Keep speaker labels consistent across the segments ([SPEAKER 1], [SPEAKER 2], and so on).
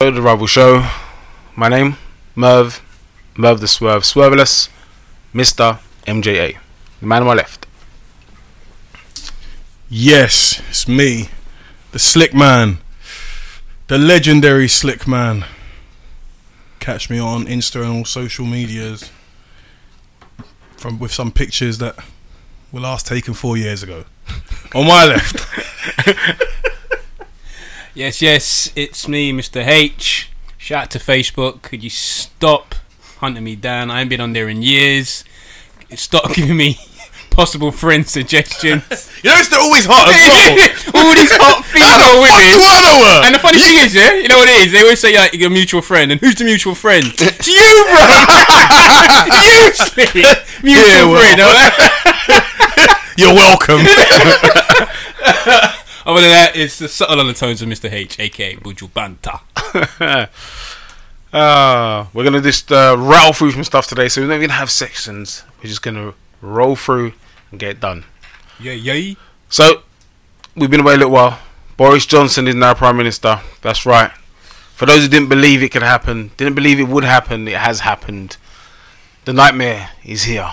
[SPEAKER 1] Go to the Rival Show. My name, Merv, Merv the Swerve, Swerveless, Mr. MJA. The man on my left.
[SPEAKER 2] Yes, it's me, the Slick Man, the legendary Slick Man. Catch me on Insta and all social medias from with some pictures that were last taken four years ago. on my left,
[SPEAKER 3] Yes, yes, it's me, Mr. H. Shout out to Facebook. Could you stop hunting me down? I ain't been on there in years. Stop giving me possible friend suggestions.
[SPEAKER 1] You know, it's always
[SPEAKER 2] Oh,
[SPEAKER 1] hot
[SPEAKER 3] All these hot female women. And the funny thing is, yeah, you know what it is? They always say like your mutual friend, and who's the mutual friend? it's you, bro. you slick. mutual
[SPEAKER 2] Yeah, well.
[SPEAKER 3] friend. All right?
[SPEAKER 2] you're welcome.
[SPEAKER 3] Other than that, it's the subtle undertones of Mr. H, aka Buju Banta.
[SPEAKER 1] Uh, we're gonna just uh, rattle through some stuff today, so we're not gonna have sections. We're just gonna roll through and get it done.
[SPEAKER 3] Yeah, yeah.
[SPEAKER 1] So we've been away a little while. Boris Johnson is now prime minister. That's right. For those who didn't believe it could happen, didn't believe it would happen, it has happened. The nightmare is here.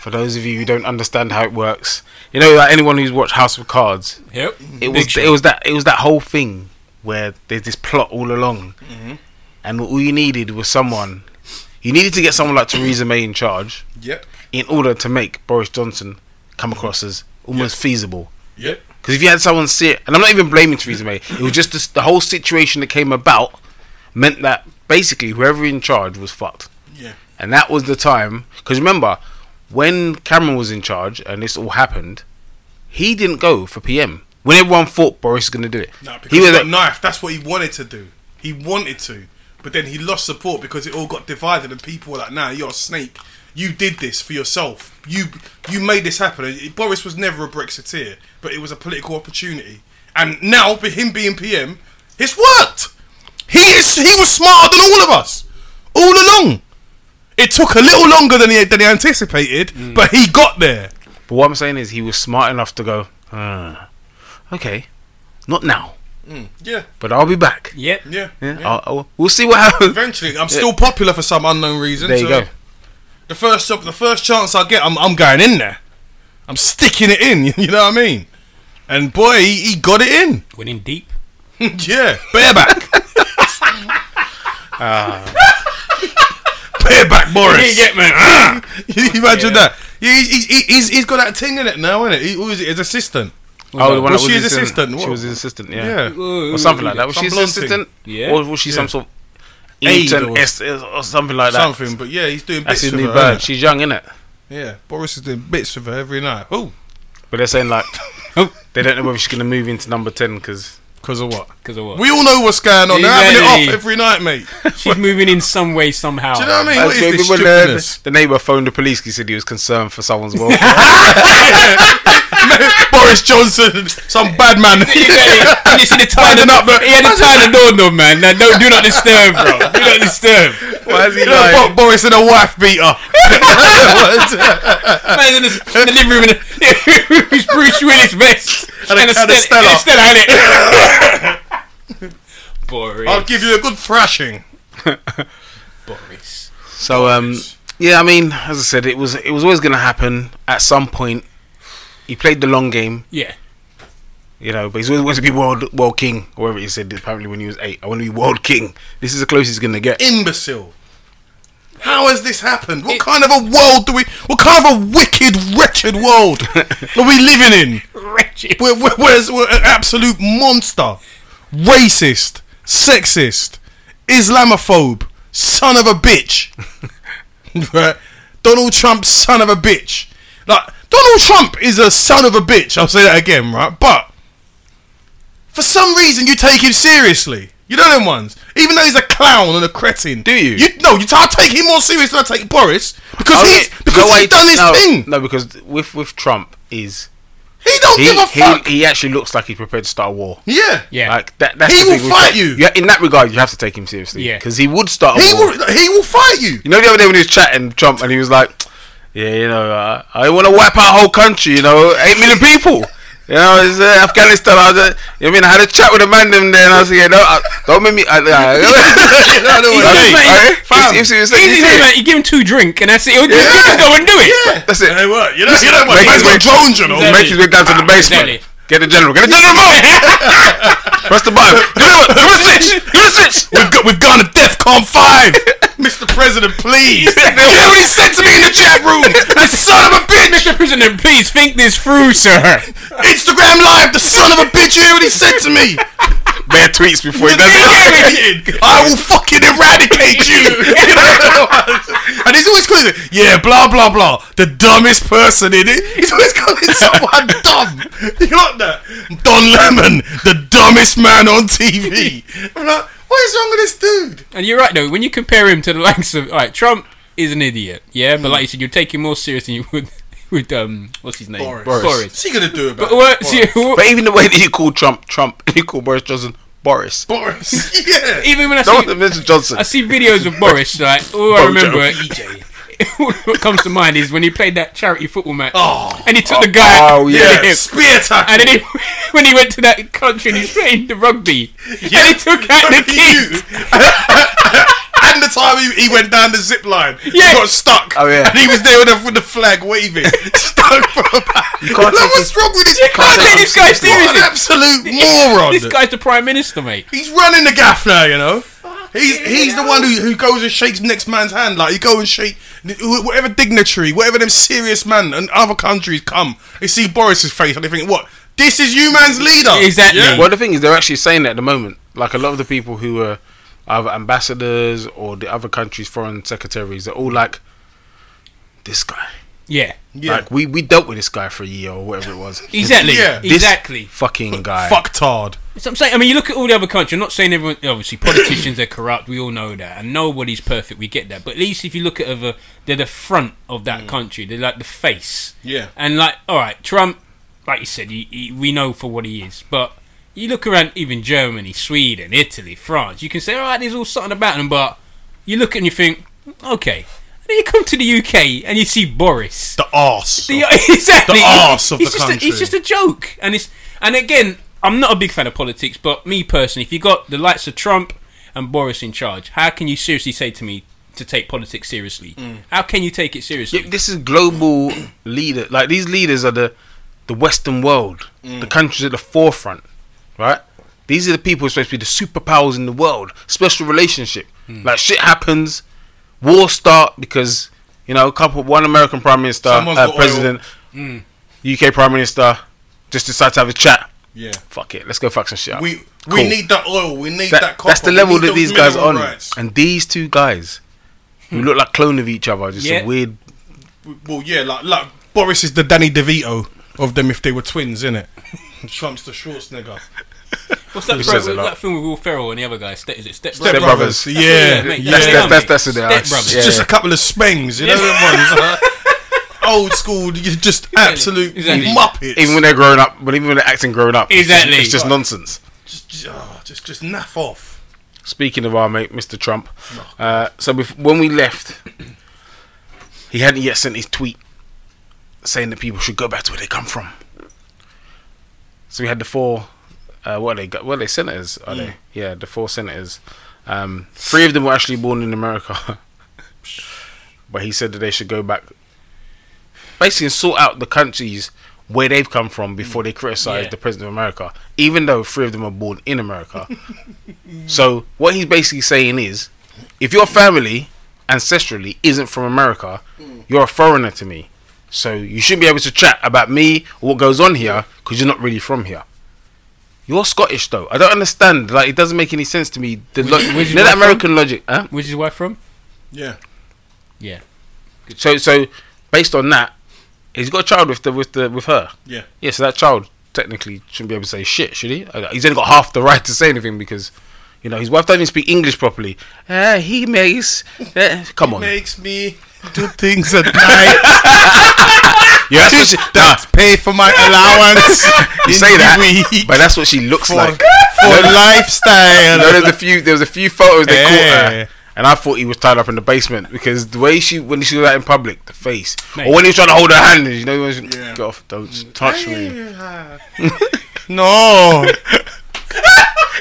[SPEAKER 1] For those of you who don't understand how it works, you know, like anyone who's watched House of Cards,
[SPEAKER 3] Yep.
[SPEAKER 1] it
[SPEAKER 3] Big
[SPEAKER 1] was
[SPEAKER 3] show.
[SPEAKER 1] it was that it was that whole thing where there's this plot all along, and all you needed was someone. You needed to get someone like Theresa May in charge
[SPEAKER 2] Yep,
[SPEAKER 1] in order to make Boris Johnson come across as almost feasible.
[SPEAKER 2] yep.
[SPEAKER 1] Because if you had someone sit, and I'm not even blaming Theresa May, it was just this, the whole situation that came about meant that basically whoever in charge was fucked.
[SPEAKER 2] Yeah.
[SPEAKER 1] And that was the time. Because remember, when Cameron was in charge and this all happened, he didn't go for PM. When everyone thought Boris was going to do it,
[SPEAKER 2] Nah, because
[SPEAKER 1] he
[SPEAKER 2] he,
[SPEAKER 1] was
[SPEAKER 2] got
[SPEAKER 1] like,
[SPEAKER 2] knifed. That's what he wanted to do. He wanted to, but then he lost support because it all got divided, and people were like, "Nah, you're a snake. You did this for yourself. You you made this happen." And Boris was never a Brexiteer, but it was a political opportunity, and now with him being PM, it's worked. He is he was smarter than all of us, all along. It took a little longer than he than he anticipated,
[SPEAKER 1] Mm.
[SPEAKER 2] but he got there.
[SPEAKER 1] But what I'm saying is, he was smart enough to go, "Ah, okay, not now,
[SPEAKER 2] Yeah,
[SPEAKER 1] but I'll be back.
[SPEAKER 3] Yep.
[SPEAKER 2] yeah,
[SPEAKER 1] Yeah, Uh, I'll- I'll- we'll see what happens.
[SPEAKER 2] Eventually, I'm still popular for some unknown reason.
[SPEAKER 1] There you
[SPEAKER 2] so-
[SPEAKER 1] go.
[SPEAKER 2] the first job, the first chance I get, I'm, I'm going in there. I'm sticking it in. You know what I mean? And boy, he, he got it in.
[SPEAKER 3] Winning deep.
[SPEAKER 2] yeah, bareback. Ah. bareback Boris.
[SPEAKER 3] Yeah, man.
[SPEAKER 2] you imagine
[SPEAKER 3] Yeah.
[SPEAKER 2] that? He, he, he, he's, he's got that thing in it now, isn't it? He, who is it? His assistant.
[SPEAKER 1] Oh, the one
[SPEAKER 2] Was
[SPEAKER 1] that
[SPEAKER 2] she his
[SPEAKER 1] his
[SPEAKER 2] assistant?
[SPEAKER 1] She
[SPEAKER 2] What?
[SPEAKER 1] was his assistant,
[SPEAKER 2] Yeah.
[SPEAKER 1] yeah.
[SPEAKER 3] Whoa,
[SPEAKER 1] Or something like that. Was
[SPEAKER 2] Some
[SPEAKER 1] she his
[SPEAKER 2] blonde
[SPEAKER 1] assistant?
[SPEAKER 3] Yeah.
[SPEAKER 1] Or was she some
[SPEAKER 2] Yeah.
[SPEAKER 1] sort of
[SPEAKER 2] Aide
[SPEAKER 1] intern
[SPEAKER 2] or-
[SPEAKER 1] S- or something like that?
[SPEAKER 2] Something, but yeah, he's doing
[SPEAKER 1] That's
[SPEAKER 2] bits
[SPEAKER 1] his
[SPEAKER 2] with
[SPEAKER 1] new
[SPEAKER 2] her.
[SPEAKER 1] bird.
[SPEAKER 2] innit?
[SPEAKER 1] She's young, isn't it?
[SPEAKER 2] Yeah, Boris is doing bits with her every night. Oh,
[SPEAKER 1] But they're saying, like,
[SPEAKER 3] Oh,
[SPEAKER 1] they don't know whether she's going to move into number 10 because.
[SPEAKER 2] because of what?
[SPEAKER 3] Because of what?
[SPEAKER 2] We all know what's going on. They're having it
[SPEAKER 3] Exactly.
[SPEAKER 2] off every night, mate.
[SPEAKER 3] She's moving in some way, somehow.
[SPEAKER 2] Do you know
[SPEAKER 1] Oh,
[SPEAKER 2] what I mean? What is this
[SPEAKER 1] the,
[SPEAKER 2] stupidness?
[SPEAKER 1] uh, the neighbour phoned the police 'cause he said he was concerned for someone's welfare.
[SPEAKER 2] Boris Johnson, some bad man.
[SPEAKER 3] Exactly. And you see the time
[SPEAKER 2] Winding up, but-
[SPEAKER 3] he had the time the door knob, man. Now, no, do not disturb, bro. Do not disturb.
[SPEAKER 1] Why is he
[SPEAKER 2] You know,
[SPEAKER 1] lying?
[SPEAKER 2] Bo- Boris and a wife beater.
[SPEAKER 3] Man's in the, the living room in a, he's Bruce Willis vest and,
[SPEAKER 2] a- and a Stella.
[SPEAKER 3] and a Stella in it. Boris.
[SPEAKER 2] I'll give you a good thrashing.
[SPEAKER 3] Boris.
[SPEAKER 1] So um, yeah, I mean, as I said, it was it was always going to happen at some point. He played the long game,
[SPEAKER 3] Yeah.
[SPEAKER 1] you know, but he's always wanted to be world world king, or whatever he said. Apparently, when he was eight, I want to be world king. This is the closest he's going to get.
[SPEAKER 2] Imbecile. How has this happened? What kind of a world do we? What kind of a wicked, wretched world are we living in?
[SPEAKER 3] Wretched.
[SPEAKER 2] We're, we're, we're, we're an absolute monster, racist, sexist, Islamophobe, son of a bitch. Right? Donald Trump, son of a bitch. Like Donald Trump is a son of a bitch. I'll say that again, right? But for some reason, you take him seriously. You know them ones, even though he's a clown and a cretin.
[SPEAKER 1] Do you?
[SPEAKER 2] no, you. I take him more serious than I take Boris because
[SPEAKER 1] Oh,
[SPEAKER 2] he's
[SPEAKER 1] yeah.
[SPEAKER 2] because
[SPEAKER 1] No,
[SPEAKER 2] he's
[SPEAKER 1] wait,
[SPEAKER 2] done his
[SPEAKER 1] no,
[SPEAKER 2] thing.
[SPEAKER 1] No, because with with Trump is
[SPEAKER 2] He don't
[SPEAKER 1] he
[SPEAKER 2] give a
[SPEAKER 1] he,
[SPEAKER 2] fuck.
[SPEAKER 1] he actually looks like he's prepared to start a war.
[SPEAKER 2] yeah,
[SPEAKER 3] Yeah.
[SPEAKER 1] Like that, that's
[SPEAKER 2] He
[SPEAKER 1] the
[SPEAKER 2] will
[SPEAKER 1] thing with
[SPEAKER 2] fight
[SPEAKER 1] Trump.
[SPEAKER 2] you.
[SPEAKER 1] Yeah, in that regard, you have to take him seriously.
[SPEAKER 3] Yeah.
[SPEAKER 1] because he would start. A
[SPEAKER 2] He
[SPEAKER 1] war.
[SPEAKER 2] will, he will fight you.
[SPEAKER 1] You know the other day when he was chatting Trump and he was like, "Yeah, you know, uh, I want to wipe out a whole country. You know, eight million people." You know, it's uh, Afghanistan. I was, uh, you know what I mean, I had a chat with a man them there, and I was like, yeah, no, uh, don't make me. Uh, uh, you know, I don't
[SPEAKER 3] He's
[SPEAKER 1] want
[SPEAKER 3] just like-
[SPEAKER 1] to.
[SPEAKER 3] fam,
[SPEAKER 1] You see what I'm saying?
[SPEAKER 3] Easy,
[SPEAKER 1] You see
[SPEAKER 3] though,
[SPEAKER 1] it?
[SPEAKER 3] mate. You give him two drink, and that's it. He'll just he'll just go and do it.
[SPEAKER 1] That's it.
[SPEAKER 2] And they were. You know, you know what?
[SPEAKER 1] Make
[SPEAKER 2] Man's
[SPEAKER 1] his way
[SPEAKER 2] got drones, you know.
[SPEAKER 3] Exactly.
[SPEAKER 1] Make his way down to the basement.
[SPEAKER 3] Exactly.
[SPEAKER 1] Get the general. Get the general involved. Press the button. Give us, give us six. Give us six.
[SPEAKER 2] We've, got, we've gone to DEFCON 5! Mr. President, please!
[SPEAKER 1] That's what he said to me in the chat room. The son of a bitch.
[SPEAKER 3] Mr. President, please think this through, sir.
[SPEAKER 2] Instagram Live, the son of a bitch, you hear what he said to me?
[SPEAKER 1] Bare tweets before he does it.
[SPEAKER 2] I will fucking eradicate you! and he's always calling it, yeah, blah, blah, blah. The dumbest person in it. He's always calling someone dumb. You like that? Don Lemon, the dumbest man on TV. I'm like, what is wrong with this dude?
[SPEAKER 3] And you're right though. When you compare him to the likes of, all right, Trump is an idiot, yeah. But like you said, you take him more serious than you would with um, what's his name,
[SPEAKER 2] Boris.
[SPEAKER 3] Boris.
[SPEAKER 2] What's he going to do about
[SPEAKER 3] But what-
[SPEAKER 2] it?
[SPEAKER 3] see, what-
[SPEAKER 1] But even the way that you call Trump, Trump, and you call Boris Johnson, Boris.
[SPEAKER 2] Boris. Yeah.
[SPEAKER 3] even when I
[SPEAKER 1] Don't
[SPEAKER 3] see,
[SPEAKER 1] mention Johnson.
[SPEAKER 3] I see videos of Boris, like all I remember, what comes to mind is when he played that charity football match,
[SPEAKER 2] Oh.
[SPEAKER 3] and he took the guy,
[SPEAKER 1] Oh,
[SPEAKER 3] to the
[SPEAKER 1] yeah.
[SPEAKER 3] hip.
[SPEAKER 2] Spear tackle.
[SPEAKER 3] and then he, when he went to that country and he played the rugby, and he took out
[SPEAKER 2] You.
[SPEAKER 3] the kids.
[SPEAKER 2] and the time he, he went down the zip line,
[SPEAKER 3] Yeah.
[SPEAKER 2] he got stuck.
[SPEAKER 1] Oh, yeah.
[SPEAKER 2] and he was there with the, with the flag waving. stuck for a back. You
[SPEAKER 1] can't take
[SPEAKER 2] what's
[SPEAKER 1] this-
[SPEAKER 2] wrong with this
[SPEAKER 1] can't
[SPEAKER 2] guy?
[SPEAKER 1] take
[SPEAKER 3] this guy
[SPEAKER 2] What
[SPEAKER 3] seriously.
[SPEAKER 2] an absolute moron!
[SPEAKER 3] This guy's the prime minister, mate.
[SPEAKER 2] he's running the gaff now, you know. He's he's the one who, who goes and shakes next man's hand. Like you go and shake wh- whatever dignitary, whatever them serious man and other countries come. They see Boris's face and they think, what? This is you man's leader.
[SPEAKER 3] Exactly.
[SPEAKER 1] Well, the thing is, they're actually saying that at the moment. Like a lot of the people who are either ambassadors or the other countries' foreign secretaries, they're all like, "This guy."
[SPEAKER 3] Yeah.
[SPEAKER 2] Yeah.
[SPEAKER 1] Like we we dealt with this guy for a year or whatever it was.
[SPEAKER 3] Exactly.
[SPEAKER 2] Yeah.
[SPEAKER 1] This
[SPEAKER 3] Exactly.
[SPEAKER 1] Fucking guy.
[SPEAKER 2] Fucktard.
[SPEAKER 3] So I'm saying, I mean, you look at all the other countries. I'm not saying everyone, obviously, politicians are corrupt. We all know that, and nobody's perfect. We get that, but at least if you look at other, they're the front of that country. They're like the face.
[SPEAKER 2] Yeah.
[SPEAKER 3] And like, all right, Trump, like you said, he, he, we know for what he is, but you look around, even Germany, Sweden, Italy, France, you can say, all right, there's all something about them, but you look and you think, okay. And then you come to the UK and you see Boris.
[SPEAKER 2] The arse.
[SPEAKER 3] The, exactly.
[SPEAKER 2] The arse of
[SPEAKER 3] He's
[SPEAKER 2] the
[SPEAKER 3] just
[SPEAKER 2] country.
[SPEAKER 3] A, he's just a joke, and it's and again, I'm not a big fan of politics, but me personally, if you got the likes of Trump and Boris in charge, how can you seriously say to me to take politics seriously?
[SPEAKER 1] Mm.
[SPEAKER 3] How can you take it seriously?
[SPEAKER 1] Yeah, this is global leader. Like these leaders are the the Western world,
[SPEAKER 2] Mm.
[SPEAKER 1] the countries at the forefront, right? These are the people who are supposed to be the superpowers in the world. Special relationship,
[SPEAKER 2] Mm.
[SPEAKER 1] like shit happens, war start because you know a couple one American prime minister,
[SPEAKER 2] Someone's
[SPEAKER 1] uh,
[SPEAKER 2] got oil. Mm.
[SPEAKER 1] president, UK prime minister, just decide to have a chat.
[SPEAKER 2] Yeah.
[SPEAKER 1] Fuck it, let's go fuck some shit. up.
[SPEAKER 2] We
[SPEAKER 1] Cool.
[SPEAKER 2] we need that oil. We need that.
[SPEAKER 1] That-
[SPEAKER 2] copper.
[SPEAKER 1] that's the
[SPEAKER 2] we
[SPEAKER 1] level
[SPEAKER 2] need
[SPEAKER 1] that
[SPEAKER 2] those
[SPEAKER 1] these guys are
[SPEAKER 2] mineral
[SPEAKER 1] on.
[SPEAKER 2] rights. Hmm.
[SPEAKER 1] And these two guys, who look like clone of each other, just
[SPEAKER 3] Yeah.
[SPEAKER 1] a weird
[SPEAKER 2] Well, yeah, like like Boris is the Danny DeVito of them if they were twins, innit? Trump's the Schwarzenegger.
[SPEAKER 3] What's that,
[SPEAKER 1] It
[SPEAKER 3] bro,
[SPEAKER 1] says a
[SPEAKER 3] that
[SPEAKER 1] lot.
[SPEAKER 3] film with Will Ferrell and the other guy? Ste- is it Step,
[SPEAKER 2] Step
[SPEAKER 3] Brothers?
[SPEAKER 1] Brothers.
[SPEAKER 2] Brothers. Yeah,
[SPEAKER 3] That's-
[SPEAKER 2] yeah.
[SPEAKER 1] That's,
[SPEAKER 3] Yeah.
[SPEAKER 1] that's, that's, that's, who they are.
[SPEAKER 3] Step brothers.
[SPEAKER 2] It's
[SPEAKER 1] Yeah.
[SPEAKER 2] just a couple of spangs, you know them ones. Old school, you just absolute
[SPEAKER 3] Exactly.
[SPEAKER 2] muppets.
[SPEAKER 1] even when they're growing up, but even when they're acting growing up, it's just-
[SPEAKER 3] Exactly.
[SPEAKER 1] it's just nonsense.
[SPEAKER 2] just, just, oh, just just naff off.
[SPEAKER 1] Speaking of our mate, Mr. Trump, uh, so bef- when we left, he hadn't yet sent his tweet saying that people should go back to where they come from. So we had the four, uh, what are they got? What are they senators? Are they? Yeah, the four senators. Um, three of them were actually born in America, but he said that they should go back, basically sort out the countries where they've come from before they criticize
[SPEAKER 3] Yeah.
[SPEAKER 1] the president of America. Even though three of them are born in America, so what he's basically saying is, if your family ancestrally isn't from America, you're a foreigner to me. So you shouldn't be able to chat about me or what goes on here because you're not really from here. You're Scottish though. I don't understand. Like it doesn't make any sense to me. The lo-
[SPEAKER 3] Where's your
[SPEAKER 1] you know that
[SPEAKER 3] wife from?
[SPEAKER 1] American logic, huh?
[SPEAKER 3] Which is where from?
[SPEAKER 2] Yeah,
[SPEAKER 3] Yeah.
[SPEAKER 1] So so based on that, he's got a child with the with the with her.
[SPEAKER 2] yeah.
[SPEAKER 1] Yeah, so that child technically shouldn't be able to say shit, should he? Uh, He's only got half the right to say anything because, you know, his wife doesn't even speak English properly. Uh, he makes. eh, come on.
[SPEAKER 2] Makes me do things at night.
[SPEAKER 1] You have to, nah,
[SPEAKER 2] That's pay for my allowance.
[SPEAKER 1] you
[SPEAKER 2] in
[SPEAKER 1] say
[SPEAKER 2] the
[SPEAKER 1] that,
[SPEAKER 2] week
[SPEAKER 1] but that's what she looks
[SPEAKER 2] for,
[SPEAKER 1] like.
[SPEAKER 2] for
[SPEAKER 1] No,
[SPEAKER 2] lifestyle.
[SPEAKER 1] no, there's a few. There was a few photos they caught her,
[SPEAKER 2] Hey.
[SPEAKER 1] and I thought he was tied up in the basement because the way she when she was out in public, the face,
[SPEAKER 3] Mate.
[SPEAKER 1] or when he was trying to hold her hand, you know, he was,
[SPEAKER 2] Yeah.
[SPEAKER 1] get off, don't touch me.
[SPEAKER 2] no.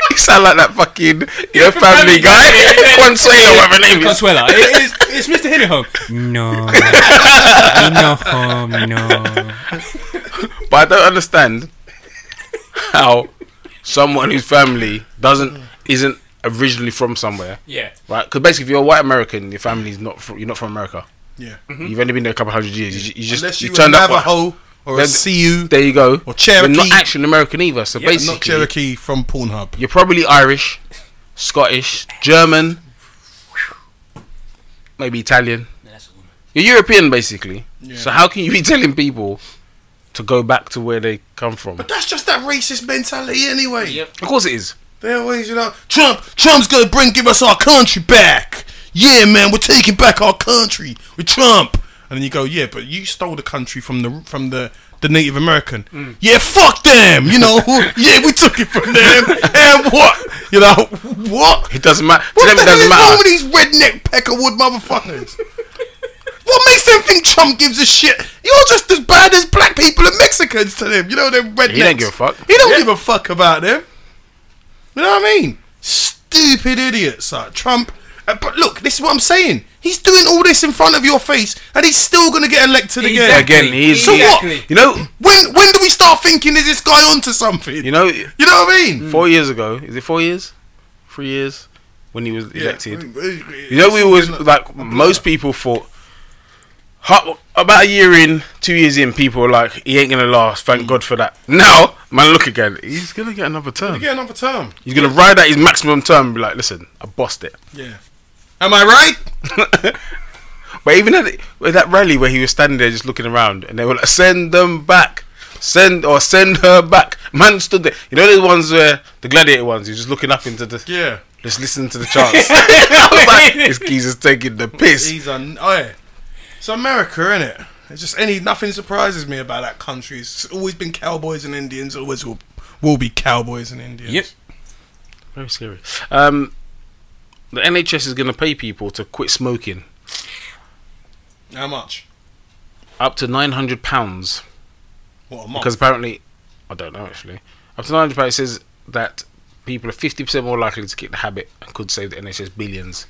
[SPEAKER 1] He sound like that fucking your family guy, Consuelo, whatever her name is.
[SPEAKER 3] Consuela. It is, it's Mr. Hillenholm. No. no, no.
[SPEAKER 1] But I don't understand how someone whose family doesn't isn't originally from somewhere,
[SPEAKER 3] Yeah.
[SPEAKER 1] right? Because basically, if you're a white American, your family's not fr you're not from America.
[SPEAKER 2] Yeah.
[SPEAKER 1] You've only been there a couple hundred years. You, ju- you just
[SPEAKER 2] Unless
[SPEAKER 1] you
[SPEAKER 2] you were
[SPEAKER 1] turned up. one-
[SPEAKER 2] Navajo or a
[SPEAKER 1] Then-
[SPEAKER 2] Sioux,
[SPEAKER 1] There you go.
[SPEAKER 2] Or Cherokee.
[SPEAKER 1] You're not actually American either. So
[SPEAKER 3] Yeah, not
[SPEAKER 2] not
[SPEAKER 1] basically,
[SPEAKER 2] Cherokee from Pornhub.
[SPEAKER 1] you're probably Irish, Scottish, German, maybe Italian. You're European, basically.
[SPEAKER 2] Yeah.
[SPEAKER 1] So how can you be telling people to go back to where they come from?
[SPEAKER 2] But that's just that racist mentality anyway.
[SPEAKER 1] Of course, it is.
[SPEAKER 2] They always, you know, Trump, Trump's gonna bring, give us our country back. Yeah, man, we're taking back our country with Trump. And then you go, yeah, but you stole the country from the from the the Native American.
[SPEAKER 1] Mm.
[SPEAKER 2] Yeah, fuck them. You know, yeah, we took it from them. and what? You know, what?
[SPEAKER 1] It doesn't matter. To
[SPEAKER 2] What
[SPEAKER 1] them,
[SPEAKER 2] the
[SPEAKER 1] it
[SPEAKER 2] hell is
[SPEAKER 1] doesn't
[SPEAKER 2] wrong with
[SPEAKER 1] matter.
[SPEAKER 2] these redneck peckerwood motherfuckers? what makes them think Trump gives a shit? You're just as bad as black people and Mexicans to them. You know, they're rednecks.
[SPEAKER 1] He don't give a fuck.
[SPEAKER 2] He don't give a fuck about them. You know what I mean? Stupid idiots like Trump. Uh, but look, this is what I'm saying. He's doing all this in front of your face, and he's still going to get elected again.
[SPEAKER 1] Again, he is.
[SPEAKER 2] So what?
[SPEAKER 3] Exactly.
[SPEAKER 1] You know,
[SPEAKER 2] When when do we start thinking is this guy onto something?
[SPEAKER 1] you know,
[SPEAKER 2] You know what I mean?
[SPEAKER 1] four years ago. Is it four years? Three years when he was
[SPEAKER 2] Yeah. Mm,
[SPEAKER 1] elected. You know, we always like most people thought. ha- About a year in, two years in, people were like, "He ain't gonna last." Thank God for that. Now, man, look again. He's gonna get another term.
[SPEAKER 2] get another term.
[SPEAKER 1] He's gonna ride out his maximum term and be like, "Listen, I bossed it."
[SPEAKER 2] Yeah. Am I right?
[SPEAKER 1] But even at, the- at that rally where he was standing there just looking around, and they were like, "Send them back, send or send her back." Man stood there. You know the ones where the gladiator ones. He's just looking up into the.
[SPEAKER 2] Yeah.
[SPEAKER 1] Just listening to the chants. I was like, this geezer's taking the piss.
[SPEAKER 2] He's a oh yeah. It's America, innit? It's just any nothing surprises me about that country. It's always been cowboys and Indians. Always will, will be cowboys and Indians.
[SPEAKER 3] Yep.
[SPEAKER 1] Very scary. Um, the NHS is going to pay people to quit smoking
[SPEAKER 2] How much?
[SPEAKER 1] up to nine hundred pounds
[SPEAKER 2] What a month?
[SPEAKER 1] because apparently, I don't know actually. Up to nine hundred pounds says that people are fifty percent more likely to kick the habit and could save the NHS billions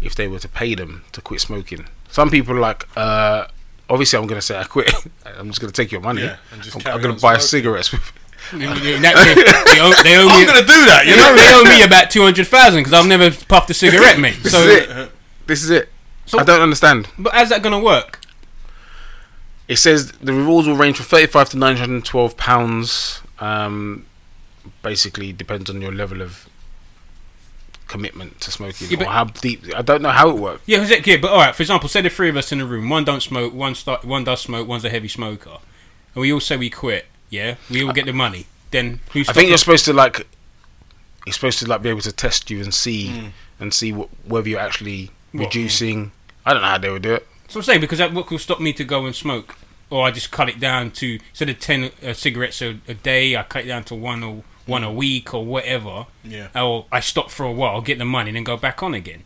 [SPEAKER 1] if they were to pay them to quit smoking. Some people are like, uh, obviously, I'm going to say I quit. I'm just going to take your money.
[SPEAKER 2] Yeah, and just
[SPEAKER 1] I'm,
[SPEAKER 2] carry
[SPEAKER 1] I'm going
[SPEAKER 2] on
[SPEAKER 1] to buy
[SPEAKER 2] smoking.
[SPEAKER 1] cigarettes. With
[SPEAKER 3] That- they, they owe, they owe
[SPEAKER 2] I'm
[SPEAKER 3] me,
[SPEAKER 2] gonna do that. You
[SPEAKER 3] they
[SPEAKER 2] know.
[SPEAKER 3] owe- they owe me about 200,000 because I've never puffed a cigarette, mate.
[SPEAKER 1] this
[SPEAKER 3] So,
[SPEAKER 1] is it. This is it.
[SPEAKER 3] So-
[SPEAKER 1] I don't understand.
[SPEAKER 3] But how's that going to work?
[SPEAKER 1] It says the rewards will range from thirty-five to nine hundred and twelve pounds. Um, basically, depends on your level of commitment to smoking
[SPEAKER 3] Yeah, but-
[SPEAKER 1] or how deep. I don't know how it works.
[SPEAKER 3] Yeah, is it- yeah, but all right. For example, say the three of us in a room. One don't smoke. One start. One does smoke. One's a heavy smoker, and we all say we quit. Yeah, we all get the money. Then who's?
[SPEAKER 1] I think you're supposed to like. You're supposed to like be able to test you and see and see what, whether you're actually
[SPEAKER 3] Mm. What?
[SPEAKER 1] reducing. I don't know how they would do it.
[SPEAKER 3] So I'm saying because that what will stop me to go and smoke, or I just cut it down to instead of ten uh, cigarettes a, a day, I cut it down to one or one a week or whatever.
[SPEAKER 2] Yeah.
[SPEAKER 3] Or I stop for a while, get the money, and then go back on again.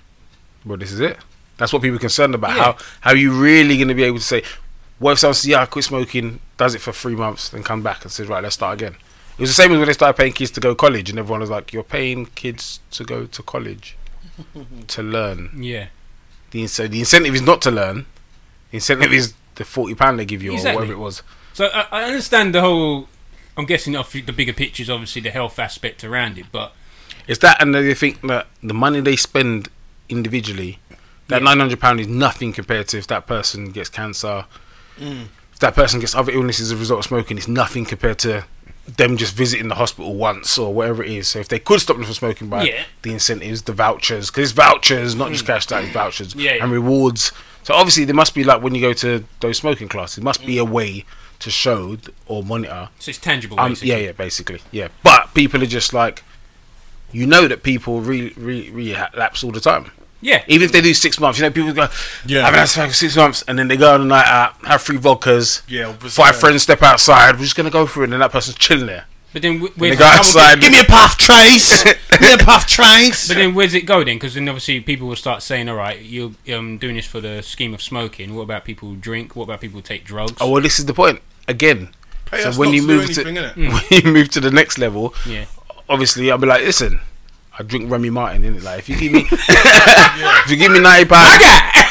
[SPEAKER 1] But this is it. That's what people are concerned about.
[SPEAKER 3] Yeah.
[SPEAKER 1] How how are you really going to be able to say, what if someone says, yeah, I quit smoking, does it for three months, then come back and says, right, let's start again. It was the same as when they started paying kids to go college, and everyone was like, you're paying kids to go to college to learn.
[SPEAKER 3] Yeah.
[SPEAKER 1] The, so the incentive is not to learn. The incentive is the forty pound they give you
[SPEAKER 3] Exactly.
[SPEAKER 1] or whatever it was.
[SPEAKER 3] So I, I understand the whole. I'm guessing off the bigger picture is obviously the health aspect around it, but
[SPEAKER 1] It's that, and they think that the money they spend individually, that nine hundred pound is nothing compared to if that person gets cancer,
[SPEAKER 3] Mm.
[SPEAKER 1] if that person gets other illnesses as a result of smoking, it's nothing compared to them just visiting the hospital once or whatever it is. So if they could stop them from smoking by
[SPEAKER 3] Yeah. Mm.
[SPEAKER 1] the incentives, the vouchers, because it's vouchers, not just cash down, it's vouchers
[SPEAKER 3] Yeah, yeah.
[SPEAKER 1] and rewards. So obviously there must be like when you go to those smoking classes, there must
[SPEAKER 3] Mm.
[SPEAKER 1] be a way to show or monitor
[SPEAKER 3] so it's tangible.
[SPEAKER 1] um,
[SPEAKER 3] basically.
[SPEAKER 1] yeah, yeah, basically, yeah. But people are just like, you know that people re re relapse all the time.
[SPEAKER 3] Yeah.
[SPEAKER 1] Even if they do six months, you know, people go,
[SPEAKER 2] Yeah.
[SPEAKER 1] yeah, haven't had sex for six months, and then they go on a night out, have three vodkas,
[SPEAKER 2] Yeah, obviously,
[SPEAKER 1] five
[SPEAKER 2] yeah.
[SPEAKER 1] friends step outside, we're just gonna go through, it, and then that person's chilling there.
[SPEAKER 3] But then, wh-
[SPEAKER 1] They
[SPEAKER 3] where's
[SPEAKER 1] go
[SPEAKER 3] it-
[SPEAKER 1] outside.
[SPEAKER 4] Give me a puff, Trace. Give me a puff, Trace.
[SPEAKER 3] But then, where's it go then? Because then, obviously, people will start saying, "All right, you're um, doing this for the scheme of smoking. What about people who drink? What about people who take drugs?"
[SPEAKER 1] Oh well, this is the point again.
[SPEAKER 2] Pay
[SPEAKER 1] so
[SPEAKER 2] us
[SPEAKER 1] when
[SPEAKER 2] not
[SPEAKER 1] you
[SPEAKER 2] to do
[SPEAKER 1] move to
[SPEAKER 2] anything, innit?
[SPEAKER 1] when you move to the next level,
[SPEAKER 3] yeah.
[SPEAKER 1] obviously I'll be like, listen, I drink Remy Martin in it. Like if you give me, if you give me ninety pounds,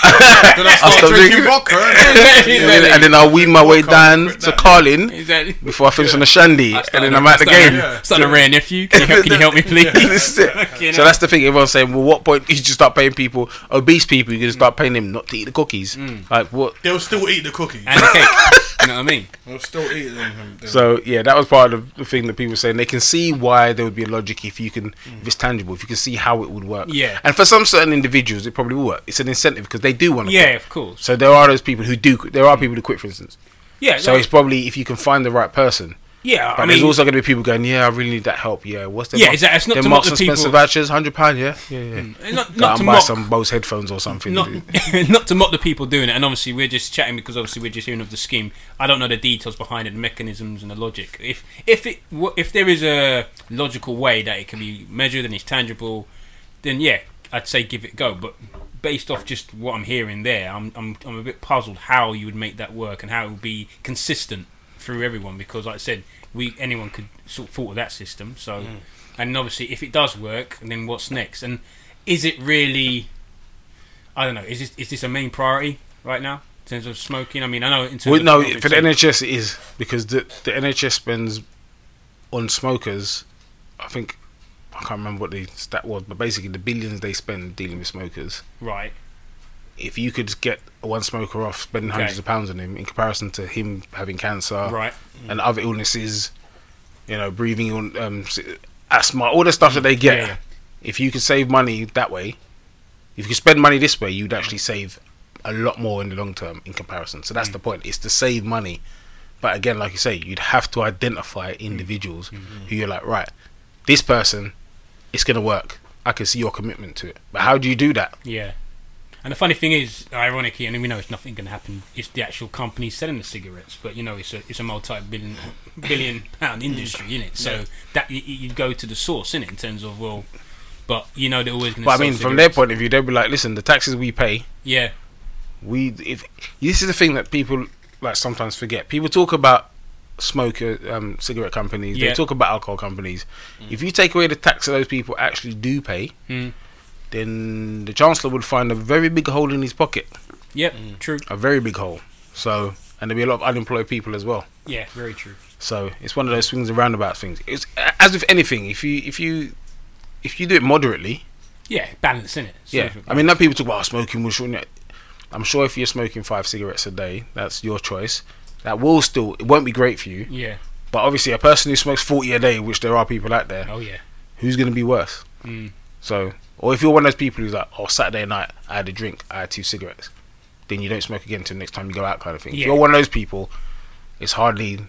[SPEAKER 2] Then I
[SPEAKER 1] stop
[SPEAKER 2] start drinking
[SPEAKER 1] drinking-
[SPEAKER 2] vodka. innit?
[SPEAKER 1] and, then, and then I'll wean my way
[SPEAKER 2] Can't
[SPEAKER 1] down
[SPEAKER 2] quit
[SPEAKER 1] to
[SPEAKER 2] that.
[SPEAKER 1] Carlin
[SPEAKER 3] Exactly.
[SPEAKER 1] before I finish on the shandy,
[SPEAKER 3] I
[SPEAKER 1] and
[SPEAKER 3] started
[SPEAKER 1] then
[SPEAKER 3] a-
[SPEAKER 1] I'm out the
[SPEAKER 3] I
[SPEAKER 1] game.
[SPEAKER 3] started a-
[SPEAKER 2] Yeah.
[SPEAKER 3] Starting a rare nephew. Can you help, can you help me, please?
[SPEAKER 1] this is
[SPEAKER 3] Fucking
[SPEAKER 1] it. So
[SPEAKER 3] hell.
[SPEAKER 1] that's the thing. Everyone's saying, well, what point do you just start paying people, obese people, you're going to start paying them not to eat the cookies?
[SPEAKER 3] Mm.
[SPEAKER 1] Like, what?
[SPEAKER 2] They'll still eat the cookie.
[SPEAKER 3] And the cake. You know what I mean?
[SPEAKER 2] They'll still eat them. them.
[SPEAKER 1] So, yeah, that was part of the thing that people were saying. They can see why there would be a logic if you can, if it's tangible, if you can see how it would work.
[SPEAKER 3] Mm. Yeah.
[SPEAKER 1] And for some certain individuals, it probably will work. It's an incentive because they do want to
[SPEAKER 3] Yeah, of course.
[SPEAKER 1] So there are those people who do, there are people who quit, for instance.
[SPEAKER 3] Yeah.
[SPEAKER 1] So
[SPEAKER 3] that-
[SPEAKER 1] it's probably if you can find the right person.
[SPEAKER 3] yeah.
[SPEAKER 1] But
[SPEAKER 3] I
[SPEAKER 1] there's
[SPEAKER 3] mean,
[SPEAKER 1] also going to be people going, yeah, I really need that help. Yeah, what's their
[SPEAKER 3] Yeah, exactly. It's not
[SPEAKER 1] their
[SPEAKER 3] to mock
[SPEAKER 1] Marks
[SPEAKER 3] the
[SPEAKER 1] and
[SPEAKER 3] people- Mm.
[SPEAKER 1] Spencer vouchers, hundred pound. Yeah, yeah, yeah.
[SPEAKER 3] not,
[SPEAKER 1] Go out
[SPEAKER 3] not to
[SPEAKER 1] and buy
[SPEAKER 3] mock.
[SPEAKER 1] some Bose headphones or something.
[SPEAKER 3] not, not to mock the people doing it, and obviously we're just chatting because obviously we're just hearing of the scheme. I don't know the details behind it, the mechanisms and the logic. If if it w- if there is a logical way that it can be measured and it's tangible, then yeah, I'd say give it a go. But based off just what I'm hearing there, I'm I'm, I'm a bit puzzled how you would make that work and how it would be consistent through everyone because, like I said, we anyone could sort of thought of that system. So, and obviously, if it does work, then what's next? And is it really? I don't know. Is this is this a main priority right now in terms of smoking? I mean, I know in terms
[SPEAKER 1] Well,
[SPEAKER 3] of
[SPEAKER 1] no,
[SPEAKER 3] COVID,
[SPEAKER 1] for the
[SPEAKER 3] so-
[SPEAKER 1] NHS it is because the the NHS spends on smokers. I think I can't remember what the stat was, but basically the billions they spend dealing with smokers.
[SPEAKER 3] right?
[SPEAKER 1] If you could get one smoker off spending
[SPEAKER 3] Okay.
[SPEAKER 1] hundreds of pounds on him, in comparison to him having cancer
[SPEAKER 3] Right.
[SPEAKER 1] and other illnesses, you know, breathing on um, s- asthma, all the stuff that they get.
[SPEAKER 3] Yeah, yeah.
[SPEAKER 1] If you could save money that way, if you could spend money this way, you'd actually save a lot more in the long term in comparison. So
[SPEAKER 3] Mm.
[SPEAKER 1] that's the point. It's to save money. But again, like you say, you'd have to identify
[SPEAKER 3] Mm.
[SPEAKER 1] individuals
[SPEAKER 3] Mm-hmm.
[SPEAKER 1] who you're like, right, this person, it's going to work. I can see your commitment to it. But how do you do that?
[SPEAKER 3] Yeah. And the funny thing is, ironically, and we know it's nothing going to happen. It's the actual company selling the cigarettes, but you know it's a it's a multi-billion billion pound
[SPEAKER 1] Mm.
[SPEAKER 3] industry, in it. So that you, you go to the source, in it, in terms of well, but you know they're always going to.
[SPEAKER 1] But I mean, from their point of view, they'd be like, listen, the taxes we pay,
[SPEAKER 3] yeah,
[SPEAKER 1] we if this is the thing that people like sometimes forget. People talk about smoker um, cigarette companies.
[SPEAKER 3] Yeah.
[SPEAKER 1] They talk about alcohol companies. If you take away the tax that those people actually do pay,
[SPEAKER 3] Mm.
[SPEAKER 1] then the chancellor would find a very big hole in his pocket,
[SPEAKER 3] yep, true,
[SPEAKER 1] a very big hole. So and there'll be a lot of unemployed people as well.
[SPEAKER 3] yeah, very true.
[SPEAKER 1] So it's one of those swings and roundabout things. It's as with anything. If you if you if you do it moderately,
[SPEAKER 3] Yeah, balance in it.
[SPEAKER 1] yeah, I mean, now people talk about smoking. Will shorten. I'm sure if you're smoking five cigarettes a day, that's your choice. That will still, it won't be great for you.
[SPEAKER 3] yeah,
[SPEAKER 1] But obviously, a person who smokes 40 a day, which there are people out there,
[SPEAKER 3] oh yeah,
[SPEAKER 1] who's going to be worse?
[SPEAKER 3] Mm.
[SPEAKER 1] So, or if you're one of those people who's like, oh, Saturday night, I had a drink, I had two cigarettes, then you don't smoke again until next time you go out, kind of thing.
[SPEAKER 3] Yeah.
[SPEAKER 1] If you're one of those people, it's hardly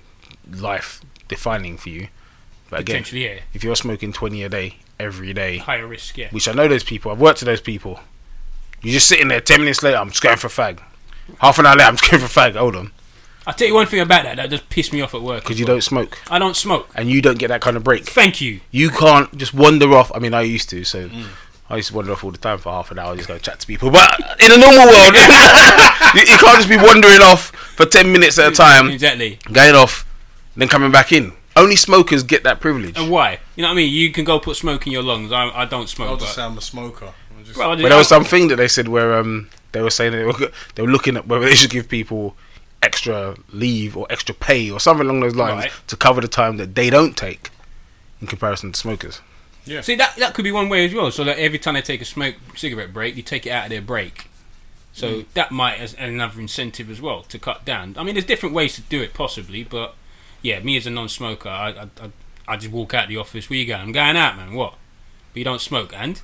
[SPEAKER 1] life defining for you. But again,
[SPEAKER 3] potentially yeah,
[SPEAKER 1] if you're smoking 20 a day, every day,
[SPEAKER 3] higher risk, yeah,
[SPEAKER 1] which I know those people. I've worked with those people. You're just sitting there. Ten minutes later, I'm just going for a fag. Half an hour later, I'm just going for a fag. Hold on,
[SPEAKER 3] I'll tell you one thing about that that does piss me off at work.
[SPEAKER 1] because
[SPEAKER 3] as
[SPEAKER 1] you
[SPEAKER 3] well.
[SPEAKER 1] don't smoke
[SPEAKER 3] I don't smoke.
[SPEAKER 1] and you don't get that kind of break.
[SPEAKER 3] Thank you.
[SPEAKER 1] You can't just wander off. I mean, I used to. So I used to wander off all the time for half an hour, just go chat to people. But in a normal world, you, you can't just be wandering off for ten minutes at a time,
[SPEAKER 3] Exactly.
[SPEAKER 1] going off, then coming back in. Only smokers get that privilege.
[SPEAKER 3] And why? You know what I mean? You can go put smoke in your lungs. I, I don't
[SPEAKER 2] I'll
[SPEAKER 3] smoke.
[SPEAKER 2] just say
[SPEAKER 3] But,
[SPEAKER 2] I'm a smoker. I'm just-
[SPEAKER 3] Bro, I
[SPEAKER 1] But there was
[SPEAKER 3] I-
[SPEAKER 1] something that they said where um they were saying that they were, they were looking at whether they should give people extra leave or extra pay or something along those lines
[SPEAKER 3] Right.
[SPEAKER 1] to cover the time that they don't take in comparison to smokers.
[SPEAKER 3] See that that could be one way as well. So that every time they take a smoke cigarette break, you take it out of their break. So
[SPEAKER 1] Mm.
[SPEAKER 3] that might as another incentive as well to cut down. I mean, there's different ways to do it possibly, but yeah, me as a non-smoker, I I, I, I just walk out the office. Where you going? I'm going out, man. What? But you don't smoke, and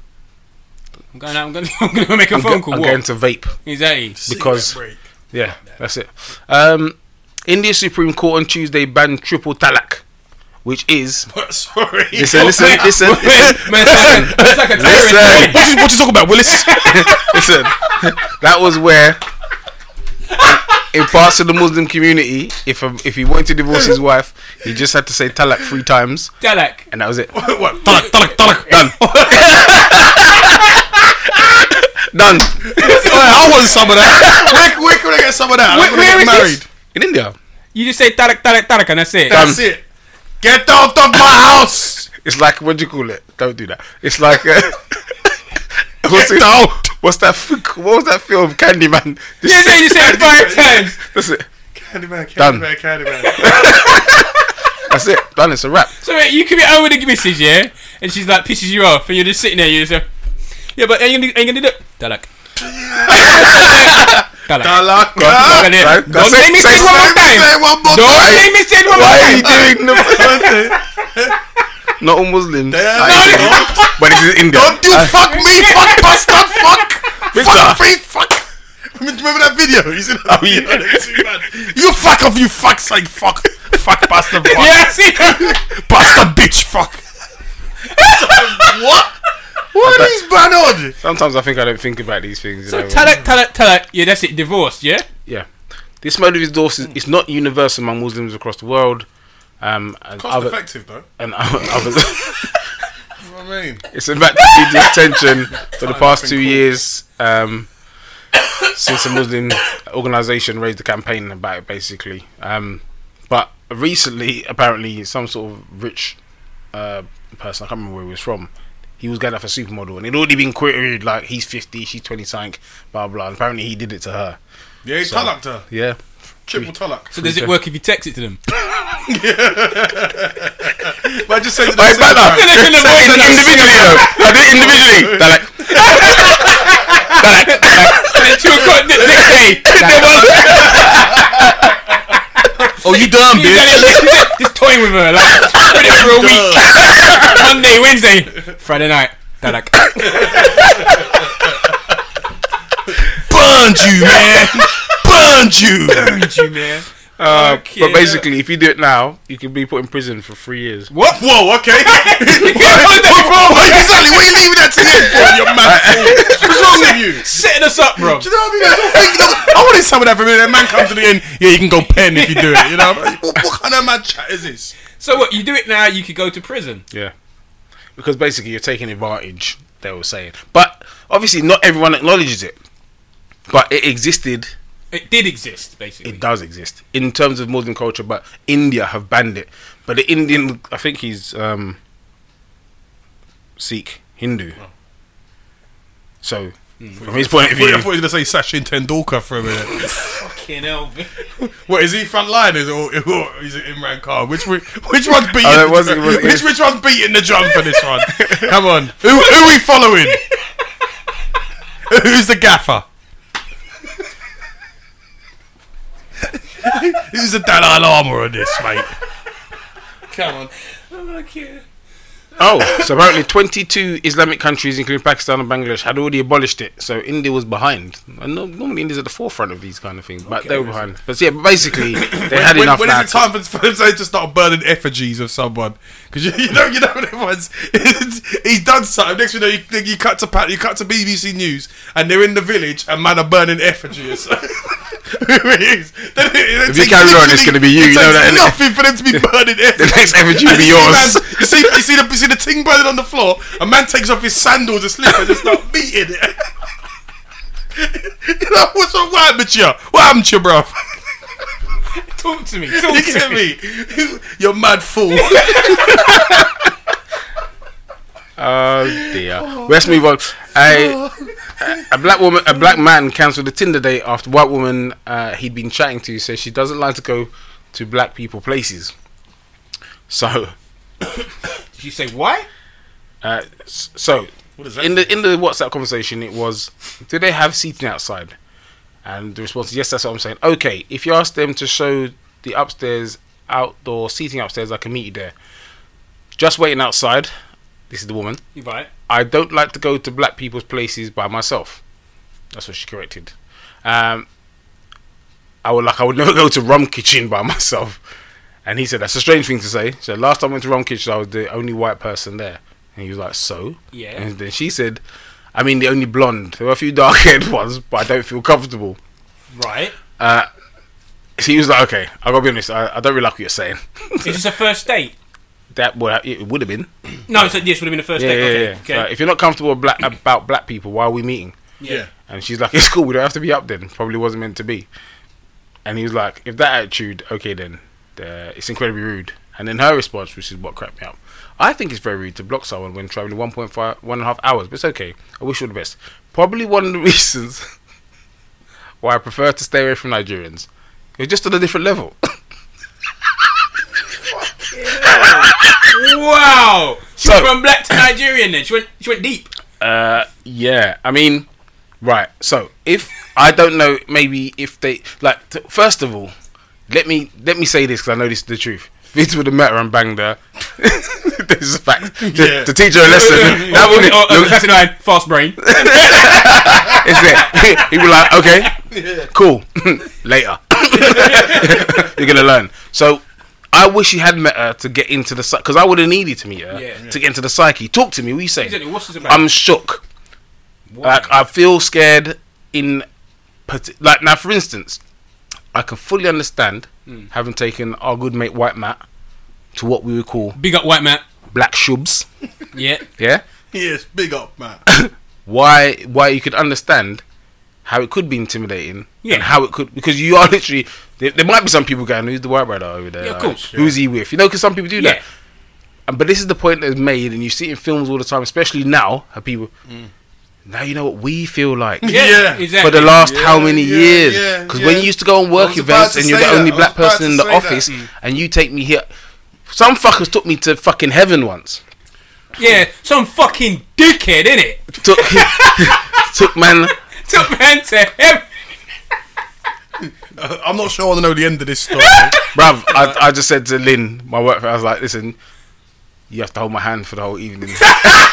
[SPEAKER 3] I'm going out. I'm going. I'm going to make a
[SPEAKER 1] I'm,
[SPEAKER 3] phone
[SPEAKER 1] go-
[SPEAKER 3] call.
[SPEAKER 1] I'm
[SPEAKER 3] what?
[SPEAKER 1] going to vape.
[SPEAKER 3] Exactly.
[SPEAKER 2] Cigarette
[SPEAKER 1] because-
[SPEAKER 2] break.
[SPEAKER 1] Yeah, that's it. Um, India Supreme Court on Tuesday banned triple talak, which is
[SPEAKER 2] sorry.
[SPEAKER 1] listen, listen, listen, listen,
[SPEAKER 3] Man, it's like a- it's like a
[SPEAKER 1] listen.
[SPEAKER 4] What you, what you talking about, Willis?
[SPEAKER 1] listen. That was where in parts of the Muslim community, if a, if he wanted to divorce his wife, he just had to say talak three times,
[SPEAKER 3] Dalek.
[SPEAKER 1] and that was it.
[SPEAKER 2] what?
[SPEAKER 4] Talak, talak, talak.
[SPEAKER 1] Done. Done.
[SPEAKER 4] I want some of that.
[SPEAKER 2] Where, where can I get some of that?
[SPEAKER 3] Where-
[SPEAKER 2] I'm gonna
[SPEAKER 3] where
[SPEAKER 2] get
[SPEAKER 3] is
[SPEAKER 2] married.
[SPEAKER 3] this?
[SPEAKER 1] In India,
[SPEAKER 3] You just say Dalek, Dalek, Dalek, and that's it.
[SPEAKER 1] Done.
[SPEAKER 2] That's it. Get out of my house.
[SPEAKER 1] it's like what do you call it? Don't do that. It's like uh, what's, it- what's that? fi- What was that film? Candyman.
[SPEAKER 3] You say you say it five times.
[SPEAKER 1] That's it.
[SPEAKER 2] Candyman,
[SPEAKER 1] Done.
[SPEAKER 2] Candyman, Candyman.
[SPEAKER 1] That's it. Done. It's a wrap.
[SPEAKER 3] So wait, you could be out with a missus, yeah, and she's like pisses you off, and you're just sitting there, you're just like, yeah, but ain't gonna, ain't gonna do that. Dalek. Dalek. Dalek.
[SPEAKER 2] Dalak.
[SPEAKER 3] Don't
[SPEAKER 1] Right? That's it.
[SPEAKER 3] say me say
[SPEAKER 1] Say
[SPEAKER 3] it one more
[SPEAKER 1] say-
[SPEAKER 3] time.
[SPEAKER 2] Say Oh, one more
[SPEAKER 3] Don't
[SPEAKER 2] time.
[SPEAKER 3] say me say it one more
[SPEAKER 1] Why are
[SPEAKER 3] time.
[SPEAKER 1] you doing the not all Muslims?
[SPEAKER 2] Yeah,
[SPEAKER 1] are
[SPEAKER 2] no,
[SPEAKER 1] Indian, but this is India.
[SPEAKER 2] Don't you
[SPEAKER 1] Uh,
[SPEAKER 2] fuck me, fuck pasta, fuck,
[SPEAKER 1] Mister.
[SPEAKER 2] fuck me, fuck. Remember that video? He's in that video.
[SPEAKER 1] yeah.
[SPEAKER 2] That's too bad. You fuck off, you fuck, like fuck, fuck pasta, fuck,
[SPEAKER 3] Yeah, I see.
[SPEAKER 2] pasta, bitch, fuck. what? What is man on?
[SPEAKER 1] Sometimes I think I don't think about these things. You
[SPEAKER 3] So
[SPEAKER 1] know?
[SPEAKER 3] Talak, Talak, Talak. Yeah, that's it. Divorced. Yeah.
[SPEAKER 1] yeah, this mode of divorce is it's not universal among Muslims across the world. Um, and
[SPEAKER 2] Cost
[SPEAKER 1] other,
[SPEAKER 2] effective though.
[SPEAKER 1] and others.
[SPEAKER 2] You know what I mean?
[SPEAKER 1] It's been back to serious tension for the past
[SPEAKER 2] been
[SPEAKER 1] two
[SPEAKER 2] cool.
[SPEAKER 1] years um, since a Muslim organisation raised a campaign about it, basically. Um, but recently, apparently, some sort of rich uh, person, I can't remember where he was from, he was going out for supermodel and it'd already been queried like he's 50, she's 20 something, blah blah. And apparently, he did it to her.
[SPEAKER 2] Yeah, he talaked her.
[SPEAKER 1] Yeah.
[SPEAKER 2] Triple talak.
[SPEAKER 3] So does it work if you text it to them?
[SPEAKER 2] But I just said
[SPEAKER 1] But it's like that.
[SPEAKER 3] No, no, no, no,
[SPEAKER 1] It's like
[SPEAKER 3] no, no,
[SPEAKER 1] individually, though. I did it individually. They're like,
[SPEAKER 3] At Two o'clock the next day.
[SPEAKER 4] Oh, you done,
[SPEAKER 3] He's
[SPEAKER 4] bitch.
[SPEAKER 1] Uh,
[SPEAKER 3] like, just toying with her, like with it for a week. Monday, Wednesday, Friday night. Dalek.
[SPEAKER 4] Burned you, man. Burned you.
[SPEAKER 3] you man.
[SPEAKER 1] uh,
[SPEAKER 3] Okay.
[SPEAKER 1] but basically, if you do it now, you can be put in prison for three years.
[SPEAKER 2] What? Whoa, okay. Exactly. What are you leaving that to me for? You mad fool. What's wrong with you?
[SPEAKER 3] Setting us up, bro.
[SPEAKER 2] Do you know what I mean? I don't think that, I wanted some of that from him. That man comes to the end. Yeah, you can go pen if you do it. You know what, what kind of mad chat is this?
[SPEAKER 3] So what? You do it now, you could go to prison.
[SPEAKER 1] Yeah. Because basically you're taking advantage, they were saying. But obviously not everyone acknowledges it. But it existed,
[SPEAKER 3] It did exist, basically.
[SPEAKER 1] it does exist in terms of Muslim culture, but India have banned it. But the Indian I think he's um Sikh, Hindu. So from his point of view
[SPEAKER 2] Wait, I thought you were going to say Sachin Tendulkar for a minute.
[SPEAKER 3] Fucking hell. man.
[SPEAKER 2] what, is he front line is it or, or is it Imran Khan? Which one- which one's beating?
[SPEAKER 1] Oh, it was-
[SPEAKER 2] the
[SPEAKER 1] it
[SPEAKER 2] drum?
[SPEAKER 1] was- it
[SPEAKER 2] which,
[SPEAKER 1] was-
[SPEAKER 2] which one's beating the drum for this one? Come on, who who we following? Who's the gaffer? Who's the Dalai Lama on this, mate?
[SPEAKER 3] Come on. Okay.
[SPEAKER 1] Oh, so apparently twenty two Islamic countries, including Pakistan and Bangladesh, had already abolished it. So India was behind. And no, normally India's at the forefront of these kind of things, but they were behind. But yeah, basically they had
[SPEAKER 2] when,
[SPEAKER 1] enough
[SPEAKER 2] when
[SPEAKER 1] now
[SPEAKER 2] is
[SPEAKER 1] to-
[SPEAKER 2] it time for, for them to start burning effigies of someone? Because you, you know, you know, when everyone's he's done something. Next thing you know, you, you cut to Pat, you cut to BBC News, and they're in the village, and man are burning effigies. Then it- then it
[SPEAKER 1] you
[SPEAKER 2] takes
[SPEAKER 1] carry on, it's
[SPEAKER 2] literally-
[SPEAKER 1] gonna be you,
[SPEAKER 2] it
[SPEAKER 1] you know
[SPEAKER 2] takes
[SPEAKER 1] that, innit?
[SPEAKER 2] Nothing for them to be burning
[SPEAKER 1] The
[SPEAKER 2] effigies.
[SPEAKER 1] next effigy will be
[SPEAKER 2] You see
[SPEAKER 1] yours.
[SPEAKER 2] man- You see, you see the you see the ting burning on the floor. A man takes off his sandals and slippers and just start beating it. you know, what's wrong? What happened to you? What happened to you, bro?
[SPEAKER 3] Talk to me. Talk
[SPEAKER 2] You
[SPEAKER 3] to
[SPEAKER 2] get
[SPEAKER 3] me.
[SPEAKER 2] me? You're mad fool.
[SPEAKER 1] Oh dear. Let's move on. A, a black woman, a black man cancelled a Tinder date after white woman uh, he'd been chatting to says she doesn't like to go to black people places. So,
[SPEAKER 3] Did you say why?
[SPEAKER 1] uh, s- so
[SPEAKER 2] does that
[SPEAKER 1] in the in the WhatsApp conversation, it was, do they have seating outside? And the response is yes. That's what I'm saying. Okay, if you ask them to show the upstairs outdoor seating upstairs, I can meet you there. Just waiting outside. This is the woman.
[SPEAKER 3] You buy it.
[SPEAKER 1] I don't like to go to black people's places by myself. That's what she corrected. Um, I would like I would never go to Rum Kitchen by myself. And he said that's a strange thing to say. So last time I went to Rum Kitchen, I was the only white person there. And he was like, so.
[SPEAKER 3] Yeah.
[SPEAKER 1] And then she said, I mean the only blonde. There were a few dark haired ones, but I don't feel comfortable.
[SPEAKER 3] Right.
[SPEAKER 1] Uh, so he was like, okay, I gotta be honest, I, I don't really like what you're saying.
[SPEAKER 3] Is this a first date?
[SPEAKER 1] that would it would have been.
[SPEAKER 3] No, so this would have been a first
[SPEAKER 1] Yeah,
[SPEAKER 3] date.
[SPEAKER 1] yeah,
[SPEAKER 3] okay,
[SPEAKER 1] yeah.
[SPEAKER 3] okay.
[SPEAKER 1] Like, if you're not comfortable black, about black people, why are we meeting?
[SPEAKER 2] Yeah.
[SPEAKER 1] And she's like, it's cool, we don't have to be up then. Probably wasn't meant to be. And he was like, if that attitude, okay then, uh, it's incredibly rude. And then her response, which is what cracked me up. I think it's very rude to block someone when traveling 1.5, one and a half hours, but it's okay. I wish you all the best. Probably one of the reasons why I prefer to stay away from Nigerians. You're just on a different level.
[SPEAKER 3] Wow. She
[SPEAKER 1] So-
[SPEAKER 3] went from black to Nigerian then. She went she went deep.
[SPEAKER 1] Uh, yeah. I mean, right. So if I don't know, maybe if they like. T- first of all, let me let me say this because I know this is the truth. Vince would have met her and banged her. this is a fact. To,
[SPEAKER 2] Yeah.
[SPEAKER 1] to teach her a lesson, that would
[SPEAKER 3] Or- or- or-
[SPEAKER 1] look,
[SPEAKER 3] that's a line, oh, fast brain.
[SPEAKER 1] it's it. He'd be like, okay,
[SPEAKER 2] Yeah.
[SPEAKER 1] cool. Later, you're gonna learn. So. I wish you had met her to get into the because I would have needed to meet her
[SPEAKER 3] Yeah.
[SPEAKER 1] to get into the psyche. Talk to me. What you saying?
[SPEAKER 3] Exactly, what's this about?
[SPEAKER 1] I'm shook. Like I feel scared in, parti- like now for instance, I can fully understand
[SPEAKER 3] Hmm.
[SPEAKER 1] having taken our good mate White Matt to what we would call
[SPEAKER 3] Big up white man.
[SPEAKER 1] black shubs.
[SPEAKER 3] Yeah.
[SPEAKER 1] Yeah,
[SPEAKER 2] Yes, big up, man.
[SPEAKER 1] why why you could understand how it could be intimidating
[SPEAKER 3] Yeah.
[SPEAKER 1] and how it could because you are literally there, there might be some people going who's the white brother over there
[SPEAKER 3] Yeah, of
[SPEAKER 1] Like,
[SPEAKER 3] course.
[SPEAKER 1] who's he with you know because some people do
[SPEAKER 3] Yeah.
[SPEAKER 1] that And- but this is the point that's made and you see it in films all the time especially now how people now you know what we feel like
[SPEAKER 3] Hmm. Yeah,
[SPEAKER 2] Yeah.
[SPEAKER 1] for
[SPEAKER 3] exactly.
[SPEAKER 1] the last
[SPEAKER 2] Yeah,
[SPEAKER 1] how many
[SPEAKER 2] yeah,
[SPEAKER 1] years?
[SPEAKER 2] yeah,
[SPEAKER 1] Because
[SPEAKER 2] yeah.
[SPEAKER 1] when you used to go on
[SPEAKER 2] I was
[SPEAKER 1] work
[SPEAKER 2] about
[SPEAKER 1] events
[SPEAKER 2] to
[SPEAKER 1] and you're
[SPEAKER 2] say
[SPEAKER 1] the
[SPEAKER 2] that.
[SPEAKER 1] only
[SPEAKER 2] I was
[SPEAKER 1] black
[SPEAKER 2] about
[SPEAKER 1] person
[SPEAKER 2] to
[SPEAKER 1] in the
[SPEAKER 2] say that. Mm.
[SPEAKER 1] office, and you take me here. Some fuckers took me to fucking heaven once.
[SPEAKER 3] Yeah, some fucking dickhead, innit?
[SPEAKER 1] Took took man.
[SPEAKER 3] Took man to heaven.
[SPEAKER 2] I'm not sure I want to know the end of this story.
[SPEAKER 1] Bruv, I, I just said to Lynn, my work, I was like, listen, you have to hold my hand for the whole evening.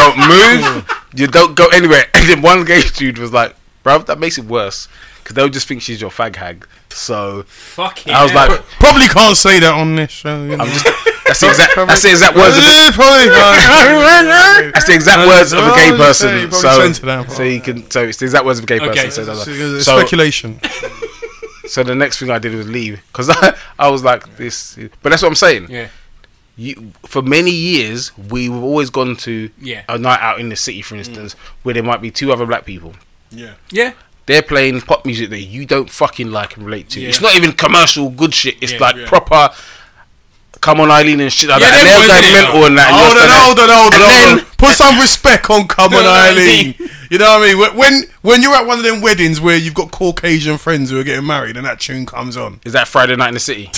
[SPEAKER 1] don't move. You don't go anywhere. And then one gay dude was like, bruv, that makes it worse. Because they'll just think she's your fag hag. So
[SPEAKER 3] Fucking
[SPEAKER 1] I was
[SPEAKER 3] hell.
[SPEAKER 1] like,
[SPEAKER 2] Probably can't say that on this show. You know?
[SPEAKER 1] I'm just, that's the exact, that's the exact words. Of,
[SPEAKER 2] Yeah, probably can't.
[SPEAKER 1] That's the exact words of a gay
[SPEAKER 2] Oh, yeah,
[SPEAKER 1] person.
[SPEAKER 2] you probably
[SPEAKER 1] So,
[SPEAKER 2] censored that.
[SPEAKER 1] so you can. So it's the exact words of a gay
[SPEAKER 3] Okay.
[SPEAKER 1] person. So, that's
[SPEAKER 2] It's
[SPEAKER 1] so,
[SPEAKER 2] speculation.
[SPEAKER 1] so the next thing I did was leave because I, I was like this. But that's what I'm saying.
[SPEAKER 3] yeah.
[SPEAKER 1] You, for many years, we've always gone to
[SPEAKER 3] Yeah.
[SPEAKER 1] a night out in the city, for instance, where there might be two other black people.
[SPEAKER 2] Yeah.
[SPEAKER 3] Yeah.
[SPEAKER 1] They're playing pop music that you don't fucking like and relate to.
[SPEAKER 3] Yeah.
[SPEAKER 1] It's not even commercial good shit. It's
[SPEAKER 3] Yeah,
[SPEAKER 1] like
[SPEAKER 2] yeah.
[SPEAKER 1] proper. Come on, Eileen and shit like
[SPEAKER 3] Yeah,
[SPEAKER 1] that. And
[SPEAKER 3] them
[SPEAKER 1] they're
[SPEAKER 3] boys,
[SPEAKER 1] going
[SPEAKER 3] innit?
[SPEAKER 1] mental and that. and you're
[SPEAKER 2] Hold
[SPEAKER 1] standing-
[SPEAKER 2] on, hold on, hold on,
[SPEAKER 1] And
[SPEAKER 2] hold on. Put some respect on Come on
[SPEAKER 3] No, no,
[SPEAKER 2] Eileen. You know what I mean? When- When when you're at one of them weddings where you've got Caucasian friends who are getting married and that tune comes on.
[SPEAKER 1] Is that Friday night in the city?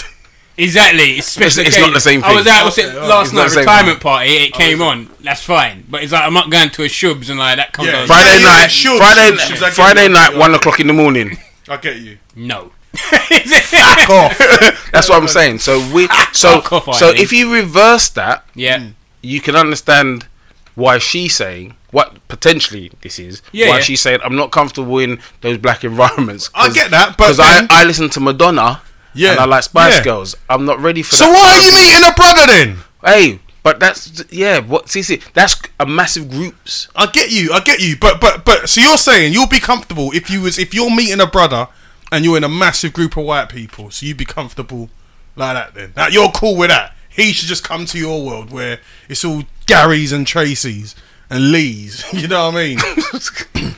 [SPEAKER 3] Exactly. It's, special
[SPEAKER 1] it's not the same
[SPEAKER 3] I was
[SPEAKER 1] thing.
[SPEAKER 3] at what's it,
[SPEAKER 2] Okay, okay.
[SPEAKER 3] last
[SPEAKER 1] It's not
[SPEAKER 3] night
[SPEAKER 1] the same
[SPEAKER 3] retirement party. It came on. That's fine. But it's like I'm not going to a shubs and like that comes
[SPEAKER 2] Yeah.
[SPEAKER 3] on.
[SPEAKER 2] Right.
[SPEAKER 1] Friday
[SPEAKER 2] Yeah,
[SPEAKER 1] night,
[SPEAKER 2] should,
[SPEAKER 1] Friday,
[SPEAKER 2] should, should, I get
[SPEAKER 1] Friday
[SPEAKER 2] you?
[SPEAKER 1] night, one o'clock in the morning.
[SPEAKER 2] I get you.
[SPEAKER 3] No.
[SPEAKER 2] Cough.
[SPEAKER 1] That's what I'm saying. So we, so
[SPEAKER 3] Fuck off,
[SPEAKER 1] so
[SPEAKER 3] Eileen.
[SPEAKER 1] if you reverse that,
[SPEAKER 3] yeah.
[SPEAKER 1] you can understand why she's saying what potentially this is.
[SPEAKER 3] Yeah,
[SPEAKER 1] why
[SPEAKER 3] yeah.
[SPEAKER 1] she's saying I'm not comfortable in those black environments.
[SPEAKER 2] I get that, but
[SPEAKER 1] because I
[SPEAKER 2] then-
[SPEAKER 1] I listen to Madonna.
[SPEAKER 2] Yeah,
[SPEAKER 1] and I like Spice
[SPEAKER 2] yeah.
[SPEAKER 1] Girls. I'm not ready for
[SPEAKER 2] so
[SPEAKER 1] that.
[SPEAKER 2] why are you meeting a brother then?
[SPEAKER 1] Hey, but that's yeah. What see see that's a massive groups.
[SPEAKER 2] I get you, I get you, but but but so you're saying you'll be comfortable if you was if you're meeting a brother and you're in a massive group of white people, so you'd be comfortable like that then. Now you're cool with that. He should just come to your world where it's all Garys and Tracys and Lees. You know what I mean?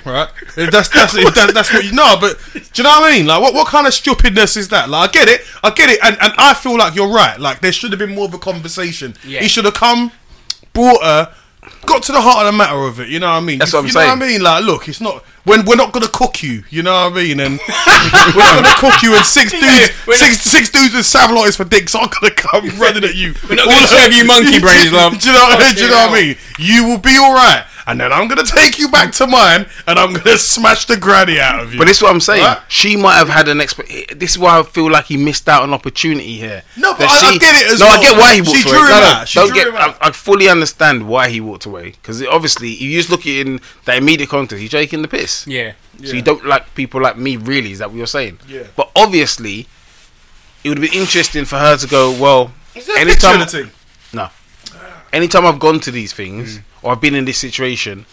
[SPEAKER 2] right? If that's that's if that, that's what you know. But do you know what I mean? Like what what kind of stupidness is that? Like I get it, I get it, and and I feel like you're right. Like there should have been more of a conversation.
[SPEAKER 3] Yeah.
[SPEAKER 2] He should have come, brought her. Got to the heart of the matter of it, you know what I mean.
[SPEAKER 1] That's
[SPEAKER 2] you,
[SPEAKER 1] what I'm
[SPEAKER 2] you
[SPEAKER 1] saying.
[SPEAKER 2] know what I mean. Like, look, it's not when we're not gonna cook you, you know what I mean, and we're not gonna cook you. And six dudes,
[SPEAKER 3] we're
[SPEAKER 2] six six dudes with savoites for dicks aren't gonna come running at you.
[SPEAKER 3] not gonna serve you monkey brains, love.
[SPEAKER 2] Do you know? what I- Do you know what I
[SPEAKER 3] Fucking
[SPEAKER 2] mean? You will be all right, and then I'm gonna take you back to mine, and I'm gonna smash the granny out of you.
[SPEAKER 1] But this is what I'm saying.
[SPEAKER 2] Right?
[SPEAKER 1] She might have had an exp. This is why I feel like he missed out on an opportunity here.
[SPEAKER 2] No, but
[SPEAKER 1] That
[SPEAKER 2] I- I get it as
[SPEAKER 1] no,
[SPEAKER 2] well.
[SPEAKER 1] I get why he walked
[SPEAKER 2] She
[SPEAKER 1] away.
[SPEAKER 2] drew him
[SPEAKER 1] no, no,
[SPEAKER 2] out. She
[SPEAKER 1] don't
[SPEAKER 2] drew
[SPEAKER 1] get.
[SPEAKER 2] him out.
[SPEAKER 1] I, I fully understand why he walked away because obviously, if you just look at it in that immediate context, he's taking the piss.
[SPEAKER 3] Yeah.
[SPEAKER 1] So you don't like people like me, really? Is that what you're saying?
[SPEAKER 2] Yeah.
[SPEAKER 1] But obviously, it would be interesting for her to go. Well,
[SPEAKER 2] Is there a picture
[SPEAKER 1] anytime.
[SPEAKER 2] of the thing?
[SPEAKER 1] No. Anytime I've gone to these things or I've been in this situation,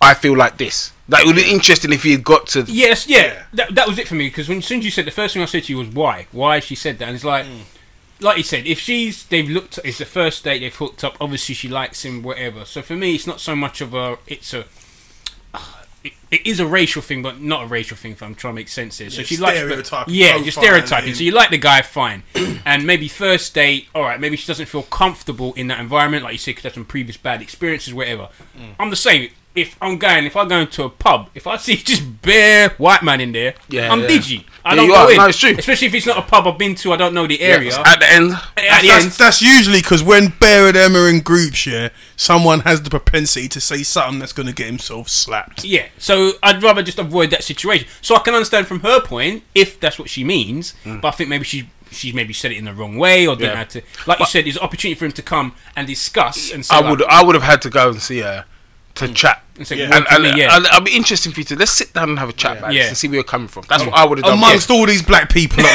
[SPEAKER 1] I feel like this. That would be interesting if he had got to.
[SPEAKER 3] Yes, yeah. That, that was it for me because when as soon as you said the first thing I said to you was why, why she said that, and it's like, like you said, if she's they've looked, it's the first date they've hooked up. Obviously, she likes him, whatever. So for me, it's not so much of a, it's a. It, it is a racial thing, but not a racial thing. If I'm trying to make sense here, so
[SPEAKER 2] Yeah,
[SPEAKER 3] she likes the,
[SPEAKER 2] stereotyping,
[SPEAKER 3] yeah, you're
[SPEAKER 2] profiling
[SPEAKER 3] stereotyping.
[SPEAKER 2] him.
[SPEAKER 3] So you like the guy, fine, and maybe first date, all right. Maybe she doesn't feel comfortable in that environment, like you said, because that's some previous bad experiences, whatever.
[SPEAKER 1] Mm.
[SPEAKER 3] I'm the same. If I'm going, if I go into a pub, if I see just bare white man in there,
[SPEAKER 1] Yeah,
[SPEAKER 3] I'm
[SPEAKER 1] yeah.
[SPEAKER 3] digi. I
[SPEAKER 1] Yeah,
[SPEAKER 3] don't
[SPEAKER 1] you
[SPEAKER 3] go
[SPEAKER 1] are.
[SPEAKER 3] in.
[SPEAKER 1] No, it's true.
[SPEAKER 3] Especially if it's not a pub I've been to, I don't know the area.
[SPEAKER 1] At the end,
[SPEAKER 3] at the end,
[SPEAKER 2] That's, that's usually because when Bear and Emma are in groups, yeah, someone has the propensity to say something that's going to get himself slapped.
[SPEAKER 3] Yeah, so I'd rather just avoid that situation. So I can understand from her point if that's what she means, but I think maybe she she's maybe said it in the wrong way or
[SPEAKER 1] Mm.
[SPEAKER 3] didn't
[SPEAKER 1] Yeah.
[SPEAKER 3] have to. Like you said, there's an opportunity for him to come and discuss and say,
[SPEAKER 1] I
[SPEAKER 3] like-
[SPEAKER 1] would I would have had to go and see her to chat.
[SPEAKER 3] Mm. and say,
[SPEAKER 2] Yeah.
[SPEAKER 3] "Well,
[SPEAKER 1] And, and,
[SPEAKER 3] yeah,
[SPEAKER 1] and I'd be interesting for you to let's sit down and have a chat, man,
[SPEAKER 3] Yeah. Um,
[SPEAKER 1] and see where you're coming from. That's what I would have done.
[SPEAKER 2] Amongst all these black people at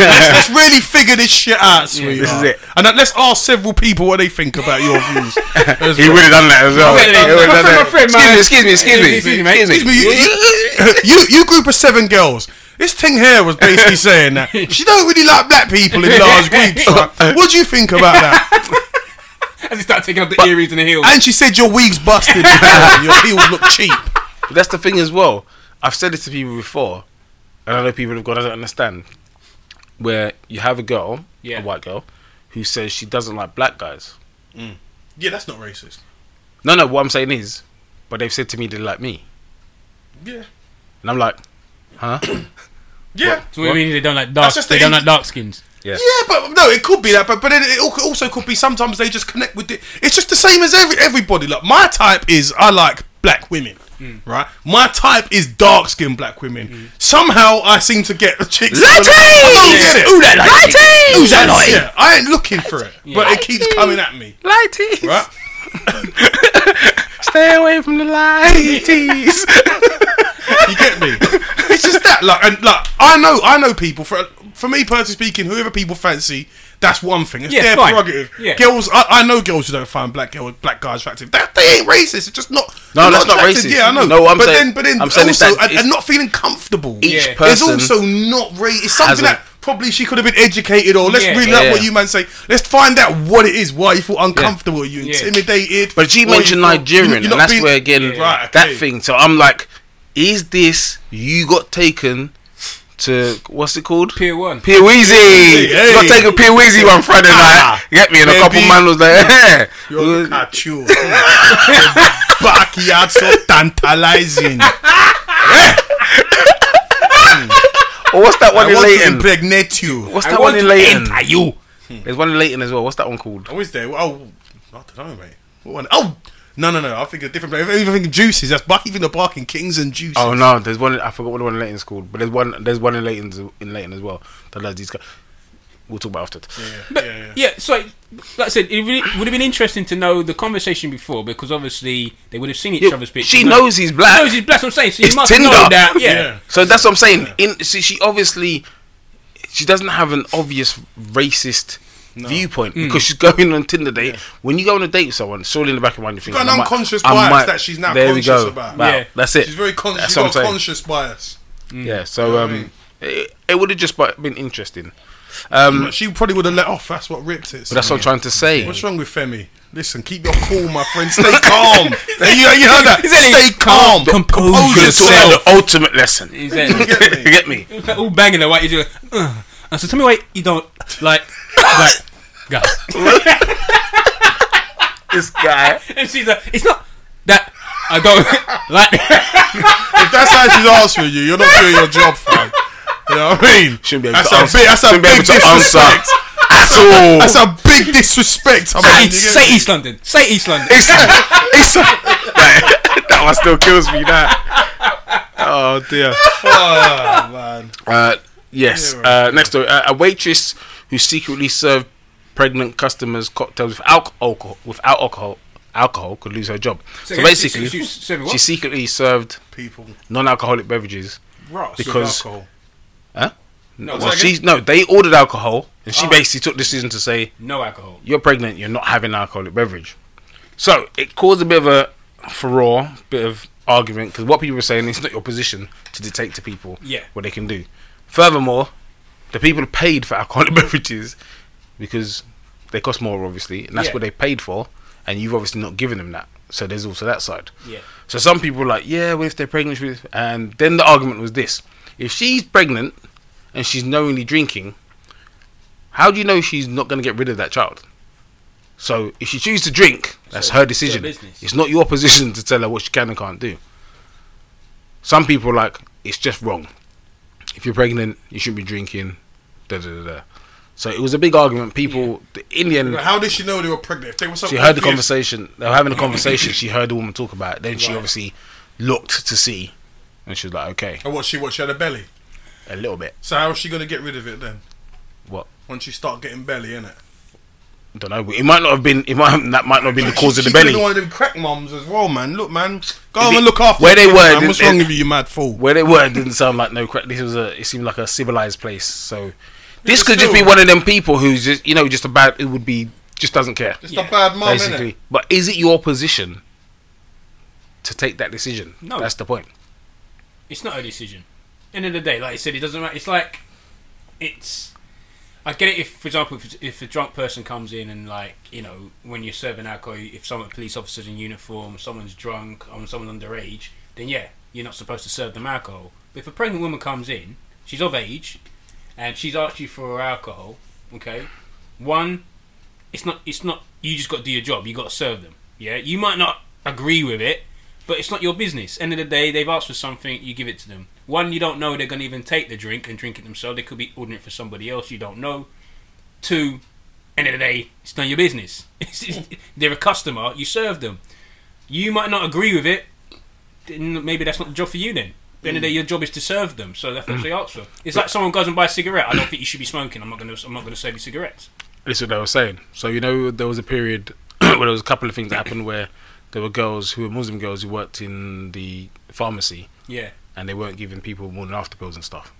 [SPEAKER 2] let's, let's really figure this shit out, sweetheart.
[SPEAKER 1] this is it.
[SPEAKER 2] And then let's ask several people what they think about your views. As
[SPEAKER 1] he
[SPEAKER 2] well.
[SPEAKER 1] would have done that as well.
[SPEAKER 3] Wait,
[SPEAKER 1] He
[SPEAKER 3] wait,
[SPEAKER 1] would've
[SPEAKER 3] my
[SPEAKER 1] done that.
[SPEAKER 3] friend, my friend, man.
[SPEAKER 1] Excuse me, excuse me,
[SPEAKER 3] Excuse
[SPEAKER 1] excuse me,
[SPEAKER 3] me, mate.
[SPEAKER 2] Excuse me, you, you, you- you group of seven girls. This thing here was basically saying that she don't really like black people in large groups. Right? What do you think about that?
[SPEAKER 3] and they start taking off the earrings and the heels.
[SPEAKER 2] And she said your wig's busted. your heels look cheap.
[SPEAKER 1] But that's the thing as well. I've said this to people before, and I know people have gone, I don't understand. Where you have a girl,
[SPEAKER 3] Yeah.
[SPEAKER 1] a white girl, who says she doesn't like black guys.
[SPEAKER 2] Yeah, that's not racist.
[SPEAKER 1] No, no, what I'm saying is, but they've said to me they like me.
[SPEAKER 2] Yeah,
[SPEAKER 1] And I'm like, huh?
[SPEAKER 2] yeah.
[SPEAKER 3] so what do you mean they don't like dark?
[SPEAKER 2] That's just
[SPEAKER 3] They
[SPEAKER 2] the
[SPEAKER 3] don't
[SPEAKER 2] in-
[SPEAKER 3] like dark skins.
[SPEAKER 1] Yeah.
[SPEAKER 2] Yeah, but no, it could be that, but but it, it al- also could be sometimes they just connect with it. It's just the same as every everybody. Like my type is I like black women, right? My type is dark skinned black women. Somehow I seem to get the chicks.
[SPEAKER 1] Lighty!
[SPEAKER 2] Yeah. Who that like?
[SPEAKER 1] Lighty!
[SPEAKER 2] Who's that like? Yeah, I ain't looking for it, but it keeps coming at me,
[SPEAKER 1] Lighties!
[SPEAKER 2] right?
[SPEAKER 1] Stay away from the lighties!
[SPEAKER 2] You get me? it's just that like and like I know I know people for for me personally speaking, whoever people fancy, that's one thing. It's
[SPEAKER 3] Yeah,
[SPEAKER 2] their
[SPEAKER 3] fine.
[SPEAKER 2] prerogative.
[SPEAKER 3] Yeah.
[SPEAKER 2] Girls, I, I know girls who don't find black girl black guys attractive. That they ain't racist. It's just not.
[SPEAKER 1] No,
[SPEAKER 2] they're
[SPEAKER 1] that's not
[SPEAKER 2] attracted.
[SPEAKER 1] racist.
[SPEAKER 2] Yeah, I know.
[SPEAKER 1] No, I'm
[SPEAKER 2] but
[SPEAKER 1] saying-
[SPEAKER 2] then, but then
[SPEAKER 1] I'm saying it's
[SPEAKER 2] also,
[SPEAKER 1] that-
[SPEAKER 2] and,
[SPEAKER 1] it's-
[SPEAKER 2] and not feeling comfortable.
[SPEAKER 1] Each
[SPEAKER 3] Yeah.
[SPEAKER 2] It's
[SPEAKER 1] person.
[SPEAKER 2] also not racist. It's something
[SPEAKER 1] Hasn't-
[SPEAKER 2] that probably she could have been educated or let's
[SPEAKER 3] Yeah.
[SPEAKER 2] read out
[SPEAKER 1] Yeah.
[SPEAKER 2] what you man say. Let's find out what it is. Why you feel uncomfortable? Are you
[SPEAKER 3] Yeah.
[SPEAKER 2] intimidated?
[SPEAKER 1] But she
[SPEAKER 2] Or you
[SPEAKER 1] mentioned
[SPEAKER 2] feel-
[SPEAKER 1] Nigerian,
[SPEAKER 2] you're not
[SPEAKER 1] and that's
[SPEAKER 2] being-
[SPEAKER 1] where again
[SPEAKER 2] Right, okay.
[SPEAKER 1] that thing. So I'm like, is this you got taken to what's it called?
[SPEAKER 3] Pier one.
[SPEAKER 1] Pier Weezy.
[SPEAKER 2] Hey.
[SPEAKER 1] You got taken to Pier Weezy one Friday night. You Get me, and a couple
[SPEAKER 2] Baby.
[SPEAKER 1] man was like, yeah.
[SPEAKER 2] Your Pikachu. Backyard so tantalizing. I
[SPEAKER 1] Or what's that one in
[SPEAKER 2] want to
[SPEAKER 1] Leighton?
[SPEAKER 2] impregnate you.
[SPEAKER 1] What's that one in Leighton?
[SPEAKER 3] you.
[SPEAKER 1] There's one in Leighton as well. What's that one called?
[SPEAKER 2] Oh, is there? Oh, I don't know, mate. What one? Oh, no, no, no. I think a different. If you think of juices, that's Buck, even the barking kings and juices.
[SPEAKER 1] Oh no, there's one. I forgot what the one in Leighton's called, but there's one. There's one in Leighton in Leighton as well. That does these guys. We'll talk about after.
[SPEAKER 2] yeah,
[SPEAKER 3] But,
[SPEAKER 2] yeah, yeah.
[SPEAKER 3] yeah, so like I said, it really, would have been interesting to know the conversation before because obviously they would have seen each
[SPEAKER 1] Yeah,
[SPEAKER 3] other's pictures.
[SPEAKER 1] she
[SPEAKER 3] No-
[SPEAKER 1] knows he's black.
[SPEAKER 3] Knows he's black. so I'm saying, so you
[SPEAKER 1] It's
[SPEAKER 3] must
[SPEAKER 1] Tinder.
[SPEAKER 3] know that. Yeah.
[SPEAKER 2] Yeah.
[SPEAKER 1] So that's what I'm saying. In so she obviously she doesn't have an obvious racist viewpoint
[SPEAKER 3] Hmm.
[SPEAKER 1] because she's going on Tinder date. When you go on a date with someone, surely in the back of your mind you think
[SPEAKER 2] got an
[SPEAKER 1] I might-
[SPEAKER 2] unconscious
[SPEAKER 1] I
[SPEAKER 2] bias
[SPEAKER 1] might-
[SPEAKER 2] that she's now
[SPEAKER 1] there we
[SPEAKER 2] conscious
[SPEAKER 1] go.
[SPEAKER 2] about.
[SPEAKER 1] Wow,
[SPEAKER 3] Yeah. Hmm.
[SPEAKER 1] that's it.
[SPEAKER 2] She's very conscious.
[SPEAKER 1] That's
[SPEAKER 2] She's
[SPEAKER 1] what I'm
[SPEAKER 2] got a
[SPEAKER 1] saying.
[SPEAKER 2] conscious bias.
[SPEAKER 1] Yeah. So
[SPEAKER 2] I
[SPEAKER 1] um,
[SPEAKER 2] mean?
[SPEAKER 1] it, it would have just bu- been interesting. Um,
[SPEAKER 2] But she probably would have let off. That's what ripped it.
[SPEAKER 1] but that's what I'm trying to say.
[SPEAKER 2] What's wrong with Femi? Listen, keep your cool, my friend. Stay calm. you, you heard that? Stay calm.
[SPEAKER 3] Compose
[SPEAKER 1] It's
[SPEAKER 2] yourself.
[SPEAKER 1] like the ultimate lesson. You
[SPEAKER 3] Exactly.
[SPEAKER 2] Get me?
[SPEAKER 1] get me?
[SPEAKER 3] It was like all banging and white. You do. Uh, and so tell me why you don't like like guys.
[SPEAKER 1] This guy.
[SPEAKER 3] And she's like, it's not that I don't like.
[SPEAKER 2] If that's how she's answering you, you're not doing your job, fam. You know what I mean?
[SPEAKER 1] Shouldn't be able
[SPEAKER 2] that's
[SPEAKER 1] to
[SPEAKER 2] a
[SPEAKER 1] answer.
[SPEAKER 2] big, that's a
[SPEAKER 1] Shouldn't be
[SPEAKER 2] big
[SPEAKER 1] able to answer.
[SPEAKER 2] disrespect.
[SPEAKER 1] At all.
[SPEAKER 2] That's a big disrespect. I
[SPEAKER 3] Say,
[SPEAKER 2] mean, you get
[SPEAKER 3] say
[SPEAKER 2] me?
[SPEAKER 3] East London. Say East London.
[SPEAKER 1] It's, it's, that, that one still kills me. That. Oh dear.
[SPEAKER 2] Oh, man.
[SPEAKER 1] Uh, yes.
[SPEAKER 2] Yeah, right.
[SPEAKER 1] Uh, next story. Uh, a waitress who secretly served pregnant customers cocktails with alcohol without alcohol alcohol could lose her job. So,
[SPEAKER 3] again,
[SPEAKER 1] basically,
[SPEAKER 3] she- she- she served what?
[SPEAKER 1] she secretly served
[SPEAKER 2] People.
[SPEAKER 1] non-alcoholic beverages.
[SPEAKER 2] Ross.
[SPEAKER 1] Because-
[SPEAKER 2] Alcohol.
[SPEAKER 1] No,
[SPEAKER 2] say
[SPEAKER 1] well,
[SPEAKER 2] again?
[SPEAKER 1] she no. They ordered alcohol, and she basically took the decision to say,
[SPEAKER 3] No alcohol.
[SPEAKER 1] you're pregnant, you're not having an alcoholic beverage. So it caused a bit of a furore, bit of argument because what people are saying it's not your position to dictate to people
[SPEAKER 3] Yeah.
[SPEAKER 1] what they can do. Furthermore, the people paid for alcoholic beverages because they cost more, obviously, and that's
[SPEAKER 3] Yeah.
[SPEAKER 1] what they paid for, and you've obviously not given them that. So there's also that side.
[SPEAKER 3] Yeah.
[SPEAKER 1] So some people were like, yeah, well, if they're pregnant, with-" and then the argument was this: if she's pregnant and she's knowingly drinking, how do you know she's not going to get rid of that child? So if she chooses to drink, that's
[SPEAKER 3] So
[SPEAKER 1] her
[SPEAKER 3] it's their
[SPEAKER 1] decision.
[SPEAKER 3] business.
[SPEAKER 1] It's not your position to tell her what she can and can't do. Some people are like it's just wrong. If you're pregnant, you shouldn't be drinking. Da da da. da. So it was a big argument. People in the end,
[SPEAKER 2] But how did she know they were pregnant? If they were some
[SPEAKER 1] she heard the
[SPEAKER 2] obvious-
[SPEAKER 1] conversation. They were having a conversation. She heard the woman talk about it. Then she
[SPEAKER 2] Right.
[SPEAKER 1] obviously looked to see, and she was like, "Okay,
[SPEAKER 2] And what she what she had a belly.
[SPEAKER 1] a little bit.
[SPEAKER 2] So how is she gonna get rid of it then?
[SPEAKER 1] What?
[SPEAKER 2] Once you start getting belly, innit?
[SPEAKER 1] Don't know. It might not have been. It might that might not have been the cause of the
[SPEAKER 2] She
[SPEAKER 1] belly.
[SPEAKER 2] could've been One of them crack mums as well, man. Look, man, go
[SPEAKER 1] Is
[SPEAKER 2] home
[SPEAKER 1] it-
[SPEAKER 2] and look after
[SPEAKER 1] where
[SPEAKER 2] your
[SPEAKER 1] they
[SPEAKER 2] kids,
[SPEAKER 1] were,
[SPEAKER 2] Man.
[SPEAKER 1] did-
[SPEAKER 2] What's wrong
[SPEAKER 1] it-
[SPEAKER 2] with you, you mad fool?
[SPEAKER 1] Where they were didn't sound like no crap. This was a. It seemed like a civilized place. So this
[SPEAKER 2] but
[SPEAKER 1] could just be
[SPEAKER 2] still-
[SPEAKER 1] one of them people who's just you know just a bad. It would be just doesn't care.
[SPEAKER 2] Just
[SPEAKER 3] Yeah,
[SPEAKER 2] a bad mum,
[SPEAKER 1] basically.
[SPEAKER 2] innit?
[SPEAKER 1] But is it your position to take that decision?
[SPEAKER 3] No.
[SPEAKER 1] That's the point.
[SPEAKER 3] It's not her decision. End of the day, like I said, it doesn't matter. It's like, it's. I get it if, for example, if, if a drunk person comes in and, like, you know, when you're serving alcohol, if someone, police officers in uniform, someone's drunk, or someone's underage, then yeah, you're not supposed to serve them alcohol. But if a pregnant woman comes in, she's of age, and she's asked you for her alcohol, okay, one, it's not, it's not, you just got to do your job, you got to serve them, yeah? You might not agree with it, but it's not your business. End of the day, they've asked for something, you give it to them. One, you don't know they're going to even take the drink and drink it themselves. They could be ordering it for somebody else, you don't know. Two, end of the day, it's none of your business. they're a customer, you serve them. You might not agree with it, then maybe that's not the job for you then. At the end of the day, your job is to serve them, so that's what they ask for. It's like someone goes and buys a cigarette. I don't think you should be smoking. I'm not going to. I'm not going to save you cigarettes.
[SPEAKER 1] This is what they were saying. So you know, there was a period where there was a couple of things that happened where there were girls who were Muslim girls who worked in the pharmacy
[SPEAKER 3] Yeah,
[SPEAKER 1] and they weren't giving people morning after pills and stuff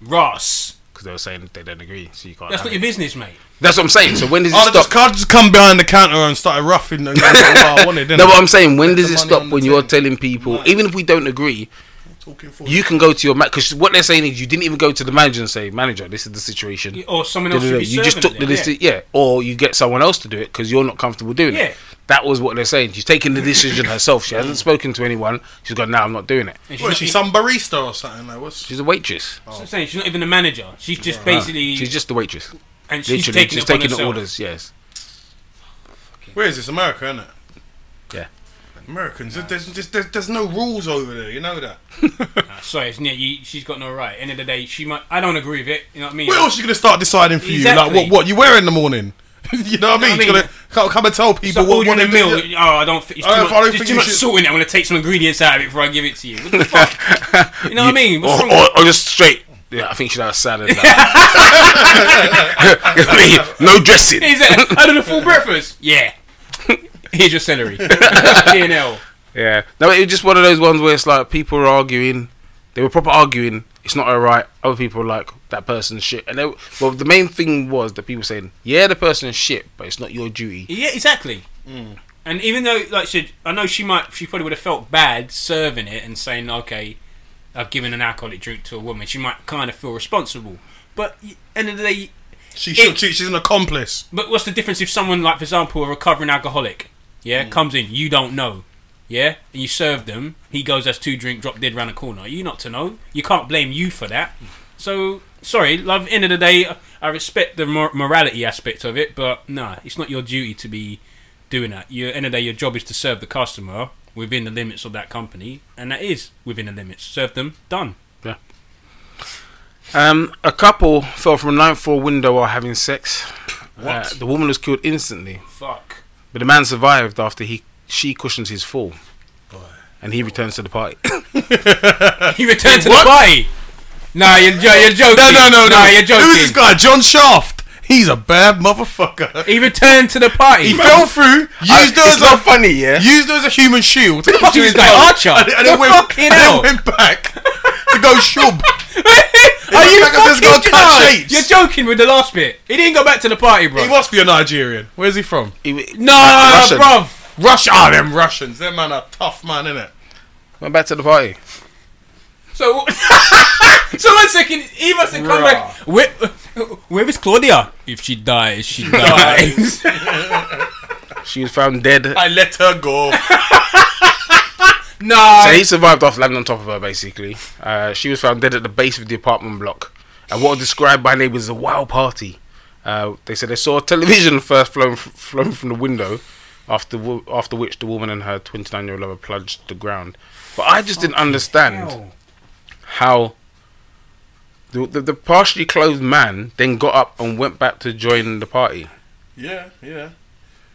[SPEAKER 3] Ross,
[SPEAKER 1] because they were saying they don't agree, so you can't.
[SPEAKER 3] that's
[SPEAKER 1] have
[SPEAKER 3] not
[SPEAKER 1] it.
[SPEAKER 3] your business, mate.
[SPEAKER 1] That's what I'm saying. So when does it
[SPEAKER 2] Oh, they
[SPEAKER 1] stop?
[SPEAKER 2] just can't just come behind the counter and start roughing and that's what I wanted,
[SPEAKER 1] No,
[SPEAKER 2] innit?
[SPEAKER 1] but I'm saying when does
[SPEAKER 2] the
[SPEAKER 1] it
[SPEAKER 2] money
[SPEAKER 1] stop
[SPEAKER 2] on the
[SPEAKER 1] when you're
[SPEAKER 2] table.
[SPEAKER 1] telling people,
[SPEAKER 2] Right.
[SPEAKER 1] even if we don't agree,
[SPEAKER 2] Talking for
[SPEAKER 1] you can go to your man because what they're saying is you didn't even go to the manager and say, manager, this is the situation.
[SPEAKER 3] Or someone else should
[SPEAKER 1] you
[SPEAKER 3] be serving
[SPEAKER 1] just took
[SPEAKER 3] it
[SPEAKER 1] the
[SPEAKER 3] then, yeah.
[SPEAKER 1] list, yeah. Or you get someone else to do it because you're not comfortable doing
[SPEAKER 3] Yeah.
[SPEAKER 1] it. That was what they're saying. She's taking the decision herself. She hasn't spoken to anyone. She's gone. No, I'm not doing it.
[SPEAKER 3] And she's
[SPEAKER 2] What
[SPEAKER 3] not
[SPEAKER 2] is she,
[SPEAKER 3] even-
[SPEAKER 2] some barista or something? Like, what's
[SPEAKER 1] She's a waitress.
[SPEAKER 3] That's what I'm saying. She's not even a manager. She's just basically.
[SPEAKER 1] She's just a waitress.
[SPEAKER 3] and she's
[SPEAKER 1] Literally,
[SPEAKER 3] taking,
[SPEAKER 1] she's
[SPEAKER 3] it upon
[SPEAKER 1] taking the
[SPEAKER 3] herself.
[SPEAKER 1] orders. Yes.
[SPEAKER 2] Where is this? America, isn't it?
[SPEAKER 1] Yeah.
[SPEAKER 2] Americans, there's, there's, there's, there's no rules over there, you know that.
[SPEAKER 3] Nah, sorry, it's, yeah, you, she's got no right. End of the day, she might. I don't agree with it. You know what I mean?
[SPEAKER 2] Where else you going to start deciding for you?
[SPEAKER 3] Exactly.
[SPEAKER 2] Like, what, what you wear in the morning? you know what I mean?
[SPEAKER 3] You know
[SPEAKER 2] You're
[SPEAKER 3] what I mean?
[SPEAKER 2] gonna come- come and tell people
[SPEAKER 3] so
[SPEAKER 2] what, what
[SPEAKER 3] ordering a
[SPEAKER 2] they do.
[SPEAKER 3] meal. Oh, I don't.
[SPEAKER 1] Uh,
[SPEAKER 2] I don't-
[SPEAKER 3] think It's too much,
[SPEAKER 2] I don't
[SPEAKER 3] there's
[SPEAKER 2] think
[SPEAKER 3] too
[SPEAKER 2] you
[SPEAKER 3] much
[SPEAKER 2] should-
[SPEAKER 3] salt in it. I'm gonna take some ingredients out of it before I give it to you. What the fuck? You know what I mean? What's
[SPEAKER 1] Or,
[SPEAKER 3] wrong with-
[SPEAKER 1] or, or just straight. Yeah, I think she'd have a salad. now. I mean, no dressing.
[SPEAKER 3] Exactly. Out of the full breakfast. Yeah. Here's your celery. DNL.
[SPEAKER 1] Yeah. No, it was just one of those ones where it's like people are arguing. They were proper arguing. It's not all right. Other people are like that person's shit. And they, well, the main thing was that people saying, "Yeah, the person's shit, but it's not your duty."
[SPEAKER 3] Yeah, exactly. And even though, like, I said, I know she might, she probably would have felt bad serving it and saying, "Okay, I've given an alcoholic drink to a woman." She might kind of feel responsible. But y- end of the day,
[SPEAKER 2] She should, she, she's an accomplice.
[SPEAKER 3] But what's the difference if someone, like for example, a recovering alcoholic, yeah,
[SPEAKER 2] Mm.
[SPEAKER 3] comes in, you don't know, yeah, and you serve them, he goes, has two drink, drop dead round the corner. You not to know. You can't blame you for that. So sorry, love. End of the day, I respect the mor- morality aspect of it, but nah, it's not your duty to be doing that. Your end of the day, your job is to serve the customer within the limits of that company, and that is within the limits. Serve them, done.
[SPEAKER 1] Um, a couple fell from a ninth floor window while having sex.
[SPEAKER 3] What?
[SPEAKER 1] Uh, the woman was killed instantly,
[SPEAKER 3] Fuck.
[SPEAKER 1] but the man survived after he she cushions his fall, and he returns to the party.
[SPEAKER 3] He returned to the party. Nah, you're, jo- you're joking.
[SPEAKER 2] No, no, no, no.
[SPEAKER 3] Nah, you're joking.
[SPEAKER 2] Who's this guy? John Shaft. He's a bad motherfucker.
[SPEAKER 3] He returned to the party.
[SPEAKER 2] He fell through, used her as a
[SPEAKER 1] funny, yeah.
[SPEAKER 2] used her as a human shield.
[SPEAKER 3] fuck
[SPEAKER 2] Used
[SPEAKER 3] is
[SPEAKER 2] her-
[SPEAKER 3] that, Archer?
[SPEAKER 2] And, and then
[SPEAKER 3] The
[SPEAKER 2] went,
[SPEAKER 3] fucking
[SPEAKER 2] and
[SPEAKER 3] hell.
[SPEAKER 2] then went back to go shub.
[SPEAKER 3] Are you
[SPEAKER 2] Like I just got
[SPEAKER 3] fucking
[SPEAKER 2] cut
[SPEAKER 3] joking?
[SPEAKER 2] shapes.
[SPEAKER 3] You're joking with the last bit. He didn't go back to the party, bro.
[SPEAKER 2] He must be a Nigerian. Where's he from?
[SPEAKER 1] He-
[SPEAKER 3] no,
[SPEAKER 1] Russian.
[SPEAKER 3] bruv.
[SPEAKER 2] Russia. Ah, them Russians. Them man are tough man, innit?
[SPEAKER 1] Went back to the party.
[SPEAKER 3] So, so one second, he must have come back. Where, where is Claudia? If she dies, she dies.
[SPEAKER 1] She was found dead.
[SPEAKER 2] I let her go.
[SPEAKER 3] no.
[SPEAKER 1] So he survived off landing on top of her, basically. Uh, she was found dead at the base of the apartment block. And what was described by neighbours as a wild party. Uh, they said they saw a television first flown, f- flown from the window, after wo- after which the woman and her 29 year old lover plunged to the ground. But I just didn't understand how the, the, the partially clothed man then got up and went back to join the party.
[SPEAKER 2] Yeah, yeah.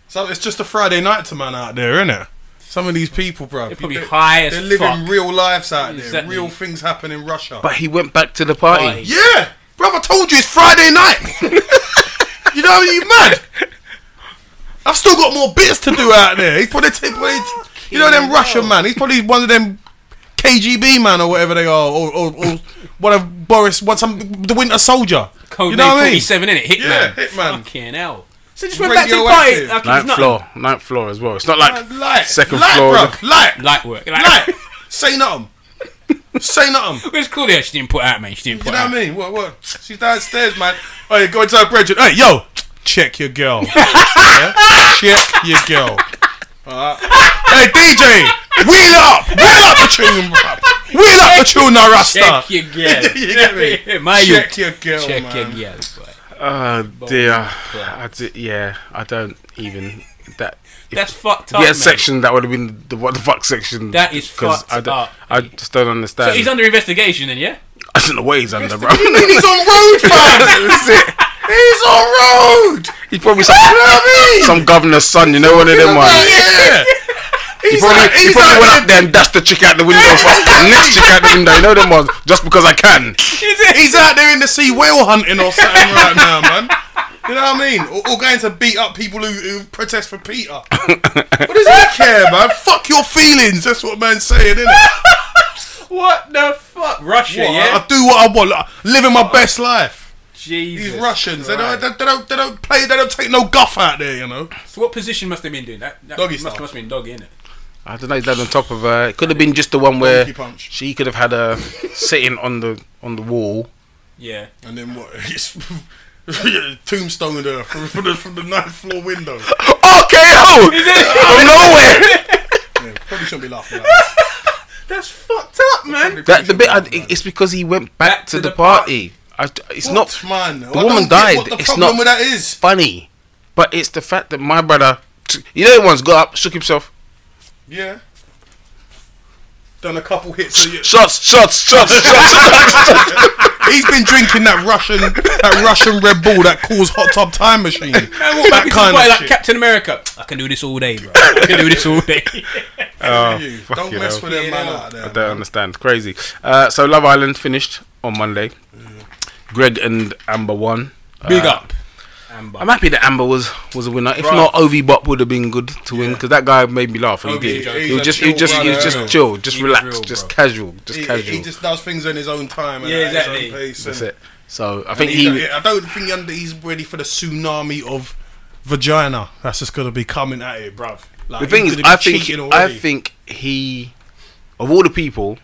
[SPEAKER 2] So it's just a Friday night to man out there, isn't it? Some of these people, bro,
[SPEAKER 3] They're probably high as
[SPEAKER 2] they're living
[SPEAKER 3] fuck.
[SPEAKER 2] real lives out there.
[SPEAKER 3] Exactly.
[SPEAKER 2] Real things happen in Russia.
[SPEAKER 1] But he went back to the party.
[SPEAKER 3] Party.
[SPEAKER 2] yeah, bro, I told you it's Friday night. you know you mad. I've still got more bits to do out there. He's probably, t- probably you know them Russian man. He's probably one of them KGB man or whatever they are, or, or, or one of Boris, what some the Winter Soldier.
[SPEAKER 3] Code
[SPEAKER 2] you know what I mean?
[SPEAKER 3] 47, innit? Hitman.
[SPEAKER 2] Yeah, Hitman.
[SPEAKER 3] Fucking hell. So just went back to the party.
[SPEAKER 2] Radioactive.
[SPEAKER 3] Like it's
[SPEAKER 1] Ninth
[SPEAKER 3] not
[SPEAKER 1] floor, ninth floor as well. It's not like
[SPEAKER 2] Light,
[SPEAKER 1] second
[SPEAKER 2] light,
[SPEAKER 1] floor.
[SPEAKER 2] bro, light.
[SPEAKER 3] Light work. Like,
[SPEAKER 2] Like, say nothing. Say nothing.
[SPEAKER 3] Where's Claudia? She didn't put out, man. She didn't
[SPEAKER 2] You
[SPEAKER 3] put
[SPEAKER 2] know what
[SPEAKER 3] out.
[SPEAKER 2] I mean? What? What? She's downstairs, man. Oh, yeah, go into her bedroom. Hey, yo, check your girl. Yeah? Check your girl. Alright. Hey, DJ, wheel up, wheel up the tune, bro. Wheel up the tune, now, Rasta.
[SPEAKER 3] Check your girl.
[SPEAKER 2] you get me?
[SPEAKER 3] My
[SPEAKER 2] Check
[SPEAKER 3] you.
[SPEAKER 2] your girl,
[SPEAKER 3] Check
[SPEAKER 2] man.
[SPEAKER 3] your girl. boy.
[SPEAKER 1] Oh dear, I di- yeah, I don't even that. If
[SPEAKER 3] That's fucked
[SPEAKER 1] we
[SPEAKER 3] up,
[SPEAKER 1] had
[SPEAKER 3] man.
[SPEAKER 1] a section that would have been the what the fuck section.
[SPEAKER 3] That is
[SPEAKER 1] 'cause
[SPEAKER 3] fucked
[SPEAKER 1] I don't-
[SPEAKER 3] up.
[SPEAKER 1] I just don't
[SPEAKER 3] So
[SPEAKER 1] understand.
[SPEAKER 3] he's under investigation then, yeah?
[SPEAKER 1] I don't know what he's under, bro.
[SPEAKER 2] He's on road, fam.
[SPEAKER 1] That's it.
[SPEAKER 2] He's on road.
[SPEAKER 1] He's probably some, some governor's son. You know one of them ones.
[SPEAKER 2] Yeah.
[SPEAKER 1] He
[SPEAKER 2] He's
[SPEAKER 1] probably,
[SPEAKER 2] like-
[SPEAKER 1] he
[SPEAKER 2] he's
[SPEAKER 1] probably
[SPEAKER 2] like-
[SPEAKER 1] went up there and dashed the chick out the window. and fucked the next chick out the window. You know them ones just because I can.
[SPEAKER 2] He's out there in the sea whale hunting or something right now, man. You know what I mean? Or, or going to beat up people who, who protest for Peter. what does that care, man? Fuck your feelings. That's what man's saying, isn't it?
[SPEAKER 3] What the fuck? Russia,
[SPEAKER 2] I,
[SPEAKER 3] yeah? Uh-uh.
[SPEAKER 2] I do what I want. Like, living my best life.
[SPEAKER 3] Jesus.
[SPEAKER 2] These Russians, they don't,
[SPEAKER 3] Christ.
[SPEAKER 2] they, they don't, they don't play. They don't take no guff out there, you know.
[SPEAKER 3] So what position must they been doing? That, that
[SPEAKER 2] Doggy
[SPEAKER 3] must,
[SPEAKER 2] style.
[SPEAKER 3] must have been doggy, innit?
[SPEAKER 1] I don't know. He's down on top of her. It could have been just the one where
[SPEAKER 2] Monkey punch.
[SPEAKER 1] she could have had her sitting on the on the wall.
[SPEAKER 3] Yeah.
[SPEAKER 2] And then what? Tombstoned her from, from, the, from the ninth floor window.
[SPEAKER 1] Oh, RKO from nowhere.
[SPEAKER 2] Yeah, probably shouldn't be laughing. Like that.
[SPEAKER 3] That's fucked up, man.
[SPEAKER 1] That the bit. I, it's because he went back, to, the, party. I, it's
[SPEAKER 2] What,
[SPEAKER 1] not
[SPEAKER 2] man. I
[SPEAKER 1] The
[SPEAKER 2] don't
[SPEAKER 1] woman
[SPEAKER 2] get
[SPEAKER 1] died.
[SPEAKER 2] What the
[SPEAKER 1] it's
[SPEAKER 2] problem
[SPEAKER 1] not
[SPEAKER 2] with that is?
[SPEAKER 1] funny, but it's the fact that my brother, t- you know, he once got up, shook himself,
[SPEAKER 2] Yeah. Done a couple hits. Of
[SPEAKER 1] shots, shots, shots, shots.
[SPEAKER 2] He's been drinking that Russian, that Russian Red Bull that calls hot tub time machine.
[SPEAKER 3] I walk back
[SPEAKER 2] That
[SPEAKER 3] into the
[SPEAKER 2] kind
[SPEAKER 3] party
[SPEAKER 2] of
[SPEAKER 3] like
[SPEAKER 2] shit.
[SPEAKER 3] Captain America. I can do this all day, bro. I can do this all day.
[SPEAKER 2] You,
[SPEAKER 1] fuck
[SPEAKER 2] Don't
[SPEAKER 3] Oh,
[SPEAKER 1] you
[SPEAKER 2] mess
[SPEAKER 1] know.
[SPEAKER 2] with them man
[SPEAKER 3] Yeah.
[SPEAKER 2] out
[SPEAKER 1] I
[SPEAKER 2] there.
[SPEAKER 1] don't understand. Crazy. Uh, so Love Island finished on Monday. Greg and Amber won.
[SPEAKER 3] Big
[SPEAKER 1] Uh,
[SPEAKER 3] up. Amber.
[SPEAKER 1] I'm happy that Amber was was a winner. If
[SPEAKER 2] Bruh.
[SPEAKER 1] not, Ovi Bop would have been good to win because that guy made me laugh. And he
[SPEAKER 3] Ovi,
[SPEAKER 1] did.
[SPEAKER 3] he's
[SPEAKER 1] He
[SPEAKER 2] a
[SPEAKER 1] was just, he
[SPEAKER 2] chill
[SPEAKER 1] just, he was
[SPEAKER 2] brother,
[SPEAKER 1] just
[SPEAKER 2] isn't he?
[SPEAKER 1] chill, just
[SPEAKER 3] He's
[SPEAKER 1] relaxed,
[SPEAKER 3] real,
[SPEAKER 1] just
[SPEAKER 3] bro.
[SPEAKER 1] casual, just
[SPEAKER 2] He,
[SPEAKER 1] casual.
[SPEAKER 2] he just does things on his own time. And
[SPEAKER 3] Yeah,
[SPEAKER 2] at his own
[SPEAKER 3] exactly.
[SPEAKER 2] pace,
[SPEAKER 1] That's
[SPEAKER 2] and-
[SPEAKER 1] it. So I
[SPEAKER 2] and
[SPEAKER 1] think
[SPEAKER 2] he's
[SPEAKER 1] he.
[SPEAKER 2] like- I don't think he under, he's ready for the tsunami of vagina that's just gonna be coming at it, bruv. Like,
[SPEAKER 1] The thing
[SPEAKER 2] he's
[SPEAKER 1] is,
[SPEAKER 2] gonna be
[SPEAKER 1] I think
[SPEAKER 2] cheating
[SPEAKER 1] I
[SPEAKER 2] already.
[SPEAKER 1] think he, of all the people,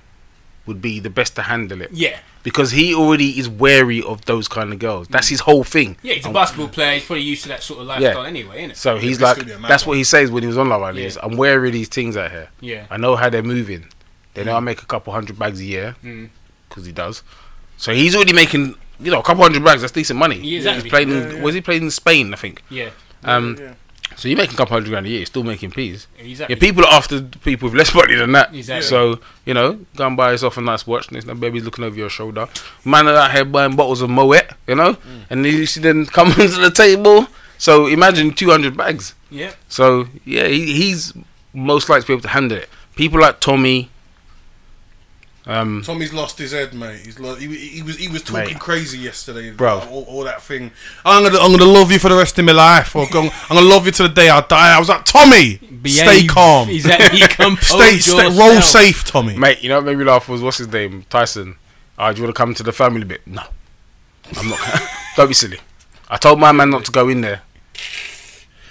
[SPEAKER 1] would be the best to handle it.
[SPEAKER 3] yeah.
[SPEAKER 1] Because he already is wary of those kind of girls.
[SPEAKER 2] Mm.
[SPEAKER 1] That's his whole thing.
[SPEAKER 3] Yeah, he's a basketball player. He's probably used to that sort of lifestyle anyway, isn't it?
[SPEAKER 1] So he's
[SPEAKER 2] but he's
[SPEAKER 1] like,
[SPEAKER 2] still being a man,
[SPEAKER 1] that's
[SPEAKER 2] though.
[SPEAKER 1] what he says when he was on Love Island.
[SPEAKER 3] Yeah.
[SPEAKER 1] is, I'm wary of these things out here.
[SPEAKER 3] Yeah. Mm.
[SPEAKER 1] I know how they're moving. They know I make a couple hundred bags a year because he does. So he's already making, you know, a couple hundred bags. That's decent money.
[SPEAKER 3] Yeah,
[SPEAKER 1] He's
[SPEAKER 3] exactly.
[SPEAKER 1] playing. in- Was he playing in Spain? I think.
[SPEAKER 3] yeah.
[SPEAKER 1] Um,
[SPEAKER 2] yeah.
[SPEAKER 1] So you're making a couple hundred grand a year. You're still making peas.
[SPEAKER 3] Exactly.
[SPEAKER 1] Yeah, people are after people with less money than that.
[SPEAKER 3] Exactly.
[SPEAKER 1] So you know, go and buy yourself a nice watch. There's no babies looking over your shoulder. Man out here buying bottles of Moet, you know,
[SPEAKER 3] Mm.
[SPEAKER 1] and then you see them coming to the table. So imagine 200 bags.
[SPEAKER 3] yeah.
[SPEAKER 1] So yeah, he, he's most likely to be able to handle it. People like Tommy. Um,
[SPEAKER 2] Tommy's lost his head, mate. He's lo- he, he was he was talking
[SPEAKER 1] Mate.
[SPEAKER 2] crazy yesterday,
[SPEAKER 1] Bro.
[SPEAKER 2] about All, all that thing. I'm gonna I'm gonna love you for the rest of my life, or go, I'm gonna love you to the day I die. I was like, Tommy, stay
[SPEAKER 3] Behave.
[SPEAKER 2] calm,
[SPEAKER 3] Exactly. Compose
[SPEAKER 2] stay, stay roll
[SPEAKER 3] yourself.
[SPEAKER 2] safe, Tommy.
[SPEAKER 1] mate, you know what made me laugh was what's his name, Tyson. Uh, do you want to come to the family bit? No, I'm not. Don't be silly. I told my man not to go in there.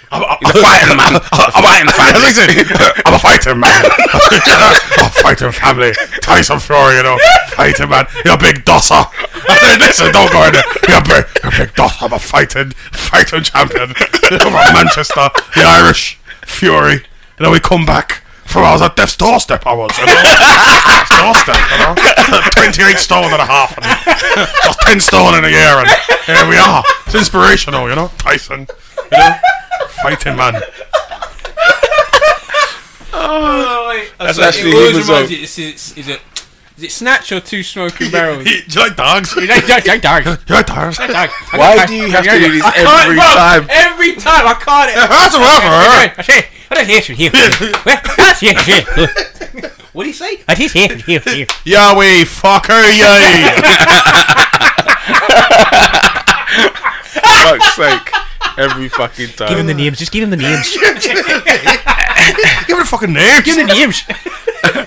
[SPEAKER 2] I'm, I'm,
[SPEAKER 1] He's a fighting man. He's a fighting fighter.
[SPEAKER 4] Listen, I'm a fighter, man. I'm Fight him, family. Tyson Fury, you know. Fight him, man. You're a big dosser. I said, listen, don't go in there. You're a big, you're a big dosser. I'm a fighting, fighting champion. I'm from Manchester. The Irish. Fury. You know, we come back. From I was at death's doorstep, I was. You know? death's doorstep, you know. 28 stone and a half. And just 10 stone in a year, and here we are. It's inspirational, you know. Tyson. You know. Fighting, man.
[SPEAKER 1] That's
[SPEAKER 3] It
[SPEAKER 1] actually
[SPEAKER 3] always
[SPEAKER 1] him as well.
[SPEAKER 3] reminds you, it's, it's, is it is it snatch or two smoking barrels?
[SPEAKER 4] Do you like dogs? You like dogs?
[SPEAKER 1] Why do you have to do this
[SPEAKER 3] I can't-
[SPEAKER 1] every
[SPEAKER 3] bro,
[SPEAKER 1] time?
[SPEAKER 3] Every time I can't.
[SPEAKER 4] That's
[SPEAKER 3] I
[SPEAKER 4] rubber.
[SPEAKER 3] say- I don't hear from here. Well, that's here, here. What do you say? I just hear from here, here.
[SPEAKER 4] Yahweh, fucker, yay!
[SPEAKER 1] fuck's sake. Every fucking time.
[SPEAKER 5] Give him the names. Just give him the names.
[SPEAKER 4] Give it a fucking name.
[SPEAKER 5] give him the names.
[SPEAKER 4] What's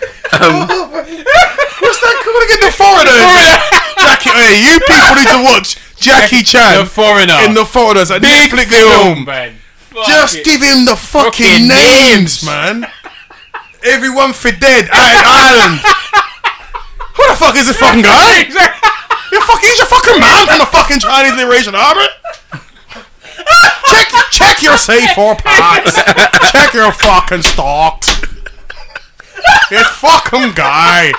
[SPEAKER 4] that called again? The foreigners. Jackie, hey, you people need to watch Jackie Chan
[SPEAKER 3] The foreigner.
[SPEAKER 4] in the foreigners. A
[SPEAKER 3] Big
[SPEAKER 4] Netflix film.
[SPEAKER 3] man. Fuck
[SPEAKER 4] Just
[SPEAKER 3] it.
[SPEAKER 4] give him the fucking,
[SPEAKER 3] Fucking
[SPEAKER 4] names, man. Everyone for dead. I- Ireland. Who the fuck is this fucking guy? You're fucking, he's your fucking man from the fucking Chinese Liberation Army. check, check your safe for parts. check your fucking stocks. It's fucking guy.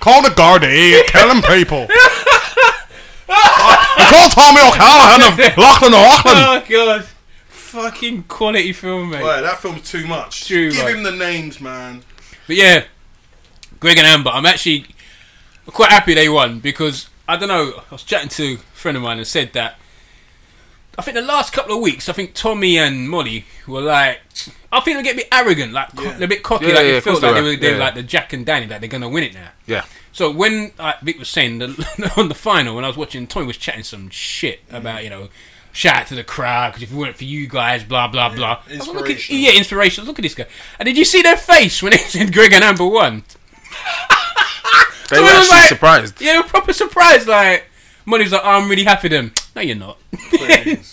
[SPEAKER 4] Call the guardie. Killing people. Call Tommy O'Callaghan of Loughlin O'Loughlin.
[SPEAKER 3] Oh god. Fucking quality film, mate.
[SPEAKER 2] Right, that film's too much.
[SPEAKER 3] Too
[SPEAKER 2] Give
[SPEAKER 3] much.
[SPEAKER 2] him the names, man.
[SPEAKER 3] But yeah, Greg and Amber, I'm actually quite happy they won because I don't know. I was chatting to a friend of mine and said that I think the last couple of weeks, I think Tommy and Molly were like, I think they get a bit arrogant, like co-
[SPEAKER 2] Yeah.
[SPEAKER 3] they're a bit cocky,
[SPEAKER 1] Yeah,
[SPEAKER 3] like
[SPEAKER 1] yeah,
[SPEAKER 3] they
[SPEAKER 1] of course
[SPEAKER 3] felt
[SPEAKER 1] they
[SPEAKER 3] like they
[SPEAKER 1] were.
[SPEAKER 3] were, they were
[SPEAKER 1] Yeah.
[SPEAKER 3] like the Jack and Danny, like they're gonna win it now.
[SPEAKER 1] Yeah.
[SPEAKER 3] So when like Vic was saying the, on the final, when I was watching, Tommy was chatting some shit about you know, shout out to the crowd because if it weren't for you guys, blah blah blah. I was like, look at,
[SPEAKER 2] inspirational.
[SPEAKER 3] yeah, inspirational. Look at this guy. And did you see their face when they said Greg and Amber won?
[SPEAKER 1] They
[SPEAKER 3] So
[SPEAKER 1] were
[SPEAKER 3] it was
[SPEAKER 1] actually
[SPEAKER 3] like-
[SPEAKER 1] surprised.
[SPEAKER 3] Yeah, they were proper surprised. Like Molly was like, oh, I'm really happy. Them. No, you're not.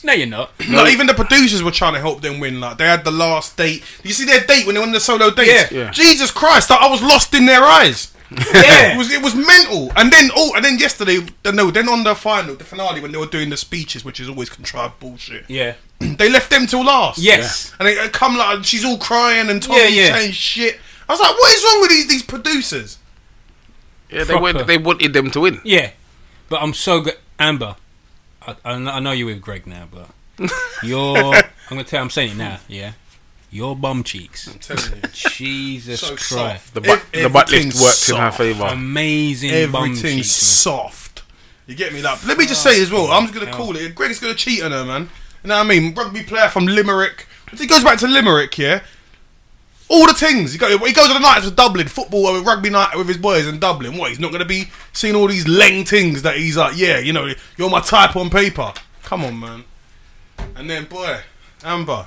[SPEAKER 3] no, you're not.
[SPEAKER 2] Like even the producers were trying to help them win. Like they had the last date. You see their date when they went on the solo date.
[SPEAKER 3] Yeah.
[SPEAKER 1] Yeah.
[SPEAKER 2] Jesus Christ! Like, I was lost in their eyes.
[SPEAKER 3] Yeah.
[SPEAKER 2] It was it was mental. And then oh, and then yesterday, no, then on the final, the finale when they were doing the speeches, which is always contrived bullshit.
[SPEAKER 3] Yeah.
[SPEAKER 2] They left them till last.
[SPEAKER 3] Yes.
[SPEAKER 2] And they uh, come like and she's all crying and Tommy
[SPEAKER 3] Yeah, yeah.
[SPEAKER 2] saying shit. I was like, what is wrong with these these producers?
[SPEAKER 1] Yeah, they, wa-
[SPEAKER 3] Proper.
[SPEAKER 1] they wanted them to win.
[SPEAKER 3] Yeah. But I'm so good, Amber. I, I, kn- I know you're with Greg now, but you're. I'm gonna tell. I'm saying it now. Yeah. Your bum cheeks.
[SPEAKER 2] I'm telling you.
[SPEAKER 3] Jesus
[SPEAKER 2] So
[SPEAKER 3] Christ.
[SPEAKER 2] soft.
[SPEAKER 1] The, butt
[SPEAKER 2] Ev-
[SPEAKER 1] the butt lift
[SPEAKER 2] everything's
[SPEAKER 1] worked in her
[SPEAKER 2] soft.
[SPEAKER 1] favour.
[SPEAKER 3] um, Amazing bum
[SPEAKER 2] Everything's
[SPEAKER 3] cheeks. Ah,
[SPEAKER 2] soft. You get me? Like, let me just say as well. I'm just gonna call it. Greg's gonna cheat on her, man. You know what I mean? Rugby player from Limerick. If he goes back to Limerick, yeah. All the things he, go, he goes on the nights with Dublin football or rugby night with his boys in Dublin. What he's not gonna be seeing all these leng things that he's like, yeah, you know, you're my type on paper. Come on, man. And then boy, Amber,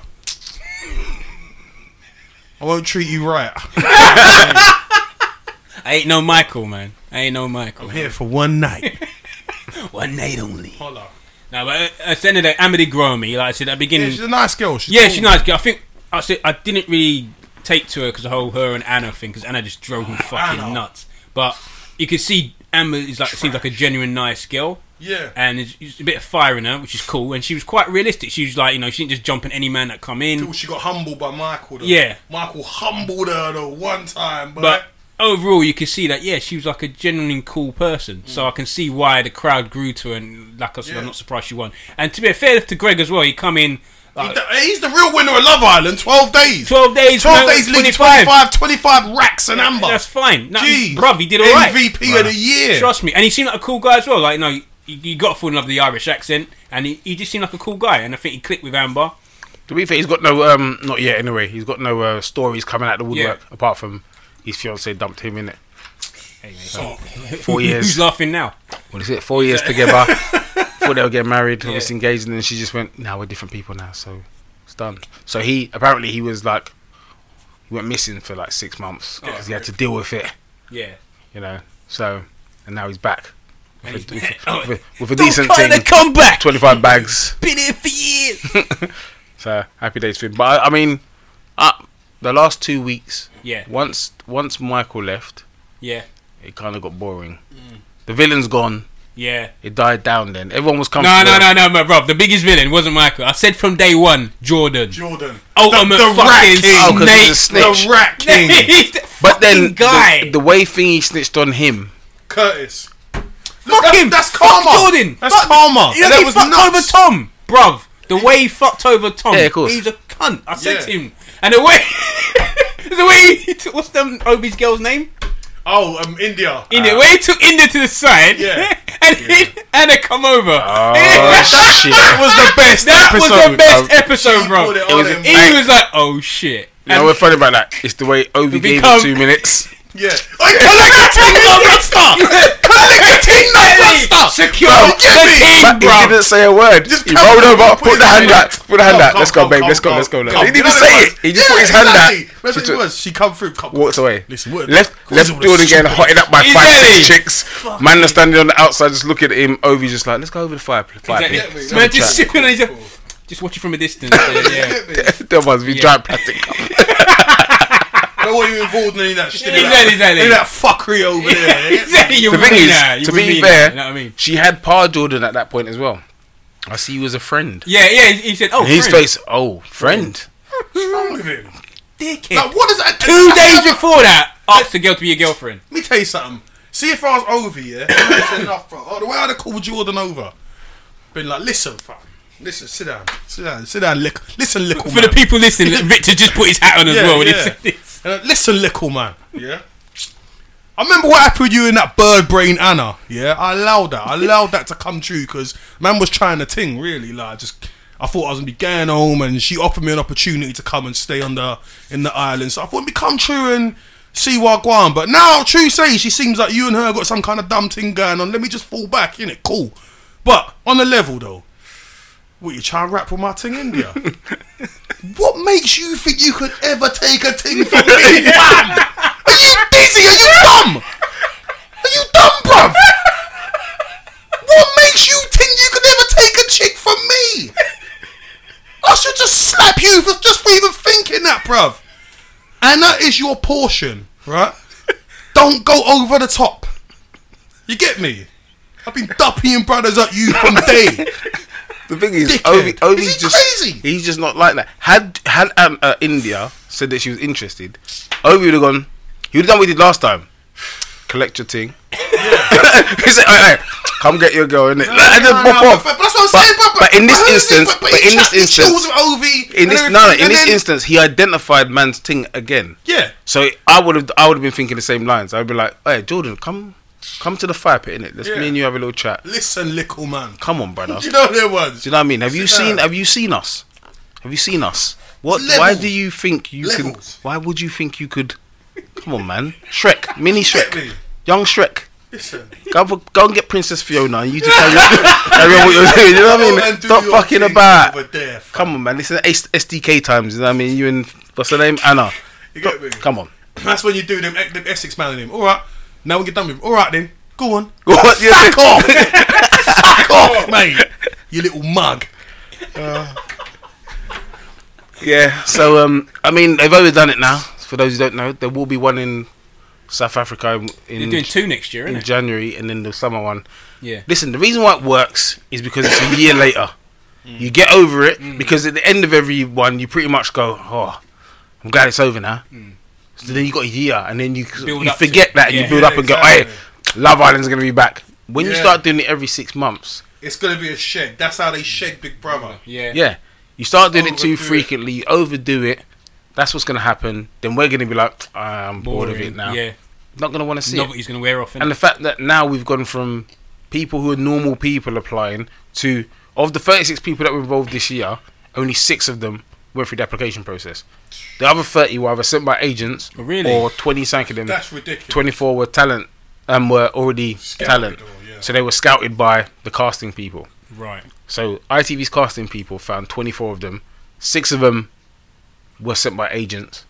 [SPEAKER 2] I won't treat you right.
[SPEAKER 3] I ain't no Michael, man. I ain't no Michael.
[SPEAKER 2] I'm here for one night.
[SPEAKER 3] One night only.
[SPEAKER 2] Holla.
[SPEAKER 3] No, but at- at the end of the day, Amity grew on me. Like I said at the
[SPEAKER 2] Yeah,
[SPEAKER 3] beginning,
[SPEAKER 2] she's a nice girl. She's
[SPEAKER 3] Yeah,
[SPEAKER 2] cool.
[SPEAKER 3] she's nice. I think I said I didn't really take to her because the whole her and Anna thing because Anna just drove me fucking
[SPEAKER 2] Anna.
[SPEAKER 3] nuts. But you can see Amber is like seems like a genuine nice girl.
[SPEAKER 2] Yeah.
[SPEAKER 3] and it's, it's a bit of fire in her, which is cool. And she was quite realistic. She was like, you know, she didn't just jump on any man that come
[SPEAKER 2] Ooh,
[SPEAKER 3] in.
[SPEAKER 2] she got humbled by Michael. Though.
[SPEAKER 3] Yeah.
[SPEAKER 2] Michael humbled her though one time, but,
[SPEAKER 3] But overall, you can see that yeah, she was like a genuinely cool person. So I can see why the crowd grew to her. And like I said,
[SPEAKER 2] Mm. Yeah.
[SPEAKER 3] I'm not surprised she won. And to be fair to Greg as well, he come in.
[SPEAKER 2] He
[SPEAKER 3] Like,
[SPEAKER 2] d- he's the real winner of Love Island. Twelve days.
[SPEAKER 3] 12 days,
[SPEAKER 2] 12
[SPEAKER 3] no,
[SPEAKER 2] days. League
[SPEAKER 3] 25.
[SPEAKER 2] 25, 25 racks and amber.
[SPEAKER 3] That's fine. No,
[SPEAKER 2] Jeez.
[SPEAKER 3] bruv, he did alright.
[SPEAKER 2] MVP of the year.
[SPEAKER 3] Trust me. And he seemed like a cool guy as well. Like, you know, you, you got to fall in love with the Irish accent. And he, he just seemed like a cool guy. And I think he clicked with Amber.
[SPEAKER 1] To be fair, he's got no, um, not yet anyway, he's got no uh, stories coming out of the woodwork
[SPEAKER 3] Yeah.
[SPEAKER 1] apart from his fiance dumped him in it.
[SPEAKER 2] So,
[SPEAKER 1] Four years.
[SPEAKER 3] Who's laughing now?
[SPEAKER 1] what is it? Four years together. Thought they were getting married, obviously engaged, and then she just went, "Now we're different people now." So it's done. So he apparently he was like, he went missing for like six months
[SPEAKER 3] Oh,
[SPEAKER 1] because he had to deal with it,
[SPEAKER 3] Yeah.
[SPEAKER 1] you know. So and now he's back
[SPEAKER 3] And he's Oh, doing
[SPEAKER 1] with, with a decent
[SPEAKER 3] kind
[SPEAKER 1] thing,
[SPEAKER 3] of comeback.
[SPEAKER 1] twenty-five bags.
[SPEAKER 3] Been here for years.
[SPEAKER 1] So happy days for him. But I, I mean, I, uh, the last two weeks,
[SPEAKER 3] Yeah,
[SPEAKER 1] once once Michael left,
[SPEAKER 3] yeah,
[SPEAKER 1] it kind of got boring.
[SPEAKER 3] Mm.
[SPEAKER 1] The villain's gone.
[SPEAKER 3] yeah.
[SPEAKER 1] It died down. Then everyone was comfortable.
[SPEAKER 3] No, no, no, no, my bro. The biggest villain wasn't Michael. I said from day one, Jordan.
[SPEAKER 2] Jordan.
[SPEAKER 3] Ultimate fucking
[SPEAKER 1] Oh, 'cause he's a
[SPEAKER 3] snake.
[SPEAKER 1] snitch.
[SPEAKER 2] The Rat King.
[SPEAKER 3] He's the
[SPEAKER 1] But then
[SPEAKER 3] fucking guy.
[SPEAKER 1] The, the way thingy snitched on him,
[SPEAKER 2] Curtis.
[SPEAKER 3] fuck
[SPEAKER 2] that's-
[SPEAKER 3] him.
[SPEAKER 2] that's
[SPEAKER 3] fuck
[SPEAKER 2] karma.
[SPEAKER 3] Jordan.
[SPEAKER 2] That's
[SPEAKER 3] fuck,
[SPEAKER 2] karma.
[SPEAKER 3] You know,
[SPEAKER 2] That
[SPEAKER 3] he
[SPEAKER 2] was
[SPEAKER 3] fucked
[SPEAKER 2] nuts.
[SPEAKER 3] over Tom, bruv. The way he fucked over Tom.
[SPEAKER 1] Yeah, of course.
[SPEAKER 3] He's a cunt. I said
[SPEAKER 2] Yeah.
[SPEAKER 3] to him, and the way, the way he took what's them Obi's girl's name?
[SPEAKER 2] Oh, um, India.
[SPEAKER 3] India. Where he took India to the side,
[SPEAKER 2] Yeah.
[SPEAKER 3] and he- and it come over.
[SPEAKER 1] oh shit,
[SPEAKER 2] That was the best.
[SPEAKER 3] that was the best
[SPEAKER 1] bro.
[SPEAKER 3] episode, bro.
[SPEAKER 2] Called it oh,
[SPEAKER 1] It was
[SPEAKER 2] on
[SPEAKER 1] a-
[SPEAKER 2] him.
[SPEAKER 3] He
[SPEAKER 1] Like-
[SPEAKER 3] was like, oh shit.
[SPEAKER 1] You know what's funny about that? It's the way Obi gave
[SPEAKER 3] become-
[SPEAKER 1] it two minutes.
[SPEAKER 2] Yeah. Oh, yeah.
[SPEAKER 3] Secure
[SPEAKER 1] Bro,
[SPEAKER 3] the team,
[SPEAKER 1] But he
[SPEAKER 3] bro.
[SPEAKER 1] didn't say a word. Just he
[SPEAKER 2] come
[SPEAKER 1] rolled
[SPEAKER 2] on,
[SPEAKER 1] over,
[SPEAKER 2] come
[SPEAKER 1] put
[SPEAKER 2] on,
[SPEAKER 1] the
[SPEAKER 2] come
[SPEAKER 1] hand
[SPEAKER 2] on,
[SPEAKER 1] out, put the hand
[SPEAKER 2] come
[SPEAKER 1] out.
[SPEAKER 2] on,
[SPEAKER 1] Let's go,
[SPEAKER 2] come
[SPEAKER 1] babe.
[SPEAKER 2] on,
[SPEAKER 1] Let's go,
[SPEAKER 2] come
[SPEAKER 1] let's go.
[SPEAKER 2] on,
[SPEAKER 1] He
[SPEAKER 2] come on.
[SPEAKER 1] didn't
[SPEAKER 2] You know
[SPEAKER 1] even
[SPEAKER 2] what
[SPEAKER 1] say
[SPEAKER 2] it
[SPEAKER 1] it.
[SPEAKER 2] was?
[SPEAKER 1] He just
[SPEAKER 2] Yeah,
[SPEAKER 1] put his hand
[SPEAKER 2] exactly.
[SPEAKER 1] out.
[SPEAKER 2] That's
[SPEAKER 1] She
[SPEAKER 2] what it
[SPEAKER 1] took-
[SPEAKER 2] was. She come through. Come.
[SPEAKER 1] Walked away.
[SPEAKER 2] Listen, what-
[SPEAKER 1] left,
[SPEAKER 2] who's all
[SPEAKER 1] left
[SPEAKER 2] the
[SPEAKER 1] building getting
[SPEAKER 2] stupid-
[SPEAKER 1] hotted up by five,
[SPEAKER 3] Exactly.
[SPEAKER 1] six chicks. Man, is standing on the outside, just looking at him. Obi just like, let's go over the fire, fire
[SPEAKER 3] Exactly.
[SPEAKER 1] pit.
[SPEAKER 3] Man, just sipping and he's like, just watch it from a distance. yeah, yeah.
[SPEAKER 1] There must be dry plastic.
[SPEAKER 2] No one you involved in any of that shit.
[SPEAKER 3] Exactly,
[SPEAKER 2] Any of that-
[SPEAKER 3] exactly.
[SPEAKER 2] any of that fuckery over there.
[SPEAKER 3] Exactly, you
[SPEAKER 1] The
[SPEAKER 3] would
[SPEAKER 1] thing is,
[SPEAKER 3] mean that, you
[SPEAKER 1] to
[SPEAKER 3] would
[SPEAKER 1] be
[SPEAKER 3] mean
[SPEAKER 1] fair,
[SPEAKER 3] that, you know what I mean?
[SPEAKER 1] she had Pa Jordan at that point as well. I see you as a friend.
[SPEAKER 3] Yeah, yeah. He he said, "Oh,
[SPEAKER 1] And his
[SPEAKER 3] friend,
[SPEAKER 1] face, oh, friend.
[SPEAKER 2] What's wrong with him?
[SPEAKER 3] dickhead."
[SPEAKER 2] Like, what is that?
[SPEAKER 3] Two
[SPEAKER 2] that's
[SPEAKER 3] days
[SPEAKER 2] another-
[SPEAKER 3] before that, asked the girl to be your girlfriend.
[SPEAKER 2] Let me tell you something. See if I was over here, that's enough, bro. Oh, the way I'd have called Jordan over, been like, listen, fam, listen, sit down, sit down, sit down, lick, listen, little
[SPEAKER 3] For the
[SPEAKER 2] man.
[SPEAKER 3] people listening, Victor just put his hat on as
[SPEAKER 2] Yeah,
[SPEAKER 3] well when he
[SPEAKER 2] yeah.
[SPEAKER 3] said this.
[SPEAKER 2] Uh, listen, little man. Yeah. I remember what happened with you in that bird brain Anna. Yeah, I allowed that. I allowed that to come true because man was trying to ting really. Like, just I thought I was gonna be going home, and she offered me an opportunity to come and stay on the in the island. So I thought it'd come true and see Wagwan. But now, true say, she seems like you and her got some kind of dumb thing going on. Let me just fall back in it. Cool. But on the level though, what you trying to rap with my ting India? What makes you think you could ever take a thing from me, man? Are you dizzy? Are you dumb? Are you dumb, bruv? What makes you think you could ever take a chick from me? I should just slap you for just for even thinking that, bruv. And that is your portion, right? Don't go over the top. You get me? I've been duppying brothers at you from day.
[SPEAKER 1] The thing is,
[SPEAKER 2] Dickhead.
[SPEAKER 1] Obi, Obi's
[SPEAKER 2] Is he
[SPEAKER 1] just
[SPEAKER 2] crazy?
[SPEAKER 1] he's just not like that. Had had um, uh, India said that she was interested, Obi would have gone. He would have done what he did last time. Collect your ting. he said, "All right, come get your girl, innit?" and just
[SPEAKER 2] No,
[SPEAKER 1] pop
[SPEAKER 2] no,
[SPEAKER 1] off.
[SPEAKER 2] But, but that's what I'm
[SPEAKER 1] But-
[SPEAKER 2] saying, but,
[SPEAKER 1] but in this
[SPEAKER 2] he-
[SPEAKER 1] instance, but
[SPEAKER 2] he
[SPEAKER 1] in this
[SPEAKER 2] chat- he
[SPEAKER 1] instance-
[SPEAKER 2] schools with OV
[SPEAKER 1] in
[SPEAKER 2] and
[SPEAKER 1] this no, no,
[SPEAKER 2] everything,
[SPEAKER 1] in
[SPEAKER 2] and
[SPEAKER 1] this
[SPEAKER 2] then-
[SPEAKER 1] instance, he identified man's ting again.
[SPEAKER 2] yeah,
[SPEAKER 1] So I would have I would have been thinking the same lines. I'd be like, "Hey, Jordan, come come to the fire pit, innit? Let's
[SPEAKER 2] Yeah.
[SPEAKER 1] me and you have a little chat.
[SPEAKER 2] listen, little man.
[SPEAKER 1] Come on, brother."
[SPEAKER 2] Do you know their ones?
[SPEAKER 1] Do you know what I mean? Have you
[SPEAKER 2] Sit
[SPEAKER 1] seen?
[SPEAKER 2] down.
[SPEAKER 1] Have you seen us? Have you seen us? What?
[SPEAKER 2] Levels.
[SPEAKER 1] Why do you think you
[SPEAKER 2] Levels.
[SPEAKER 1] can? Why would you think you could? Come on, man! Shrek, mini
[SPEAKER 2] Get me.
[SPEAKER 1] Shrek, young Shrek.
[SPEAKER 2] Listen,
[SPEAKER 1] Go, for- go and get Princess Fiona, and you just carry on- carry on what you're doing. You know
[SPEAKER 2] go
[SPEAKER 1] what I mean?
[SPEAKER 2] and do
[SPEAKER 1] Stop
[SPEAKER 2] your
[SPEAKER 1] fucking
[SPEAKER 2] thing
[SPEAKER 1] about.
[SPEAKER 2] over there, fam.
[SPEAKER 1] Come on, man! This is S- SDK times. You know what I mean? You and what's her name? Anna.
[SPEAKER 2] You get me?
[SPEAKER 1] Come on.
[SPEAKER 2] That's when you do them, them Essex man and him. All right, now we get done with him. All right then, go on.
[SPEAKER 1] What? You
[SPEAKER 2] Fuck
[SPEAKER 1] think-
[SPEAKER 2] off! Fuck off, mate. You little mug.
[SPEAKER 1] Yeah. So um, I mean, they've overdone it now. For those who don't know, there will be one in South Africa in,
[SPEAKER 3] They're doing two next year,
[SPEAKER 1] in
[SPEAKER 3] isn't it?
[SPEAKER 1] January, and then the summer one.
[SPEAKER 3] Yeah.
[SPEAKER 1] Listen, the reason why it works is because it's a year later.
[SPEAKER 3] Mm.
[SPEAKER 1] You get over it because at the end of every one, you pretty much go, "Oh, I'm glad it's over now." So then you got a year, and then you
[SPEAKER 3] Mm. Build
[SPEAKER 1] you
[SPEAKER 3] up to
[SPEAKER 1] forget
[SPEAKER 3] it.
[SPEAKER 1] that and
[SPEAKER 3] Yeah.
[SPEAKER 1] you build
[SPEAKER 2] Yeah,
[SPEAKER 1] up and go,
[SPEAKER 2] exactly.
[SPEAKER 1] "Hey, Love Island's gonna be back." When you
[SPEAKER 2] Yeah.
[SPEAKER 1] start doing it every six months,
[SPEAKER 2] It's gonna be a shed. That's how they shed Big Brother.
[SPEAKER 3] Yeah.
[SPEAKER 1] yeah, you start doing it too
[SPEAKER 2] Overdo it.
[SPEAKER 1] frequently, you overdo it. That's what's gonna happen. Then we're gonna be like, "Ah, "I'm bored of it now."
[SPEAKER 3] Yeah.
[SPEAKER 1] Not gonna want to see it.
[SPEAKER 3] Novelty's gonna wear off. innit?
[SPEAKER 1] and the fact that now we've gone from people who are normal people applying to of the 36 people that were involved this year only six of them went through the application process the other 30 were either sent by agents
[SPEAKER 3] Oh, really?
[SPEAKER 1] or 20 sank of them
[SPEAKER 2] That's ridiculous.
[SPEAKER 1] 24 were talent and were already
[SPEAKER 2] Scouted
[SPEAKER 1] talent
[SPEAKER 2] or, yeah.
[SPEAKER 1] so they were scouted by the casting people
[SPEAKER 3] right.
[SPEAKER 1] so itv's casting people found 24 of them six of them were sent by agents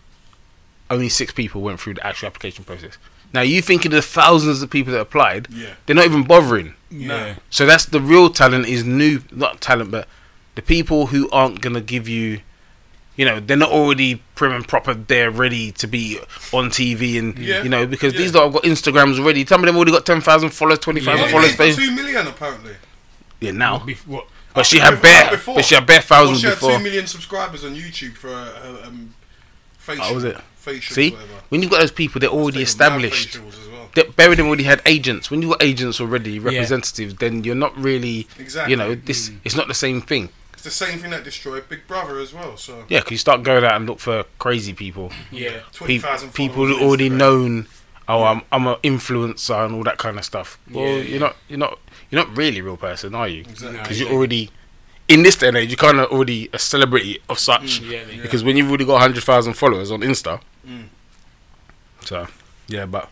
[SPEAKER 1] only six people went through the actual application process now you thinking of the thousands of people that applied
[SPEAKER 2] Yeah.
[SPEAKER 1] they're not even bothering.
[SPEAKER 3] Yeah.
[SPEAKER 1] So that's the real talent is new, not talent, but the people who aren't gonna give you you know, they're not already prim and proper. They're ready to be on TV, and
[SPEAKER 2] Yeah.
[SPEAKER 1] you know, because
[SPEAKER 2] Yeah.
[SPEAKER 1] these lot have got Instagrams already. Some of them already got ten thousand followers, twenty thousand
[SPEAKER 3] Yeah.
[SPEAKER 1] followers.
[SPEAKER 2] Well,
[SPEAKER 1] They,
[SPEAKER 2] he's two million apparently.
[SPEAKER 1] yeah, now,
[SPEAKER 3] Bef- what?
[SPEAKER 1] but she had
[SPEAKER 2] Before-
[SPEAKER 1] bare,
[SPEAKER 2] before.
[SPEAKER 1] but she had bare
[SPEAKER 2] Well,
[SPEAKER 1] thousands
[SPEAKER 2] she had
[SPEAKER 1] before.
[SPEAKER 2] two million subscribers on YouTube for uh, um, facial.
[SPEAKER 1] Oh, was it?
[SPEAKER 2] Facial,
[SPEAKER 1] See,
[SPEAKER 2] whatever.
[SPEAKER 1] when you've got those people, they're
[SPEAKER 2] They
[SPEAKER 1] already
[SPEAKER 2] were
[SPEAKER 1] established.
[SPEAKER 2] mad facials as well.
[SPEAKER 1] That Berry them already had agents. When you got agents already, representatives, then you're not really,
[SPEAKER 2] Exactly. Mm.
[SPEAKER 1] you know, this. It's not the same thing.
[SPEAKER 2] It's the same thing that destroyed Big Brother as well. So
[SPEAKER 1] Yeah, 'cause you start going out and look for crazy people.
[SPEAKER 3] Yeah.
[SPEAKER 1] Pe-
[SPEAKER 2] twenty thousand
[SPEAKER 1] people who already known. Oh, I'm I'm an influencer and all that kind of stuff. Well,
[SPEAKER 3] Yeah, yeah.
[SPEAKER 1] you're not you're not you're not really a real person, are you? Because
[SPEAKER 2] Exactly.
[SPEAKER 3] No.
[SPEAKER 1] you're already in this day and age, you're kind of already a celebrity of such.
[SPEAKER 3] Mm, yeah, yeah.
[SPEAKER 1] Because when you've already got hundred thousand followers on Insta,
[SPEAKER 2] Mm.
[SPEAKER 1] so yeah, but.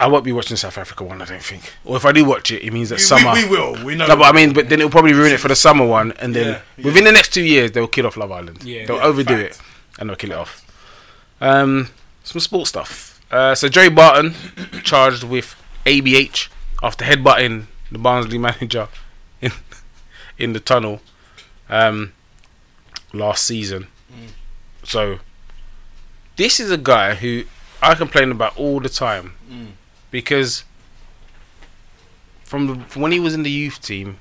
[SPEAKER 1] I won't be watching South Africa one, I don't think. Or if I do watch it, it means that
[SPEAKER 2] We,
[SPEAKER 1] summer.
[SPEAKER 2] we, we will. We know.
[SPEAKER 1] No, but I mean, but then it'll probably ruin it for the summer one, and then
[SPEAKER 2] Yeah, yeah.
[SPEAKER 1] within the next two years they'll kill off Love Island.
[SPEAKER 3] Yeah.
[SPEAKER 1] they'll
[SPEAKER 3] Yeah,
[SPEAKER 1] overdo
[SPEAKER 2] fact.
[SPEAKER 1] it, and they'll kill it off. Um, some sports stuff. Uh, so Joey Barton charged with ABH after headbutting the Barnsley manager in in the tunnel um, last season. So this is a guy who I complain about all the time
[SPEAKER 2] Mm.
[SPEAKER 1] because from, the, from when he was in the youth team,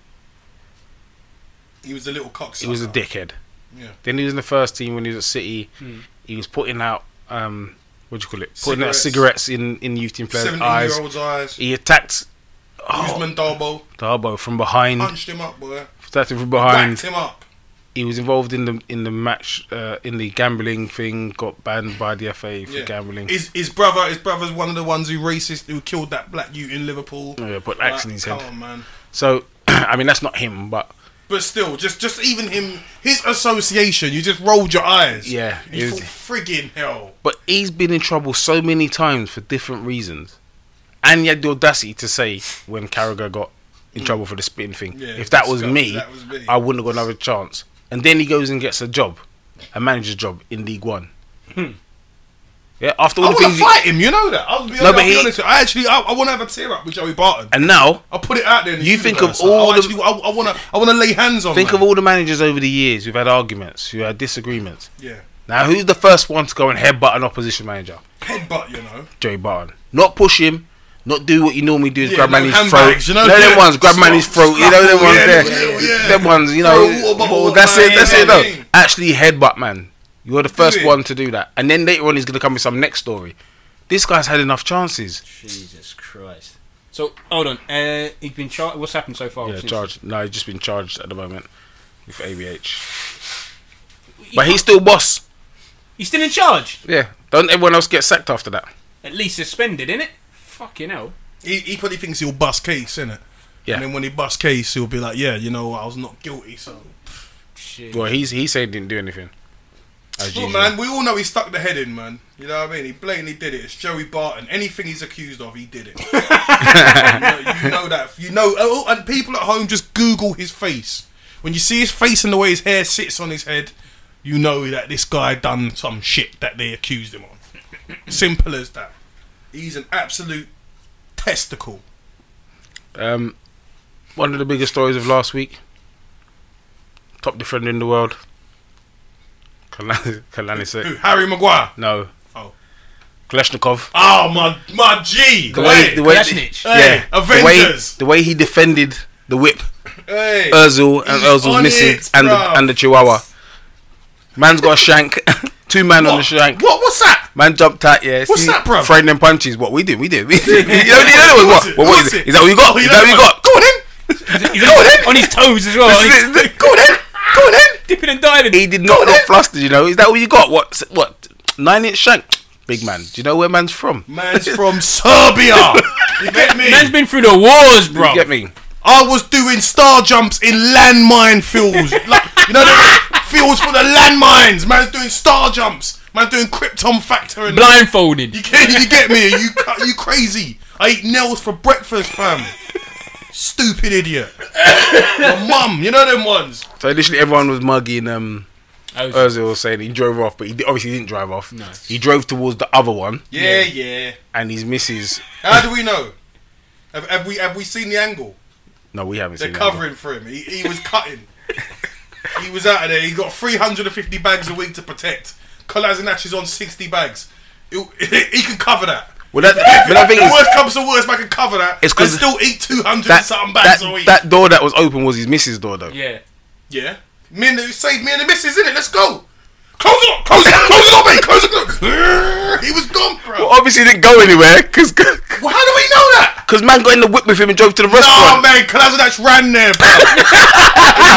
[SPEAKER 2] he was a little cocksucker.
[SPEAKER 1] he was a dickhead.
[SPEAKER 2] Yeah.
[SPEAKER 1] Then he was in the first team when he was at City.
[SPEAKER 3] Hmm.
[SPEAKER 1] He was putting out um, what do you call it? Putting out
[SPEAKER 2] Cigarettes.
[SPEAKER 1] cigarettes in in youth team players' eyes.
[SPEAKER 2] Seventeen-year-old's eyes.
[SPEAKER 1] He attacked oh,
[SPEAKER 2] Usman Darbo
[SPEAKER 1] Darbo from behind,
[SPEAKER 2] punched him up, boy.
[SPEAKER 1] attacked him from
[SPEAKER 2] Whacked
[SPEAKER 1] behind.
[SPEAKER 2] him up.
[SPEAKER 1] He was involved in the in the match uh, in the gambling thing. Got banned by the FA for
[SPEAKER 2] Yeah.
[SPEAKER 1] gambling.
[SPEAKER 2] His his brother, his brother's one of the ones who racist who killed that black youth in Liverpool.
[SPEAKER 1] Oh, yeah, but
[SPEAKER 2] Like,
[SPEAKER 1] axe in his
[SPEAKER 2] come
[SPEAKER 1] head.
[SPEAKER 2] on, man.
[SPEAKER 1] So I mean that's not him, but
[SPEAKER 2] But still, just just even him, his association, you just rolled your eyes.
[SPEAKER 1] Yeah,
[SPEAKER 2] you
[SPEAKER 1] it was-
[SPEAKER 2] thought, friggin' hell.
[SPEAKER 1] but he's been in trouble so many times for different reasons. And he had the audacity to say when Carragher got in trouble for the spitting thing,
[SPEAKER 2] Yeah,
[SPEAKER 1] if that was,
[SPEAKER 2] disgusting,
[SPEAKER 1] me,
[SPEAKER 2] that was me."
[SPEAKER 1] I wouldn't have got another chance. And then he goes and gets a job, a manager's job in League One. Yeah, after all
[SPEAKER 2] Hmm.
[SPEAKER 1] the
[SPEAKER 2] I want to
[SPEAKER 1] things, he-
[SPEAKER 2] fight him. You know that. I'll be, I'll
[SPEAKER 1] but
[SPEAKER 2] be
[SPEAKER 1] he-
[SPEAKER 2] honest. with you. I actually, I, I want to have a tear up with Joey Barton.
[SPEAKER 1] and now
[SPEAKER 2] I'll put it out there. in the
[SPEAKER 1] You think
[SPEAKER 2] universe.
[SPEAKER 1] of all
[SPEAKER 2] I
[SPEAKER 1] the-
[SPEAKER 2] Actually, I, I want to. I want to lay hands on.
[SPEAKER 1] think
[SPEAKER 2] man.
[SPEAKER 1] of all the managers over the years who've had arguments, who had disagreements.
[SPEAKER 2] Yeah,
[SPEAKER 1] Now, who's the first one to go and headbutt an opposition manager?
[SPEAKER 2] headbutt. You know.
[SPEAKER 1] Joey Barton. Not push him. Not do what you normally do is
[SPEAKER 2] Yeah,
[SPEAKER 1] grab
[SPEAKER 2] no
[SPEAKER 1] man his
[SPEAKER 2] handbags,
[SPEAKER 1] throat.
[SPEAKER 2] you
[SPEAKER 1] You
[SPEAKER 2] know,
[SPEAKER 1] know,
[SPEAKER 2] yeah,
[SPEAKER 1] them ones, grab man his
[SPEAKER 2] slap-
[SPEAKER 1] throat. You know them
[SPEAKER 2] yeah,
[SPEAKER 1] ones
[SPEAKER 2] yeah,
[SPEAKER 1] there.
[SPEAKER 2] yeah.
[SPEAKER 1] Them ones, you
[SPEAKER 2] Throw
[SPEAKER 1] know.
[SPEAKER 2] a water bottle
[SPEAKER 1] well,
[SPEAKER 2] at
[SPEAKER 1] that's
[SPEAKER 2] man,
[SPEAKER 1] it. That's
[SPEAKER 2] yeah,
[SPEAKER 1] it though.
[SPEAKER 2] yeah.
[SPEAKER 1] Actually, headbutt man. You're the first
[SPEAKER 2] it.
[SPEAKER 1] one to do that, and then later on he's gonna come with some next story. This guy's had enough chances.
[SPEAKER 5] Jesus Christ.
[SPEAKER 3] So hold on. Uh, he's been charged. What's happened so far?
[SPEAKER 1] Yeah,
[SPEAKER 3] since-
[SPEAKER 1] charged. No, he's just been charged at the moment with ABH, but he's still boss.
[SPEAKER 3] He's still in charge.
[SPEAKER 1] Yeah. Don't everyone else get sacked after that?
[SPEAKER 3] At least suspended, innit? Fucking hell.
[SPEAKER 2] He, he probably thinks he'll bust case, innit?
[SPEAKER 1] Yeah.
[SPEAKER 2] And then when he bust case, he'll be like, "Yeah, you know, I was not guilty." So,
[SPEAKER 3] Shit.
[SPEAKER 1] Well, he's he said he didn't do anything. As
[SPEAKER 2] Look,
[SPEAKER 1] usual.
[SPEAKER 2] man, we all know he stuck the head in, man. You know what I mean? He blatantly did it. It's Joey Barton. Anything he's accused of, he did it. you, know, you know that. You know. Oh, and people at home just Google his face. When you see his face and the way his hair sits on his head, you know that this guy done some shit that they accused him of. Simple as that. He's an absolute testicle.
[SPEAKER 1] Um, one of the biggest stories of last week. Top defender in the world. Kalani-
[SPEAKER 2] Who?
[SPEAKER 1] Kalanic.
[SPEAKER 2] Harry Maguire.
[SPEAKER 1] No.
[SPEAKER 2] Oh.
[SPEAKER 1] Kalashnikov.
[SPEAKER 2] Oh my my G.
[SPEAKER 1] The way,
[SPEAKER 2] Hey,
[SPEAKER 1] the way,
[SPEAKER 3] Kalashnic.
[SPEAKER 1] yeah,
[SPEAKER 2] Hey,
[SPEAKER 1] the way,
[SPEAKER 2] Avengers.
[SPEAKER 1] the way he defended the whip,
[SPEAKER 2] hey.
[SPEAKER 1] Özil and
[SPEAKER 2] He's
[SPEAKER 1] Özil's
[SPEAKER 2] on
[SPEAKER 1] missing,
[SPEAKER 2] it,
[SPEAKER 1] and the,
[SPEAKER 2] bruv.
[SPEAKER 1] and the Chihuahua. Man's got a shank, two man on the shank.
[SPEAKER 2] What? What's that?
[SPEAKER 1] Man jumped out, yeah.
[SPEAKER 2] What's that, bruv?
[SPEAKER 1] Throwing them punches. What we did, we did. We did. you know, you know what,
[SPEAKER 2] What's
[SPEAKER 1] what,
[SPEAKER 2] it?
[SPEAKER 1] what, what
[SPEAKER 2] What's
[SPEAKER 1] is it?
[SPEAKER 2] it?
[SPEAKER 1] Is that what you got?
[SPEAKER 2] Oh, you
[SPEAKER 1] Is
[SPEAKER 2] know
[SPEAKER 1] that what you
[SPEAKER 2] what-
[SPEAKER 1] got? Go on in.
[SPEAKER 3] He's
[SPEAKER 1] Go on
[SPEAKER 3] on,
[SPEAKER 1] in.
[SPEAKER 3] his toes as well. He's
[SPEAKER 1] Go on in. Go on in.
[SPEAKER 3] dipping and diving.
[SPEAKER 1] Oh, He did not look flustered, you know. Is that what you got? What? What? Nine inch shank? Big man. Do you know where man's from?
[SPEAKER 2] Man's from Serbia. You get me?
[SPEAKER 3] Man's been through the wars, bro.
[SPEAKER 1] You get me?
[SPEAKER 2] I was doing star jumps in landmine fields. like, you know, the fields for the landmines. Man's doing star jumps. Man's doing Krypton Factor. And
[SPEAKER 3] Blindfolded.
[SPEAKER 2] You get, you get me? You, cu- you crazy? I eat nails for breakfast, fam. Stupid idiot. Your mum, you know them ones.
[SPEAKER 1] So literally everyone was mugging um,
[SPEAKER 3] I was-
[SPEAKER 1] Ozil, saying he drove off, but he di- obviously didn't drive off. No. He drove towards the other one,
[SPEAKER 2] Yeah, yeah.
[SPEAKER 1] and his missus.
[SPEAKER 2] How do we know? Have, have we have we seen the angle?
[SPEAKER 1] No, we haven't
[SPEAKER 2] They're
[SPEAKER 1] seen that.
[SPEAKER 2] covering for him. He, he was cutting. He was out of there. He got 350 bags a week to protect. Kolasinac is on 60 bags. He'll- he can cover that.
[SPEAKER 1] Well, that, but I think
[SPEAKER 2] the
[SPEAKER 1] it's,
[SPEAKER 2] worst comes to worst, man can cover that
[SPEAKER 1] It's
[SPEAKER 2] and
[SPEAKER 1] 'cause
[SPEAKER 2] still eat 200
[SPEAKER 1] that,
[SPEAKER 2] and something bags a
[SPEAKER 1] that,
[SPEAKER 2] week.
[SPEAKER 1] that door that was open was his missus' door, though.
[SPEAKER 3] Yeah.
[SPEAKER 2] yeah. Me and the, save me and the missus, innit? Let's go. Close it up. Close it up. Close it up, mate. Close it up. he was gone, bro.
[SPEAKER 1] Well, obviously, he didn't go anywhere because because
[SPEAKER 2] Well, how do we know that?
[SPEAKER 1] man got in the whip with him and drove to the
[SPEAKER 2] Oh
[SPEAKER 1] restaurant.
[SPEAKER 2] man, Kolasinac ran there, bro.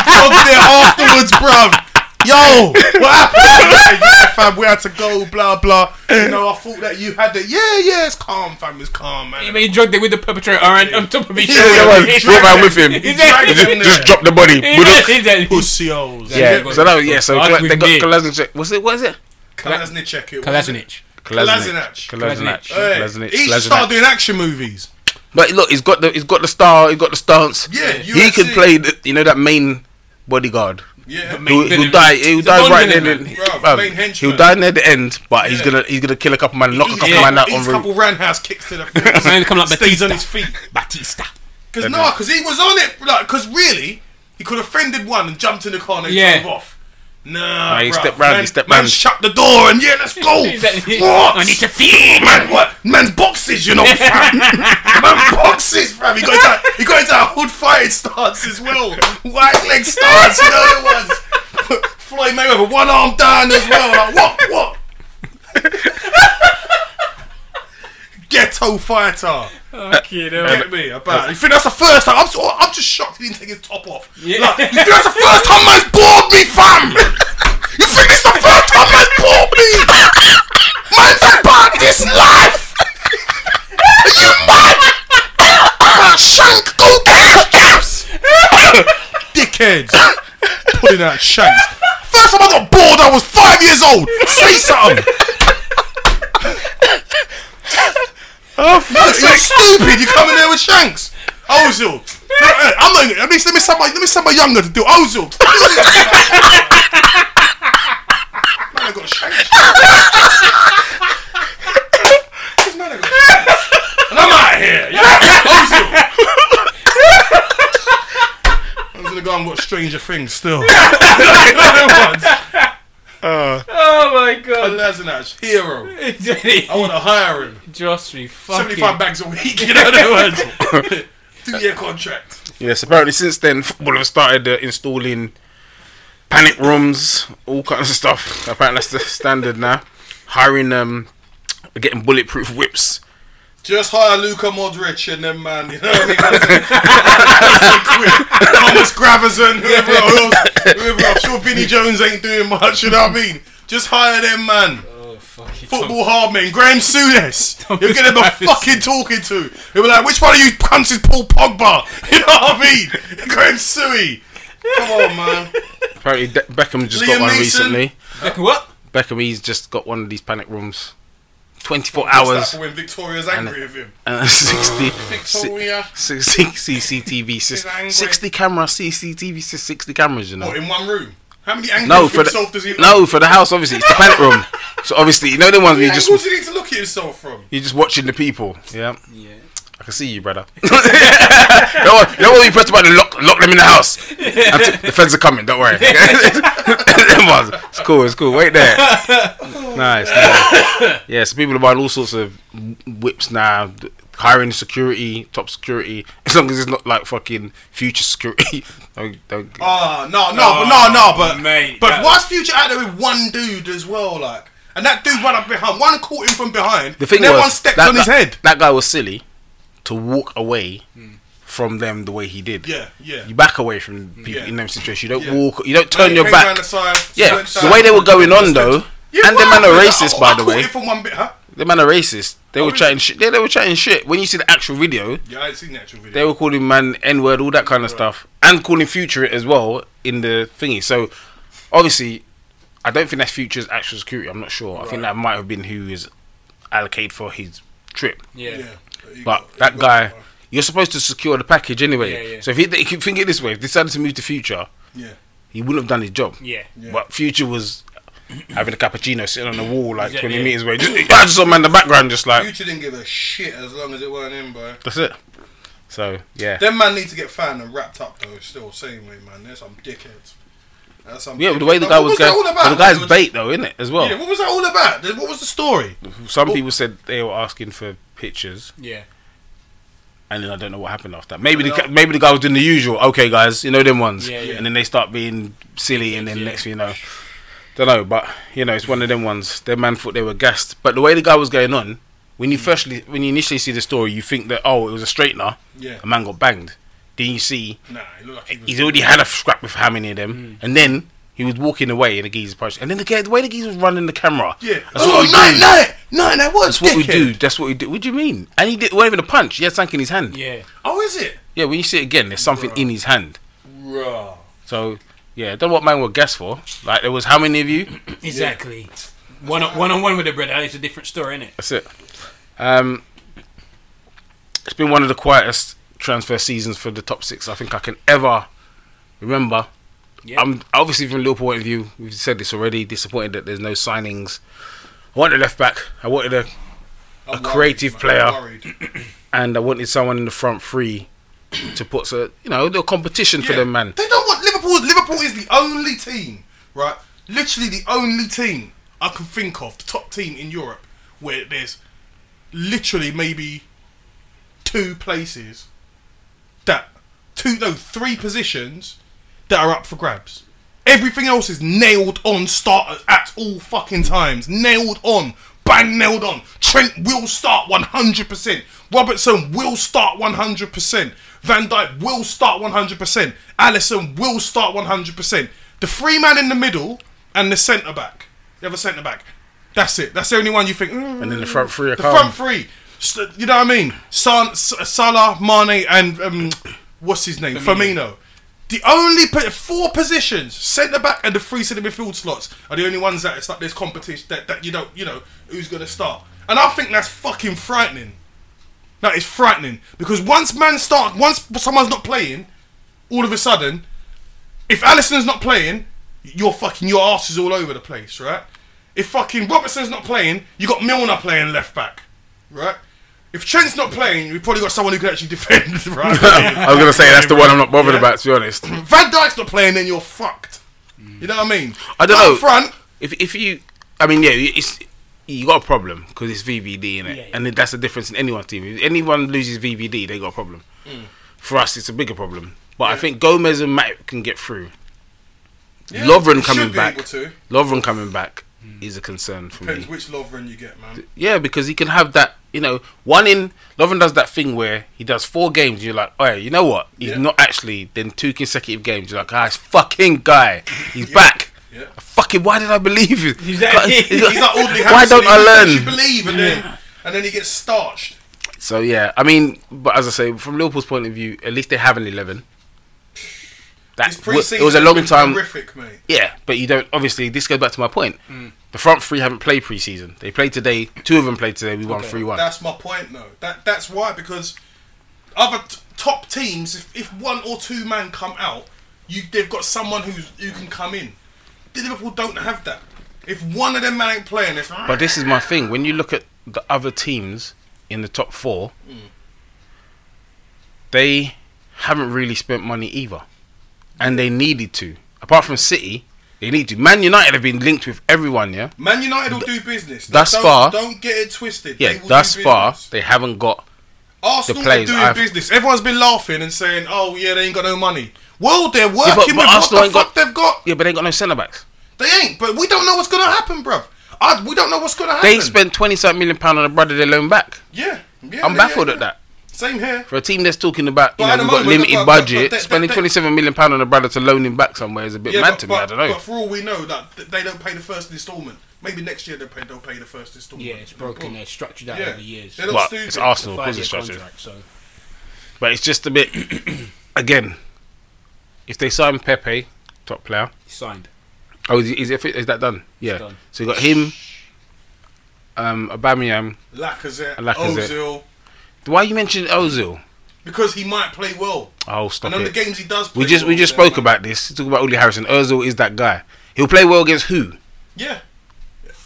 [SPEAKER 2] he got there afterwards, bruv. Yo, what happened? I said, yeah, fam, we had to go, blah blah. You know, I thought that you had the yeah, yeah. It's calm, fam. It's calm, man.
[SPEAKER 3] I mean, he drugged it with the perpetrator and on top of each
[SPEAKER 2] Yeah,
[SPEAKER 3] other.
[SPEAKER 1] man,
[SPEAKER 2] yeah,
[SPEAKER 3] He
[SPEAKER 1] walk
[SPEAKER 3] drugged
[SPEAKER 1] around
[SPEAKER 3] it.
[SPEAKER 1] with him.
[SPEAKER 3] He
[SPEAKER 1] He
[SPEAKER 3] drugged
[SPEAKER 2] dragged
[SPEAKER 3] it.
[SPEAKER 2] him.
[SPEAKER 1] Just, just drop the body.
[SPEAKER 3] He
[SPEAKER 1] With
[SPEAKER 3] did,
[SPEAKER 1] the-
[SPEAKER 3] he did.
[SPEAKER 2] pussy holes.
[SPEAKER 1] yeah, so that was, yeah, so
[SPEAKER 3] Argue
[SPEAKER 1] Kla-
[SPEAKER 3] with
[SPEAKER 1] they got
[SPEAKER 3] me.
[SPEAKER 1] Kolasinac. What's it? What is it?
[SPEAKER 2] Kolasinac. it was.
[SPEAKER 3] Kolasinic.
[SPEAKER 2] Kolasinac.
[SPEAKER 1] Kolasinac.
[SPEAKER 2] Hey,
[SPEAKER 1] Kolasinac.
[SPEAKER 2] He should
[SPEAKER 1] Kolasinac.
[SPEAKER 2] start doing action movies.
[SPEAKER 1] But look, he's got the he's got the style, he's got the stance.
[SPEAKER 2] Yeah,
[SPEAKER 1] he could
[SPEAKER 2] UFC.
[SPEAKER 1] play the, you know that main bodyguard.
[SPEAKER 2] Yeah,
[SPEAKER 1] Who,
[SPEAKER 3] villain.
[SPEAKER 1] who'll die? He'll
[SPEAKER 3] He's
[SPEAKER 1] die
[SPEAKER 3] the
[SPEAKER 1] right
[SPEAKER 3] villain,
[SPEAKER 1] there. and-
[SPEAKER 3] man.
[SPEAKER 2] Bruv,
[SPEAKER 1] bruv,
[SPEAKER 2] main henchman.
[SPEAKER 1] He'll die near the end, but he's
[SPEAKER 2] Yeah.
[SPEAKER 1] gonna he's gonna kill a couple man, knock a
[SPEAKER 2] He's-
[SPEAKER 1] couple
[SPEAKER 2] yeah,
[SPEAKER 1] man out
[SPEAKER 2] he's
[SPEAKER 1] on
[SPEAKER 2] a couple
[SPEAKER 1] route.
[SPEAKER 2] roundhouse kicks to the face.
[SPEAKER 3] Man, come like
[SPEAKER 2] stays on
[SPEAKER 3] Batista.
[SPEAKER 2] his feet.
[SPEAKER 3] Batista.
[SPEAKER 2] Because no, because he was on it. Like, because really, he could have fended one and jumped in the car and then
[SPEAKER 3] Yeah.
[SPEAKER 2] drove off. Nah,
[SPEAKER 1] Nah, he
[SPEAKER 2] bruv.
[SPEAKER 1] stepped round, he
[SPEAKER 2] Man-
[SPEAKER 1] stepped
[SPEAKER 2] man
[SPEAKER 1] round.
[SPEAKER 2] Shut the door and yeah, let's go.
[SPEAKER 3] Exactly.
[SPEAKER 2] what?
[SPEAKER 3] I need to feed.
[SPEAKER 2] Man, what? Man's boxes, you know, fam. Man, boxes, fam. He got into, he got into a hood fighting stance as well. White leg stance, you know the ones. Floyd Mayweather, one arm down as well. Like, what? What? Ghetto fighter.
[SPEAKER 3] Fucking
[SPEAKER 1] Uh,
[SPEAKER 3] hell.
[SPEAKER 2] Get me about. You think that's the first time? I'm, so, I'm just shocked he didn't take his top off.
[SPEAKER 3] Yeah.
[SPEAKER 2] Like, you think that's the first time man's bored me, fam? You think it's the first time man's bored me? Man's about this life. Are you mad? Shank, go get caps. Dickheads. Putting out shanks. First time I got bored, I was five years old. Say something. Look, you're stupid. You coming there with shanks. Ozil. Look, hey, I'm not, let me let me send my let me send my younger to do Ozil. man, I got shanks. This man, I got shanks. And I'm out of here. Yeah, Ozil. I'm gonna go and watch Stranger Things still.
[SPEAKER 3] Oh my god.
[SPEAKER 2] Kolasinac, hero. I want to hire him.
[SPEAKER 3] Josh, you fucking.
[SPEAKER 2] 75 bags a week, you know that words. Two year contract.
[SPEAKER 1] Yes, apparently since then football have started uh, installing panic rooms, all kinds of stuff. Apparently that's the standard now. Hiring um, getting bulletproof whips.
[SPEAKER 2] Just hire Luka Modric and then man, you know what I mean? Thomas Gravison, whoever else, whoever else. Sure, Vinny Jones ain't doing much, you know what I mean? Just hire them, man.
[SPEAKER 3] Oh, fucking
[SPEAKER 2] Football hard men. Graham Souness. You'll get him a
[SPEAKER 3] Gravison.
[SPEAKER 2] fucking talking to. He'll be like, which one of you punches Paul Pogba? You know what I mean? Graham Suey. Come on, man.
[SPEAKER 1] Apparently De- Beckham just
[SPEAKER 2] Liam
[SPEAKER 1] got one
[SPEAKER 2] Neeson.
[SPEAKER 1] recently.
[SPEAKER 3] Like what?
[SPEAKER 1] Beckham he's just got one of these panic rooms. Twenty four hours
[SPEAKER 2] That's when Victoria's angry with him.
[SPEAKER 1] and 60,
[SPEAKER 2] Oh, Victoria.
[SPEAKER 1] 60 CCTV,
[SPEAKER 2] She's angry.
[SPEAKER 1] 60 camera CCTV, 60 cameras, you know.
[SPEAKER 2] What, in one room? How many angles
[SPEAKER 1] No,
[SPEAKER 2] of
[SPEAKER 1] for
[SPEAKER 2] himself does he
[SPEAKER 1] the, no, for the house, obviously, it's the panic room. So obviously, you know the ones where you
[SPEAKER 2] What
[SPEAKER 1] just
[SPEAKER 2] angles does he need to look at himself from?
[SPEAKER 1] you're just watching the people. Yeah,
[SPEAKER 3] Yeah.
[SPEAKER 1] I can see you, brother. you know what? You know what? You press the button, lock, lock them in the house. And t- the feds are coming. Don't worry. Them ones. it's cool. It's cool. Wait there. Nice. nice. Yeah. So people are buying all sorts of whips now. d- Hiring security, top security, as long as it's not like fucking future security. don't, don't,
[SPEAKER 2] Ah, no, no, but
[SPEAKER 1] Oh,
[SPEAKER 2] no, no, but
[SPEAKER 3] mate,
[SPEAKER 2] but
[SPEAKER 3] that-
[SPEAKER 2] why's Future out there with one dude as well, like? And that dude run up behind, one caught him from behind,
[SPEAKER 1] The thing
[SPEAKER 2] and then
[SPEAKER 1] was,
[SPEAKER 2] one stepped
[SPEAKER 1] that,
[SPEAKER 2] on his
[SPEAKER 1] that-
[SPEAKER 2] head. Hmm.
[SPEAKER 1] That guy was silly to walk away from them the way he did.
[SPEAKER 2] Yeah, yeah.
[SPEAKER 1] You back away from people
[SPEAKER 2] Yeah.
[SPEAKER 1] in them situations. You don't
[SPEAKER 2] Yeah.
[SPEAKER 1] walk. You don't turn
[SPEAKER 2] He
[SPEAKER 1] your
[SPEAKER 2] came round
[SPEAKER 1] back.
[SPEAKER 2] The side,
[SPEAKER 1] yeah,
[SPEAKER 2] went
[SPEAKER 1] the
[SPEAKER 2] down,
[SPEAKER 1] way they were going on
[SPEAKER 2] stepped-
[SPEAKER 1] though,
[SPEAKER 2] Yeah,
[SPEAKER 1] and the
[SPEAKER 2] why?
[SPEAKER 1] man are
[SPEAKER 2] I- I-
[SPEAKER 1] racist,
[SPEAKER 2] I
[SPEAKER 1] by the
[SPEAKER 2] caught
[SPEAKER 1] way.
[SPEAKER 2] it from one bit, huh?
[SPEAKER 1] The man are racist. They were
[SPEAKER 2] Oh, really?
[SPEAKER 1] chatting shit. Yeah, they were chatting shit. When you see the actual video,
[SPEAKER 2] Yeah, I ain't seen the actual video.
[SPEAKER 1] they were calling man N word, all that kind of stuff, and calling Future it as well in the thingy. So obviously, I don't think that's Future's actual security. I'm not sure. I think that might have been who is allocated for his trip.
[SPEAKER 3] Yeah.
[SPEAKER 2] yeah, he
[SPEAKER 1] But
[SPEAKER 2] got- he
[SPEAKER 1] that
[SPEAKER 2] got-
[SPEAKER 1] guy, you're supposed to secure the package anyway.
[SPEAKER 3] Yeah, yeah.
[SPEAKER 1] So if he, if you think it this way, if he decided to move to Future,
[SPEAKER 2] yeah,
[SPEAKER 1] he wouldn't have done his job.
[SPEAKER 3] Yeah.
[SPEAKER 2] Yeah.
[SPEAKER 1] But Future was having a cappuccino sitting on the wall like
[SPEAKER 3] Yeah,
[SPEAKER 1] 20
[SPEAKER 3] yeah.
[SPEAKER 1] meters away. Just, I just saw man in the background, just like,
[SPEAKER 2] Future didn't give a shit as long as it weren't him, bro.
[SPEAKER 1] that's it. So, yeah.
[SPEAKER 2] Them man need to get found and wrapped up though. Still, same way, man. There's some dickheads. Uh, some-
[SPEAKER 1] Yeah, but the way the guy
[SPEAKER 2] What
[SPEAKER 1] was
[SPEAKER 2] that
[SPEAKER 1] going,
[SPEAKER 2] all about?
[SPEAKER 1] but the guy's
[SPEAKER 2] What was-
[SPEAKER 1] bait though, isn't it? As well,
[SPEAKER 2] Yeah, what was that all about? What was the story?
[SPEAKER 1] some people said they were asking for pictures,
[SPEAKER 3] Yeah.
[SPEAKER 1] and then I don't know what happened after that. Maybe the maybe the guy was doing the usual. Okay, guys, you know them ones.
[SPEAKER 3] Yeah, yeah.
[SPEAKER 1] And then they start being silly, and then
[SPEAKER 3] Yeah.
[SPEAKER 1] next thing you know, don't know. But you know, it's one of them ones. Their man thought they were gassed, but the way the guy was going on, when you
[SPEAKER 2] Mm.
[SPEAKER 1] firstly when you initially see the story, you think that oh, it was a straightener.
[SPEAKER 2] Yeah.
[SPEAKER 1] a man got banged. Then you see
[SPEAKER 2] Nah, it looked like he was. Mm.
[SPEAKER 1] he's already had a scrap with how many of them, and then he was walking away in the geezer approached, and then the, guy, the way the geezer was running the camera.
[SPEAKER 2] Yeah. Oh,
[SPEAKER 1] that's what we do.
[SPEAKER 2] night, night, that was
[SPEAKER 1] That's what we
[SPEAKER 2] dickhead.
[SPEAKER 1] do. That's what we do. What do you mean? And he did, it wasn't even a punch. He had something in his hand.
[SPEAKER 3] Yeah.
[SPEAKER 2] Oh, is it?
[SPEAKER 1] Yeah, when you see it again, there's something in his hand.
[SPEAKER 2] Raw.
[SPEAKER 1] So yeah, I don't know what man would guess for. Like there was how many of you?
[SPEAKER 3] Exactly. One on one on one with a brother is a different story, isn't it?
[SPEAKER 1] That's it. Um, it's been one of the quietest transfer seasons for the top six I think I can ever remember.
[SPEAKER 3] Yeah.
[SPEAKER 1] I'm obviously from Liverpool point of view. We've said this already. Disappointed that there's no signings. I wanted a left back. I wanted a,
[SPEAKER 2] A
[SPEAKER 1] creative player.
[SPEAKER 2] Worried.
[SPEAKER 1] and I wanted someone in the front three to put so you know the competition for
[SPEAKER 2] Yeah.
[SPEAKER 1] them, man.
[SPEAKER 2] They don't want Liverpool. Liverpool is the only team, right? Literally the only team I can think of, the top team in Europe, where there's literally maybe two places that two no three positions that are up for grabs. Everything else is nailed on starters at all fucking times. Nailed on. Bang nailed on. Trent will start 100%. Robertson will start 100%. Van Dyke will start 100%. Allison will start 100%. The three man in the middle and the centre back. The other centre back. That's it. That's the only one you think. "Mm,
[SPEAKER 1] And then the front three are
[SPEAKER 2] the
[SPEAKER 1] calm.
[SPEAKER 2] front three. S- You know what I mean? San, S- Salah, Mane, and um, what's his name? Firmino. The only po- four positions, centre back and the three centre midfield slots, are the only ones that it's like there's competition that, that you don't you know who's gonna start. And I think that's fucking frightening. That is frightening because once man start, once someone's not playing, all of a sudden, if Allison's not playing, your fucking your ass is all over the place, right? If fucking Robertson's not playing, you got Milner playing left back, right? If Trent's not playing, we have probably got someone who can actually defend, right?
[SPEAKER 1] I was gonna say that's the one I'm not bothered
[SPEAKER 2] Yeah.
[SPEAKER 1] about. To be honest,
[SPEAKER 2] Van Dyke's not playing, then you're fucked. You know what I mean?
[SPEAKER 1] I don't
[SPEAKER 2] Up
[SPEAKER 1] know.
[SPEAKER 2] Front,
[SPEAKER 1] if if you, I mean, yeah, it's you got a problem because it's VVD in it,
[SPEAKER 3] Yeah, yeah.
[SPEAKER 1] and that's the difference in anyone's team. If anyone loses VVD, they got a problem.
[SPEAKER 2] Mm.
[SPEAKER 1] For us, it's a bigger problem. But I think Gomez and Matt can get through.
[SPEAKER 2] Yeah,
[SPEAKER 1] Lovren
[SPEAKER 2] should
[SPEAKER 1] coming
[SPEAKER 2] be
[SPEAKER 1] back.
[SPEAKER 2] able to. Mm.
[SPEAKER 1] Lovren coming back is a concern for me.
[SPEAKER 2] depends which Lovren you get, man.
[SPEAKER 1] Yeah, because he can have that. You know, one in Lovren does that thing where he does four games. You're like, oh, you know what? He's
[SPEAKER 2] Yeah.
[SPEAKER 1] not actually. Then two consecutive games, you're like, ah, it's fucking guy. He's back.
[SPEAKER 2] Yeah.
[SPEAKER 1] Fucking. Why did I believe you?
[SPEAKER 3] Exactly.
[SPEAKER 1] Like,
[SPEAKER 3] He's
[SPEAKER 2] He's like Audley
[SPEAKER 1] why don't
[SPEAKER 2] Harrison, he makes
[SPEAKER 1] I
[SPEAKER 2] You
[SPEAKER 1] learn?
[SPEAKER 2] believe, and then and then he gets starched.
[SPEAKER 1] So yeah, I mean, but as I say, from Liverpool's point of view, at least they have an eleven. That
[SPEAKER 2] His
[SPEAKER 1] it
[SPEAKER 2] pre-season
[SPEAKER 1] was a
[SPEAKER 2] has
[SPEAKER 1] long
[SPEAKER 2] been
[SPEAKER 1] time.
[SPEAKER 2] Horrific, mate.
[SPEAKER 1] Yeah, but you don't. Obviously, this goes back to my point.
[SPEAKER 2] Mm.
[SPEAKER 1] The front three haven't played preseason. They played today. Two of them played today. We won three one.
[SPEAKER 2] That's my point, though. That that's why because other t- top teams, if, if one or two man come out, you they've got someone who's who can come in. The Liverpool don't have that. If one of them man ain't playing, it's
[SPEAKER 1] But this is my thing. When you look at the other teams in the top four, they haven't really spent money either, and they needed to. Apart from City, they need to. Man United have been linked with everyone. Yeah,
[SPEAKER 2] Man United will do business.
[SPEAKER 1] thus
[SPEAKER 2] don't,
[SPEAKER 1] far-
[SPEAKER 2] don't get it twisted. They
[SPEAKER 1] yeah.
[SPEAKER 2] will do
[SPEAKER 1] Thus far,
[SPEAKER 2] business.
[SPEAKER 1] they haven't got.
[SPEAKER 2] Arsenal
[SPEAKER 1] the players
[SPEAKER 2] are doing
[SPEAKER 1] I've-
[SPEAKER 2] business. Everyone's been laughing and saying, "Oh yeah, they ain't got no money." Well, they're
[SPEAKER 1] but
[SPEAKER 2] working with
[SPEAKER 1] Arsenal
[SPEAKER 2] what the
[SPEAKER 1] ain't got-
[SPEAKER 2] fuck they've got.
[SPEAKER 1] Yeah, but they ain't got no centre backs.
[SPEAKER 2] They ain't. But we don't know what's gonna happen, bruv. I, we don't know what's gonna happen.
[SPEAKER 1] They spent twenty something million pound on a brother they loan back.
[SPEAKER 2] Yeah, yeah
[SPEAKER 1] I'm
[SPEAKER 2] yeah,
[SPEAKER 1] baffled
[SPEAKER 2] yeah.
[SPEAKER 1] at that.
[SPEAKER 2] Same here.
[SPEAKER 1] For a team that's talking about, you
[SPEAKER 2] But at
[SPEAKER 1] know,
[SPEAKER 2] the
[SPEAKER 1] we've got
[SPEAKER 2] moment,
[SPEAKER 1] limited
[SPEAKER 2] but- but- but
[SPEAKER 1] budget,
[SPEAKER 2] they- they-
[SPEAKER 1] spending
[SPEAKER 2] they-
[SPEAKER 1] twenty-seven million pound on a brother to loan him back somewhere is a bit mad
[SPEAKER 2] but,
[SPEAKER 1] to me.
[SPEAKER 2] but,
[SPEAKER 1] I don't know.
[SPEAKER 2] But for all we know, that th- they don't pay the first instalment. Maybe next year they'll pay. They'll pay the first instalment.
[SPEAKER 3] Yeah, it's broken. They're structured out
[SPEAKER 2] Yeah.
[SPEAKER 3] over years.
[SPEAKER 2] They don't-
[SPEAKER 1] Well,
[SPEAKER 2] stupid.
[SPEAKER 1] it's Arsenal, of
[SPEAKER 3] Five
[SPEAKER 1] course
[SPEAKER 3] year
[SPEAKER 1] it's structured.
[SPEAKER 3] contract. So
[SPEAKER 1] But it's just a bit. again, if they sign Pepe, top player.
[SPEAKER 3] signed.
[SPEAKER 1] Oh, is, is, it, is that done? Yeah.
[SPEAKER 3] done.
[SPEAKER 1] So you got him, um, Aubameyang.
[SPEAKER 2] Lacazette,
[SPEAKER 1] Lacazette.
[SPEAKER 2] Ozil,
[SPEAKER 1] Why you mentioned Ozil?
[SPEAKER 2] because he might play well.
[SPEAKER 1] Oh, stop
[SPEAKER 2] and on
[SPEAKER 1] it.
[SPEAKER 2] the games he does. Play
[SPEAKER 1] we just we
[SPEAKER 2] well,
[SPEAKER 1] just
[SPEAKER 2] they're
[SPEAKER 1] spoke
[SPEAKER 2] like-
[SPEAKER 1] about this. Talk about Uli Harrison. Ozil is that guy. He'll play well against who?
[SPEAKER 2] Yeah.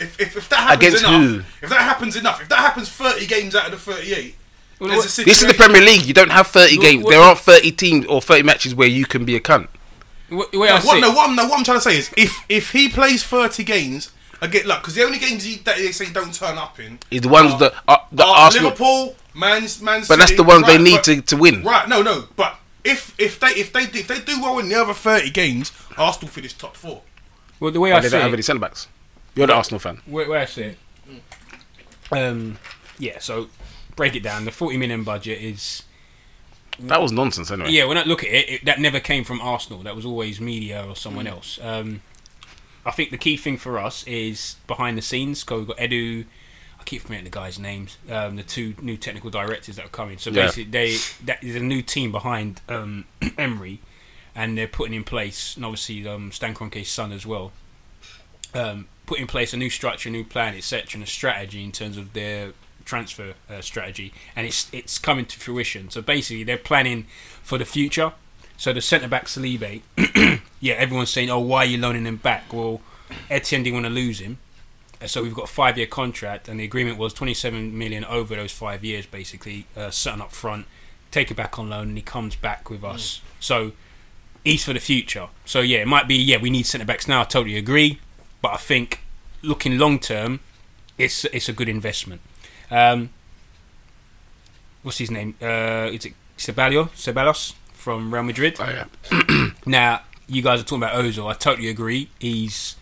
[SPEAKER 2] If, if, if that happens
[SPEAKER 1] Against
[SPEAKER 2] enough,
[SPEAKER 1] who?
[SPEAKER 2] if that happens enough, if that happens thirty games out of the thirty-eight, there's a
[SPEAKER 3] what-
[SPEAKER 2] situation.
[SPEAKER 1] This is the Premier League. You don't have 30
[SPEAKER 3] Look,
[SPEAKER 1] games.
[SPEAKER 3] what-
[SPEAKER 1] There aren't 30 teams or 30 matches where you can be a cunt.
[SPEAKER 3] What, what I
[SPEAKER 2] What,
[SPEAKER 3] say-
[SPEAKER 2] no, what, I'm, no, what I'm trying to say is if if he plays 30 games, I get luck because the only games he, that they say don't turn up in
[SPEAKER 1] Is the ones that uh, that
[SPEAKER 2] are
[SPEAKER 1] Arsenal,
[SPEAKER 2] Ah, Liverpool, Man's Man
[SPEAKER 1] but that's
[SPEAKER 2] City,
[SPEAKER 1] the ones they
[SPEAKER 2] right,
[SPEAKER 1] need
[SPEAKER 2] but-
[SPEAKER 1] to, to win.
[SPEAKER 2] Right? No, no. But if if they if they do- if they do well in the other 30 games, Arsenal finish top four.
[SPEAKER 3] Well, the way
[SPEAKER 1] But
[SPEAKER 3] I
[SPEAKER 1] they
[SPEAKER 3] see
[SPEAKER 1] don't have
[SPEAKER 3] it,
[SPEAKER 1] any centre backs. You're the Arsenal fan.
[SPEAKER 3] where, I see it, um, yeah. So break it down. The forty million budget is
[SPEAKER 1] That was nonsense anyway.
[SPEAKER 3] yeah. When I look at it, it that never came from Arsenal. That was always media or someone else. Um, I think the key thing for us is behind the scenes. Cause we've got Edu. I keep forgetting the guys' names. Um, the two new technical directors that are coming. So
[SPEAKER 1] Yeah.
[SPEAKER 3] basically, they that is a new team behind um, Emery, and they're putting in place, and obviously um, Stan Kroenke's son as well. um, put in place a new structure, a new plan, etc., and a strategy in terms of their transfer uh, strategy, and it's it's coming to fruition. So basically, they're planning for the future. So the centre back Saliba, yeah, everyone's saying, "Oh, why are you loaning him back?" Well, Etienne didn't want to lose him, Uh, so we've got a five-year contract, and the agreement was 27 million over those five years, basically, uh, certain up front, take it back on loan, and he comes back with us. So he's for the future. So yeah, it might be yeah we need centre backs now. I totally agree, but I think looking long term, it's it's a good investment. Um, what's his name? Uh, is it Ceballo? Ceballos from Real Madrid.
[SPEAKER 1] Oh, yeah.
[SPEAKER 3] Now you guys are talking about Ozil. I totally agree. He's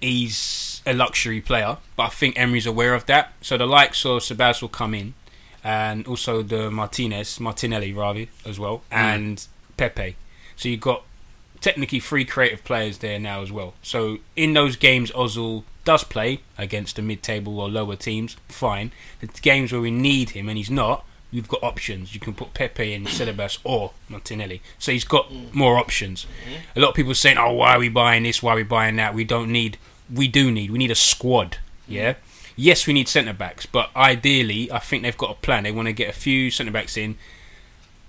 [SPEAKER 3] he's a luxury player, but I think Emery's aware of that. So the likes of Sebas will come in, and also the Martinez, Martinelli rather as well, and Pepe. So you've got technically three creative players there now as well. So in those games, Ozil does play against the mid-table or lower teams. Fine. The games where we need him and he's not, we've got options. You can put Pepe in Celebas or Martinelli. So he's got more options. A lot of people saying, "Oh, why are we buying this? Why are we buying that? We don't need. We do need. We need a squad. Yeah." Yes, we need centre backs, but ideally, I think they've got a plan. They want to get a few centre backs in.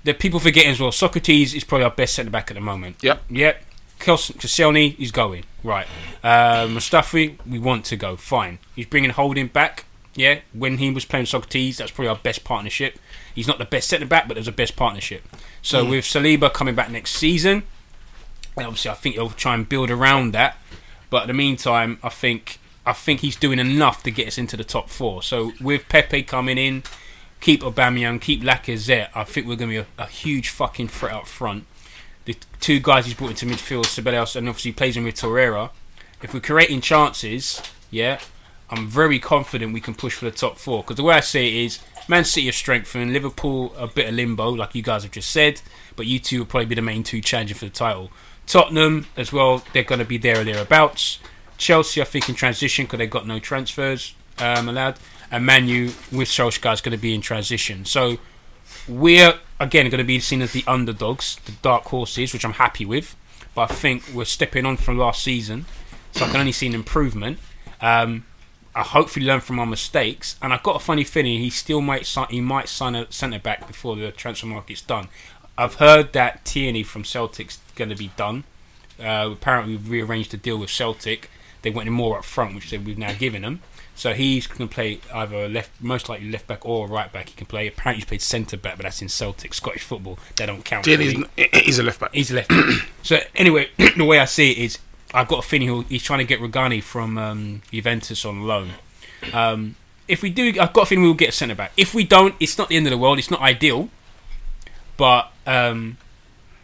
[SPEAKER 3] The people forgetting as well. Socrates is probably our best centre back at the moment.
[SPEAKER 1] Yep.
[SPEAKER 3] Yep. Kelson Koscielny, he's going. Right. Uh, Mustafi, we want to go. Fine. He's bringing Holding back. Yeah. When he was playing Socrates, that's probably our best partnership. He's not the best centre back, but there's a best partnership. So with Saliba coming back next season, and obviously I think he'll try and build around that. But in the meantime, I think I think he's doing enough to get us into the top four. So with Pepe coming in, keep Aubameyang, keep Lacazette. I think we're going to be a, a huge fucking threat up front. The two guys he's brought into midfield, Ceballos, and obviously plays him with Torreira. If we're creating chances, yeah, I'm very confident we can push for the top four. Because the way I see it is, Man City have strengthened, Liverpool a bit of limbo, like you guys have just said. But you two will probably be the main two challenging for the title. Tottenham as well, they're going to be there or thereabouts. Chelsea, I think, in transition because they've got no transfers um, allowed. And Manu with Solskjaer is going to be in transition. So we're again going to be seen as the underdogs, the dark horses, which I'm happy with. But I think we're stepping on from last season, so I can only see an improvement. Um, I hopefully learn from our mistakes, and I've got a funny feeling he still might sign, he might sign a centre back before the transfer market's done. I've heard that Tierney from Celtic's going to be done. Uh, apparently, we've rearranged the deal with Celtic. They wanted more up front, which they- we've now given them. So he's going to play either a left, most likely left back or a right back. He can play. Apparently, he's played centre back, but that's in Celtic Scottish football. They don't count.
[SPEAKER 1] Tierney's
[SPEAKER 3] really.
[SPEAKER 1] n- he's a left back.
[SPEAKER 3] He's left. so anyway, the way I see it is, I've got a feeling he'll, he's trying to get Regani from um, Juventus on loan. Um, if we do, I've got a feeling we'll get a centre back. If we don't, it's not the end of the world. It's not ideal, but um,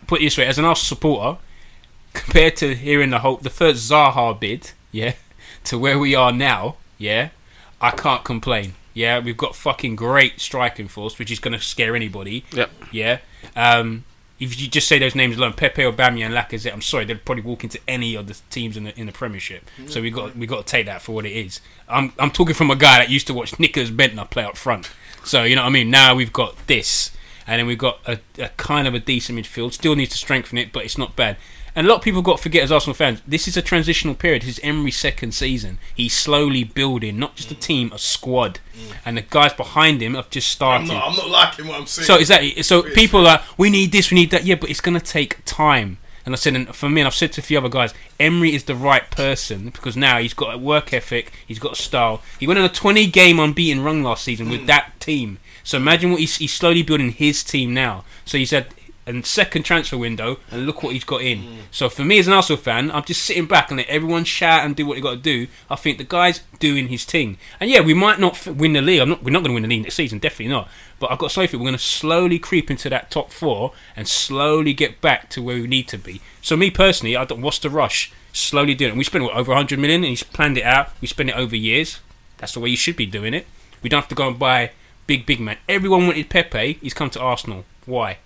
[SPEAKER 3] put it this way: as an Arsenal supporter, compared to hearing the whole the first Zaha bid, yeah, to where we are now, yeah, I can't complain. Yeah, we've got fucking great striking force, which is going to scare anybody.
[SPEAKER 1] Yep.
[SPEAKER 3] Yeah. Um, if you just say those names alone, Pepe, Aubameyang, and Lacazette, I'm sorry, they'd probably walk into any of the teams in the in the Premiership. So we got we got to take that for what it is. I'm I'm talking from a guy that used to watch Nickers Bentner play up front. So you know what I mean. Now we've got this, and then we've got a, a kind of a decent midfield. Still needs to strengthen it, but it's not bad. And a lot of people got to forget as Arsenal fans, this is a transitional period. This is Emery's second season. He's slowly building not just a team, a squad, and the guys behind him have just started.
[SPEAKER 2] I'm not, I'm not liking what I'm seeing.
[SPEAKER 3] So exactly. So people are we need this, we need that. Yeah, but it's gonna take time. And I said, and for me, and I've said to a few other guys, Emery is the right person because now he's got a work ethic, he's got a style. He went on a 20 game unbeaten run last season with that team. So imagine what he's, he's slowly building his team now. So he's had and second transfer window, and look what he's got in. So for me as an Arsenal fan, I'm just sitting back and let everyone shout and do what they got to do. I think the guy's doing his thing, and yeah, we might not f- win the league. I'm not. We're not going to win the league next season, definitely not. But I've got so far we're going to slowly creep into that top four and slowly get back to where we need to be. So me personally, I don't. What's the rush? Slowly doing it. We spent what, over 100 million, and he's planned it out. We spent it over years. That's the way you should be doing it. We don't have to go and buy big, big man. Everyone wanted Pepe. He's come to Arsenal. Why?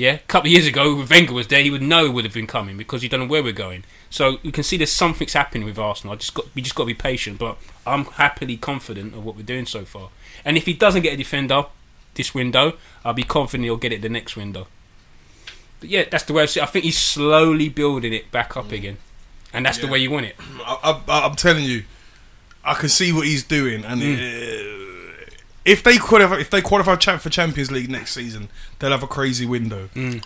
[SPEAKER 3] Yeah, a couple of years ago, when Wenger was there. He would know it would have been coming because he don't know where we're going. So you can see there's something's happening with Arsenal. I just got we just got to be patient. But I'm happily confident of what we're doing so far. And if he doesn't get a defender this window, I'll be confident he'll get it the next window. But yeah, that's the way I see. It. I think he's slowly building it back up
[SPEAKER 2] Mm.
[SPEAKER 3] again, and that's the way you want it.
[SPEAKER 2] I, I, I'm telling you, I can see what he's doing, and uh, if they qualify, if they qualify cha- for Champions League next season, they'll have a crazy window, and,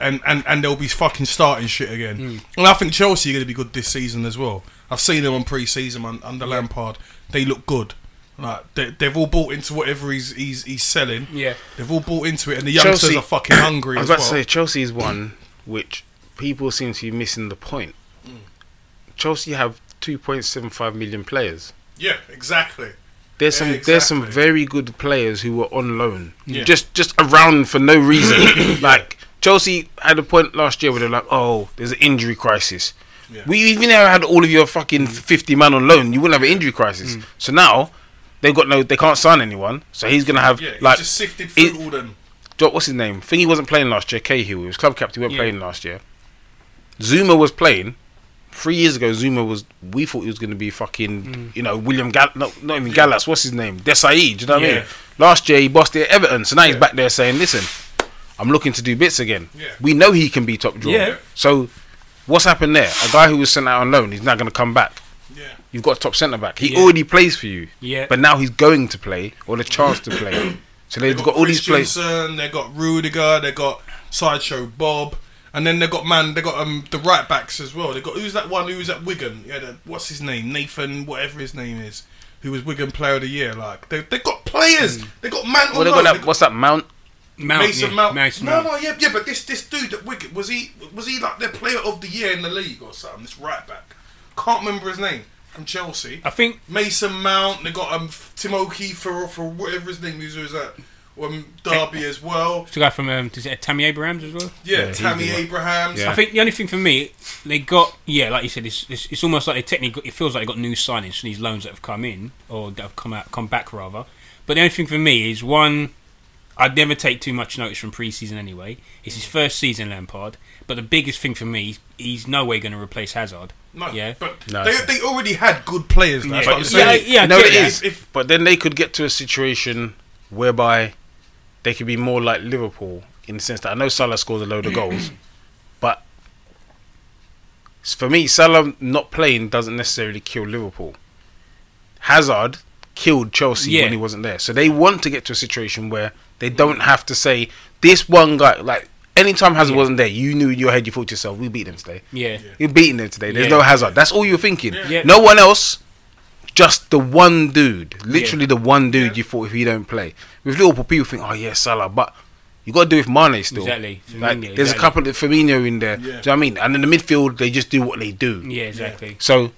[SPEAKER 2] and and and they'll be fucking starting shit again. And I think Chelsea are going to be good this season as well. I've seen them on pre-season un- under Lampard; they look good. Like they, they've all bought into whatever he's he's, he's selling.
[SPEAKER 3] Yeah.
[SPEAKER 2] they've all bought into it, and the youngsters
[SPEAKER 1] Chelsea-
[SPEAKER 2] are fucking hungry.
[SPEAKER 1] I was
[SPEAKER 2] as
[SPEAKER 1] about
[SPEAKER 2] well.
[SPEAKER 1] to say Chelsea is one which people seem to be missing the point.
[SPEAKER 2] Mm.
[SPEAKER 1] Chelsea have 2.75 million players.
[SPEAKER 2] yeah, exactly.
[SPEAKER 1] There's some there's some
[SPEAKER 2] Exactly.
[SPEAKER 1] very good players who were on loan,
[SPEAKER 2] Yeah.
[SPEAKER 1] just just around for no reason. like Chelsea had a point last year where they're like, oh, there's an injury crisis.
[SPEAKER 2] Yeah. Mm.
[SPEAKER 1] We even now had all of your fucking 50 man on loan, you wouldn't have an injury crisis. So now they've got no, they can't sign anyone. So he's gonna have
[SPEAKER 2] Yeah, he
[SPEAKER 1] like
[SPEAKER 2] just sifted through
[SPEAKER 1] it-
[SPEAKER 2] all them.
[SPEAKER 1] Jo- what's his name? Thing he wasn't playing last year. Cahill, he was club captain. He wasn't
[SPEAKER 3] Yeah.
[SPEAKER 1] playing last year. Zuma was playing three years ago. Zuma was. We thought he was going to be fucking.
[SPEAKER 3] Mm.
[SPEAKER 1] You know, William Gall. Not, not even Gallas. What's his name? Desai. Do you know what I
[SPEAKER 3] Yeah.
[SPEAKER 1] mean? Last year he bossed it at Everton, so now he's back there saying, "Listen, I'm looking to do bits again.
[SPEAKER 2] Yeah.
[SPEAKER 1] We know he can be top drawer.
[SPEAKER 3] Yeah.
[SPEAKER 1] So, what's happened there? A guy who was sent out on loan, he's now going to come back.
[SPEAKER 2] Yeah.
[SPEAKER 1] You've got a top centre back. He
[SPEAKER 3] Yeah.
[SPEAKER 1] already plays for you.
[SPEAKER 3] Yeah.
[SPEAKER 1] But now he's going to play or the chance to play. So they've got all these players.
[SPEAKER 2] Christensen, They got Rudiger. They got Sideshow Bob, and then they got man. They got um the right backs as well. They got who's that one who was at Wigan? Yeah, the, what's his name? Nathan, whatever his name is, who was Wigan Player of the Year. Like they they got players. They got man. on
[SPEAKER 1] Hmm. Well, they
[SPEAKER 2] loan,
[SPEAKER 1] got that. What's that? Mount.
[SPEAKER 3] Mount,
[SPEAKER 2] Mason
[SPEAKER 3] yeah,
[SPEAKER 2] Mount.
[SPEAKER 3] Mason
[SPEAKER 2] no,
[SPEAKER 3] Mount.
[SPEAKER 2] no, yeah, yeah, but this this dude at Wigan was he was he like their Player of the Year in the league or something? This right back, can't remember his name from Chelsea.
[SPEAKER 3] I think
[SPEAKER 2] Mason Mount. They got um Tim O'Keefe or, or whatever his name is. who Was at um, Derby as well.
[SPEAKER 3] it's the guy from um, is it Tammy Abrahams as well.
[SPEAKER 2] Yeah,
[SPEAKER 1] he's
[SPEAKER 2] Tammy
[SPEAKER 1] the one.
[SPEAKER 2] Abrahams.
[SPEAKER 1] Yeah.
[SPEAKER 3] I think the only thing for me, they got yeah, like you said, it's it's, it's almost like they technically it feels like they got new signings from these loans that have come in or that have come out come back rather. But the only thing for me is one, I'd never take too much notice from preseason anyway. It's his first season, Lampard. But the biggest thing for me, he's no way going to replace Hazard.
[SPEAKER 2] No,
[SPEAKER 3] yeah,
[SPEAKER 2] but
[SPEAKER 1] No.
[SPEAKER 2] they, they already had good players. That's
[SPEAKER 3] Yeah.
[SPEAKER 2] what I'm
[SPEAKER 3] Yeah,
[SPEAKER 2] saying.
[SPEAKER 3] yeah, I
[SPEAKER 1] you know
[SPEAKER 3] get
[SPEAKER 1] it
[SPEAKER 3] that.
[SPEAKER 1] is.
[SPEAKER 2] If-
[SPEAKER 1] But then they could get to a situation whereby they could be more like Liverpool in the sense that I know Salah scores a load of goals, but s- for me, Salah not playing doesn't necessarily kill Liverpool. Hazard killed Chelsea
[SPEAKER 3] Yeah.
[SPEAKER 1] when he wasn't there, so they want to get to a situation where they don't have to say this one guy like. Anytime Hazard wasn't there, you knew in your head, you thought to yourself, we beat them today.
[SPEAKER 3] Yeah.
[SPEAKER 1] You're beating them today. There's
[SPEAKER 3] Yeah.
[SPEAKER 1] no hazard. That's all you're thinking.
[SPEAKER 3] Yeah.
[SPEAKER 1] No one else. Just the one dude. Literally the one dude you thought if he don't play. With Liverpool, people think, oh yeah, Salah, but you got to do with Mane still.
[SPEAKER 3] Exactly.
[SPEAKER 1] Like,
[SPEAKER 3] Firmino,
[SPEAKER 1] There's a
[SPEAKER 3] exactly.
[SPEAKER 1] couple of Firmino in there. Do you know
[SPEAKER 2] Yeah.
[SPEAKER 1] what I mean? And in the midfield, they just do what they do.
[SPEAKER 3] Yeah, exactly.
[SPEAKER 1] So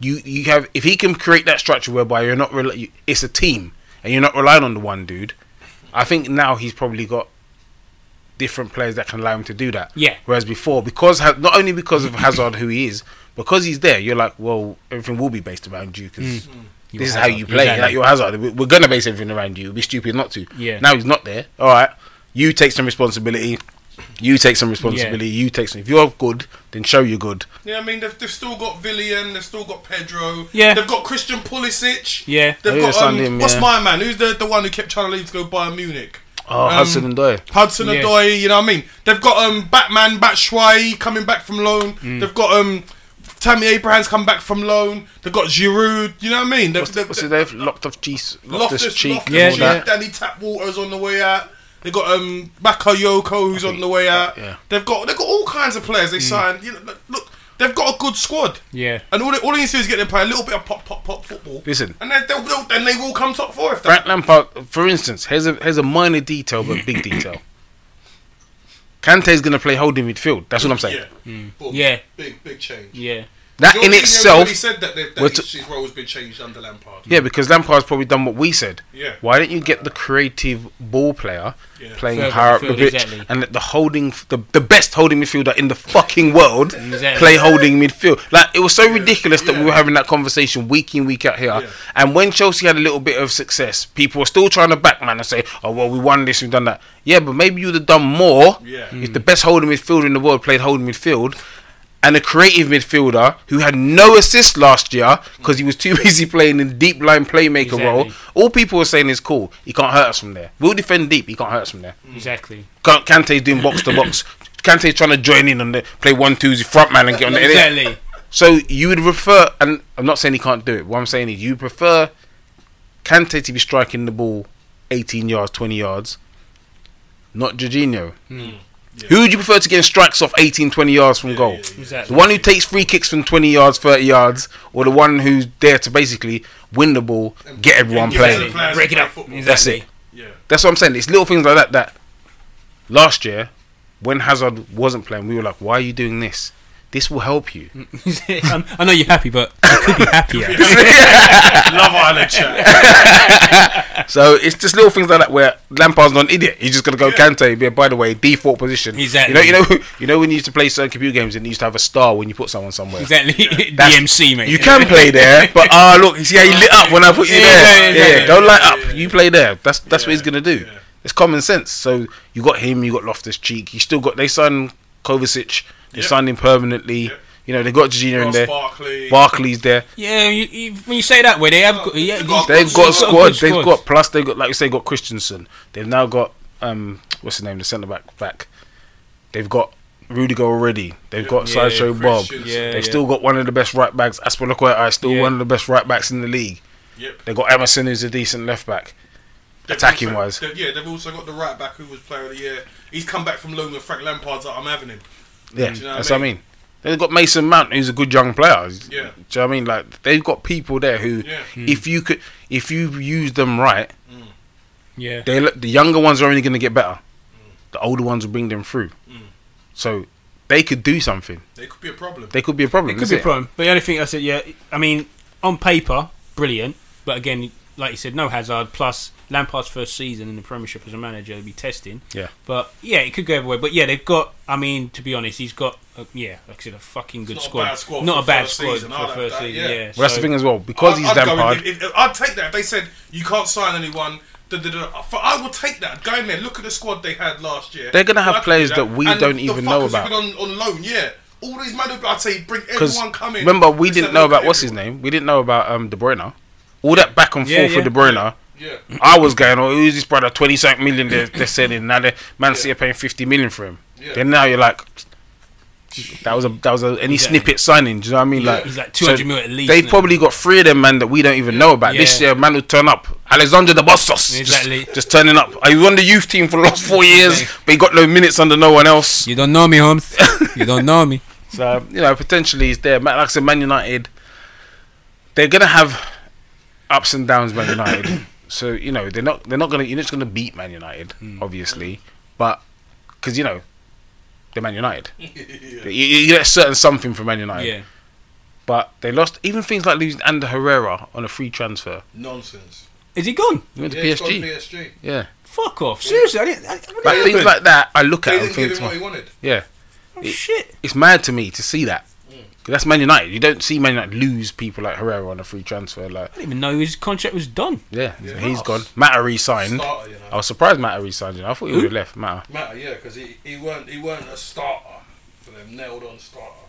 [SPEAKER 1] you you have if he can create that structure whereby you're not rel- you, it's a team and you're not relying on the one dude. I think now he's probably got different players that can allow him to do that.
[SPEAKER 3] Yeah.
[SPEAKER 1] Whereas before, because ha- not only because of Hazard who he is, because he's there, you're like, well, everything will be based around you because
[SPEAKER 3] Mm. You're
[SPEAKER 1] this is
[SPEAKER 3] Hazard.
[SPEAKER 1] how you play.
[SPEAKER 3] Exactly.
[SPEAKER 1] Like you're Hazard, We- we're gonna base everything around you. It'd be stupid not to.
[SPEAKER 3] Yeah.
[SPEAKER 1] Now he's not there. All right, you take some responsibility. You take some responsibility. You take some. If you're good, then show you're good.
[SPEAKER 2] Yeah, I mean they've, they've still got Villian, they've still got Pedro.
[SPEAKER 3] Yeah.
[SPEAKER 2] they've got Christian Pulisic.
[SPEAKER 3] Yeah.
[SPEAKER 2] they've
[SPEAKER 1] Oh, yeah,
[SPEAKER 2] got um,
[SPEAKER 1] signed him,
[SPEAKER 2] what's
[SPEAKER 1] yeah.
[SPEAKER 2] my man? Who's the the one who kept trying to leave to go Bayern Munich?
[SPEAKER 1] Oh,
[SPEAKER 2] Um,
[SPEAKER 1] Hudson and Doyle.
[SPEAKER 2] Hudson
[SPEAKER 3] Yeah.
[SPEAKER 2] Odoi, you know what I mean? They've got um Batman Batshuayi coming back from loan.
[SPEAKER 3] Mm.
[SPEAKER 2] They've got um Tammy Abrahams come back from loan. They've got Giroud, you know what I mean? They've,
[SPEAKER 1] What's,
[SPEAKER 2] they've-
[SPEAKER 1] what's his name? Locked off cheese, Loftus,
[SPEAKER 2] Loftus,
[SPEAKER 1] cheek,
[SPEAKER 2] Loftus,
[SPEAKER 1] and all
[SPEAKER 3] cheek.
[SPEAKER 1] that.
[SPEAKER 2] Danny Tapwater's on the way out. They got um Bakayoko who's on the way out.
[SPEAKER 1] yeah.
[SPEAKER 2] They've got they've got all kinds of players they signed. You know, look- look, they've got a good squad.
[SPEAKER 3] Mm. Yeah.
[SPEAKER 2] And all they, all they need to do is get them play a little bit of pop pop pop football.
[SPEAKER 1] Listen.
[SPEAKER 2] and they they'll, they'll, and they will come top four if they.
[SPEAKER 1] Frank Lampard, for instance, here's a here's a minor detail but big detail. Kante's going to play holding midfield. That's what I'm saying.
[SPEAKER 2] Yeah. Boom.
[SPEAKER 3] Yeah.
[SPEAKER 2] Big, big change.
[SPEAKER 3] Yeah.
[SPEAKER 1] That in
[SPEAKER 2] Jorginho
[SPEAKER 1] itself,
[SPEAKER 2] already said that, they've-
[SPEAKER 1] we're
[SPEAKER 2] that
[SPEAKER 1] t-
[SPEAKER 2] his, his role has been changed under Lampard.
[SPEAKER 1] yeah, because Lampard's probably done what we said.
[SPEAKER 2] Yeah.
[SPEAKER 1] Why don't you get the creative ball player
[SPEAKER 2] Yeah.
[SPEAKER 1] playing
[SPEAKER 3] Further
[SPEAKER 1] higher up the
[SPEAKER 3] midfield,
[SPEAKER 1] pitch
[SPEAKER 3] exactly.
[SPEAKER 1] and let the holding, the, the best holding midfielder in the fucking world
[SPEAKER 3] Exactly.
[SPEAKER 1] play holding midfield? Like it was so ridiculous that we
[SPEAKER 2] Yeah.
[SPEAKER 1] were having that conversation week in week out here.
[SPEAKER 2] Yeah.
[SPEAKER 1] And when Chelsea had a little bit of success, people were still trying to back man and say, "Oh well, we won this, we've done that." Yeah, but maybe you'd have done more
[SPEAKER 2] Yeah.
[SPEAKER 1] if the best holding midfielder in the world played holding midfield. And a creative midfielder who had no assists last year because he was too busy playing in deep line playmaker
[SPEAKER 3] Exactly.
[SPEAKER 1] role. All people were saying is cool. He can't hurt us from there. We'll defend deep. He can't hurt us from there.
[SPEAKER 3] Exactly.
[SPEAKER 1] Kan- Kante's doing box to box. Kante's trying to join in and play one twos front man and get on the
[SPEAKER 3] Exactly.
[SPEAKER 1] so you would prefer, and I'm not saying he can't do it. What I'm saying is you prefer Kante to be striking the ball 18 yards, 20 yards, not Jorginho.
[SPEAKER 3] Hmm.
[SPEAKER 1] Who would you prefer to get strikes off 18, 20 yards from goal?
[SPEAKER 3] Exactly.
[SPEAKER 1] The one who takes free kicks from 20 yards, 30 yards, or the one who's there to basically win the ball, get everyone
[SPEAKER 2] give them
[SPEAKER 1] playing.
[SPEAKER 2] the players
[SPEAKER 3] Break it
[SPEAKER 2] to
[SPEAKER 3] up.
[SPEAKER 2] play football.
[SPEAKER 1] That's it.
[SPEAKER 3] Exactly.
[SPEAKER 2] Yeah.
[SPEAKER 1] That's what I'm saying. It's little things like that that last year, when Hazard wasn't playing, we were like, why are you doing this? This will help you.
[SPEAKER 3] I'm- I know you're happy, but you could be happier.
[SPEAKER 2] Love Island chat.
[SPEAKER 1] So it's just little things like that where Lampard's not an idiot. He's just gonna go Kante. Be by the way, default position.
[SPEAKER 3] Exactly.
[SPEAKER 1] You know, you know, you know when you used to play certain computer games and you used to have a star when you put someone somewhere.
[SPEAKER 3] Exactly.
[SPEAKER 1] That's-
[SPEAKER 3] DMC, mate.
[SPEAKER 1] You can play there, but ah, look, you see how you lit up when I put you
[SPEAKER 3] Yeah,
[SPEAKER 1] there.
[SPEAKER 3] yeah,
[SPEAKER 1] Yeah,
[SPEAKER 3] yeah,
[SPEAKER 1] don't light
[SPEAKER 2] yeah,
[SPEAKER 1] up.
[SPEAKER 2] yeah,
[SPEAKER 1] You play there. That's that's what he's gonna do.
[SPEAKER 2] yeah.
[SPEAKER 1] It's common sense. So you got him. You got Loftus Cheek. You still got they signed Kovacic. They
[SPEAKER 2] Yeah.
[SPEAKER 1] signed him permanently.
[SPEAKER 2] Yeah.
[SPEAKER 1] You know they got Jorginho in
[SPEAKER 2] Ross
[SPEAKER 1] there.
[SPEAKER 2] Barkley.
[SPEAKER 1] Barkley's there.
[SPEAKER 3] Yeah, you, you, when you say that way, they have got. Yeah,
[SPEAKER 2] They've got-
[SPEAKER 3] these-
[SPEAKER 1] They've got a
[SPEAKER 2] They've got
[SPEAKER 3] a
[SPEAKER 1] squad.
[SPEAKER 3] good
[SPEAKER 1] They've
[SPEAKER 3] squad.
[SPEAKER 1] got plus. They have got like you say, got Christensen. They've now got um, what's his name, the centre back back. They've got Rudiger already. They've got
[SPEAKER 3] Yeah,
[SPEAKER 1] Sideshow Bob.
[SPEAKER 2] Christensen.
[SPEAKER 3] Yeah,
[SPEAKER 1] They've
[SPEAKER 3] yeah.
[SPEAKER 1] still got one of the best right backs. Aspilicueta is still
[SPEAKER 3] Yeah.
[SPEAKER 1] one of the best right backs in the league.
[SPEAKER 2] Yep.
[SPEAKER 1] They've got Emerson, who's a decent left back. Attacking
[SPEAKER 2] also,
[SPEAKER 1] wise.
[SPEAKER 2] they've- yeah, they've also got the right back who was player of the year. He's come back from loan with Frank Lampard's like, I'm having him.
[SPEAKER 1] Yeah,
[SPEAKER 2] Do you know what
[SPEAKER 1] that's
[SPEAKER 2] I
[SPEAKER 1] what I mean. They've got Mason Mount, who's a good young player.
[SPEAKER 2] Yeah.
[SPEAKER 1] Do you know what I mean? Like they've got people there who,
[SPEAKER 2] Yeah.
[SPEAKER 1] if you could, if you use them right,
[SPEAKER 3] Yeah.
[SPEAKER 1] they the younger ones are only going to get better. The older ones will bring them through. So they could do something.
[SPEAKER 2] They could be a problem.
[SPEAKER 1] They could be a problem.
[SPEAKER 3] It could be a problem. But the only thing I said, yeah, I mean, on paper, brilliant. But again, like you said, no Hazard plus Lampard's first season in the Premiership as a manager will be testing.
[SPEAKER 1] Yeah.
[SPEAKER 3] But yeah, it could go everywhere. But yeah, they've got. I mean, to be honest, he's got. A, yeah, like I said, a fucking good
[SPEAKER 2] not a
[SPEAKER 3] squad.
[SPEAKER 2] bad squad
[SPEAKER 3] Not
[SPEAKER 2] for
[SPEAKER 3] a bad
[SPEAKER 2] first
[SPEAKER 3] squad
[SPEAKER 2] season.
[SPEAKER 3] for
[SPEAKER 2] I'll have
[SPEAKER 3] first
[SPEAKER 2] that,
[SPEAKER 3] season.
[SPEAKER 2] yeah.
[SPEAKER 3] Yeah.
[SPEAKER 1] Well, that's
[SPEAKER 3] so-
[SPEAKER 1] the thing as well because
[SPEAKER 2] I'd-
[SPEAKER 1] he's
[SPEAKER 2] I'd go in
[SPEAKER 1] Lampard.
[SPEAKER 2] if- if- if- I'd take that. If they said you can't sign anyone, da, da, da, for- I will take that. Go in there. Look at the squad they had last year.
[SPEAKER 1] They're gonna have
[SPEAKER 2] I'd do
[SPEAKER 1] players that we
[SPEAKER 2] And
[SPEAKER 1] don't
[SPEAKER 2] the
[SPEAKER 1] even know
[SPEAKER 2] fuckers who've
[SPEAKER 1] about.
[SPEAKER 2] been On, on loan, yeah. All these men, I'd say bring
[SPEAKER 1] Because
[SPEAKER 2] everyone coming.
[SPEAKER 1] remember, we didn't know about what's his name. We didn't know about um De Bruyne. All that back and
[SPEAKER 3] Yeah,
[SPEAKER 1] forth with
[SPEAKER 3] yeah.
[SPEAKER 1] De Bruyne.
[SPEAKER 2] Yeah.
[SPEAKER 1] I was going, oh, who's this brother? Twenty something million they're, they're selling. Now they Man City
[SPEAKER 2] Yeah.
[SPEAKER 1] are paying fifty million for him.
[SPEAKER 2] Yeah.
[SPEAKER 1] Then now you're like, that was a that was a, any
[SPEAKER 3] Exactly.
[SPEAKER 1] snippet signing. Do you know what I mean?
[SPEAKER 2] Yeah.
[SPEAKER 1] Like
[SPEAKER 3] He's like 200 mil at least,
[SPEAKER 1] They've
[SPEAKER 3] isn't it?
[SPEAKER 1] probably got three of them man that we don't even know about. This
[SPEAKER 3] Yeah.
[SPEAKER 1] year, man will turn up. Alexander the Boss Sauce, just-
[SPEAKER 3] Exactly.
[SPEAKER 1] Just, turning up. He was on the youth team for the last four years, but he got no minutes under no one else.
[SPEAKER 3] You don't know me, Holmes. you don't know me.
[SPEAKER 1] So you know, potentially he's there. Man- Like I said, Man United, they're gonna have ups and downs. Man United. so you know, they're not they're not gonna you're not just gonna beat Man United, obviously, but because you know, they're Man United. You, you you get a certain something from Man United.
[SPEAKER 3] Yeah.
[SPEAKER 1] But they lost even things like losing Ander Herrera on a free transfer.
[SPEAKER 2] Nonsense.
[SPEAKER 3] Is he gone?
[SPEAKER 1] He went to
[SPEAKER 2] he's
[SPEAKER 1] PSG.
[SPEAKER 2] gone PSG.
[SPEAKER 1] Yeah.
[SPEAKER 3] Fuck off. Seriously, I didn't. I, I didn't
[SPEAKER 1] Like things like that, I look
[SPEAKER 2] They
[SPEAKER 1] at it and
[SPEAKER 2] didn't
[SPEAKER 1] think,
[SPEAKER 2] give
[SPEAKER 1] to
[SPEAKER 2] him what he
[SPEAKER 1] myself, yeah,
[SPEAKER 2] wanted.
[SPEAKER 3] oh, shit.
[SPEAKER 1] it's mad to me to see that. 'Cause That's Man United. You don't see Man United lose people like Herrera on a free transfer. Like,
[SPEAKER 3] I didn't even know his contract was done.
[SPEAKER 1] yeah,
[SPEAKER 2] Yeah.
[SPEAKER 1] he's gone. Matter re-signed.
[SPEAKER 2] Starter, you know.
[SPEAKER 1] I was surprised Matter re-signed. You know? I thought he would have left. Matter.
[SPEAKER 2] Matter, yeah, because he, he weren't he weren't a starter for them, nailed on starter.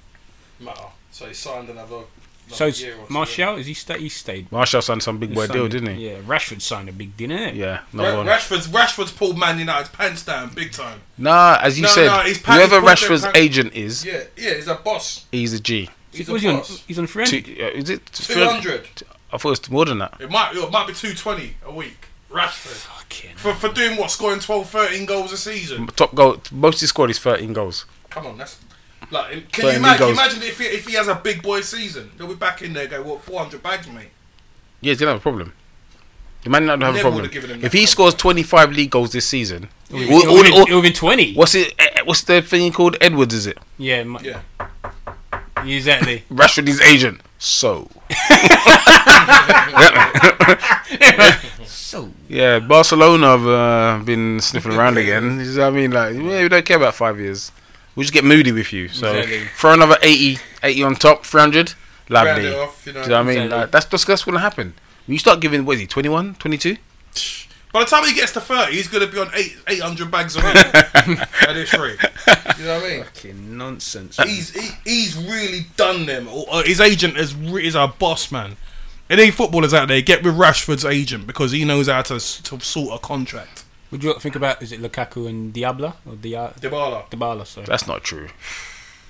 [SPEAKER 2] Matter, so he signed another.
[SPEAKER 3] So
[SPEAKER 2] another year or two.
[SPEAKER 3] Martial, is he sta he stayed?
[SPEAKER 1] Marshall signed some big boy
[SPEAKER 3] Signed-
[SPEAKER 1] deal, didn't he? Yeah,
[SPEAKER 3] Yeah, Rashford signed a big deal, didn't it?
[SPEAKER 1] no
[SPEAKER 2] Ra-
[SPEAKER 1] one.
[SPEAKER 2] Rashford's Rashford's pulled Man United's pants down big time.
[SPEAKER 1] nah, as you
[SPEAKER 2] No,
[SPEAKER 1] said,
[SPEAKER 2] no, he's pa- he's
[SPEAKER 1] whoever
[SPEAKER 2] put their
[SPEAKER 1] Rashford's
[SPEAKER 2] pa-
[SPEAKER 1] agent is,
[SPEAKER 2] Yeah, yeah, he's a boss.
[SPEAKER 1] he's a G.
[SPEAKER 2] He's
[SPEAKER 3] Was
[SPEAKER 2] a
[SPEAKER 3] he on,
[SPEAKER 2] boss.
[SPEAKER 3] he's on free
[SPEAKER 1] Two,
[SPEAKER 3] agent?
[SPEAKER 1] uh, is it
[SPEAKER 2] Two hundred.
[SPEAKER 1] I thought it was more than that.
[SPEAKER 2] It might it might be two twenty a week. Rashford
[SPEAKER 3] Fucking
[SPEAKER 2] for for doing what, scoring 12, 13 goals a season.
[SPEAKER 1] Top goal. Most of his squad is 13 goals.
[SPEAKER 2] Come on, that's. Like, can
[SPEAKER 1] Thirteen
[SPEAKER 2] you imagine,
[SPEAKER 1] goals.
[SPEAKER 2] imagine if, he, if he has a big boy season? They'll be back in there go, what, 400 bags, mate?
[SPEAKER 1] Yeah, he's gonna have a problem. The man United have a
[SPEAKER 2] Never
[SPEAKER 1] problem.
[SPEAKER 2] would've given him
[SPEAKER 1] If
[SPEAKER 2] that
[SPEAKER 1] he scores 25 league goals this season,
[SPEAKER 3] It would
[SPEAKER 1] Or- or-
[SPEAKER 3] have been 20.
[SPEAKER 1] What's it? eh, What's the thing called? Edwards, is it?
[SPEAKER 3] Yeah, my,
[SPEAKER 2] Yeah.
[SPEAKER 3] exactly.
[SPEAKER 1] Rashford's agent. So.
[SPEAKER 3] so,
[SPEAKER 1] Yeah, Barcelona have uh, been sniffing around again. You know what I mean? Like, yeah, we don't care about five years. We'll just get moody with you. So
[SPEAKER 3] Exactly.
[SPEAKER 1] throw another 80, 80 on top, 300.
[SPEAKER 2] Round
[SPEAKER 1] Lovely.
[SPEAKER 2] it
[SPEAKER 1] Do
[SPEAKER 2] off, you know.
[SPEAKER 1] you know what I mean?
[SPEAKER 3] Exactly.
[SPEAKER 1] Like, that's, that's, that's going to happen. When you start giving, what is he, 21, 22?
[SPEAKER 2] By the time he gets to 30, he's going to be on eight, 800 bags a week at this rate. You know what I mean?
[SPEAKER 3] fucking nonsense.
[SPEAKER 2] He's he, he's really done them. Or, or his agent is re- is our boss man. Any footballers out there, get with Rashford's agent because he knows how to s- to sort a contract.
[SPEAKER 3] Would you think about, is it Lukaku and Diabla? Or Dia-
[SPEAKER 2] Dybala.
[SPEAKER 3] Dybala, sorry.
[SPEAKER 1] That's not true.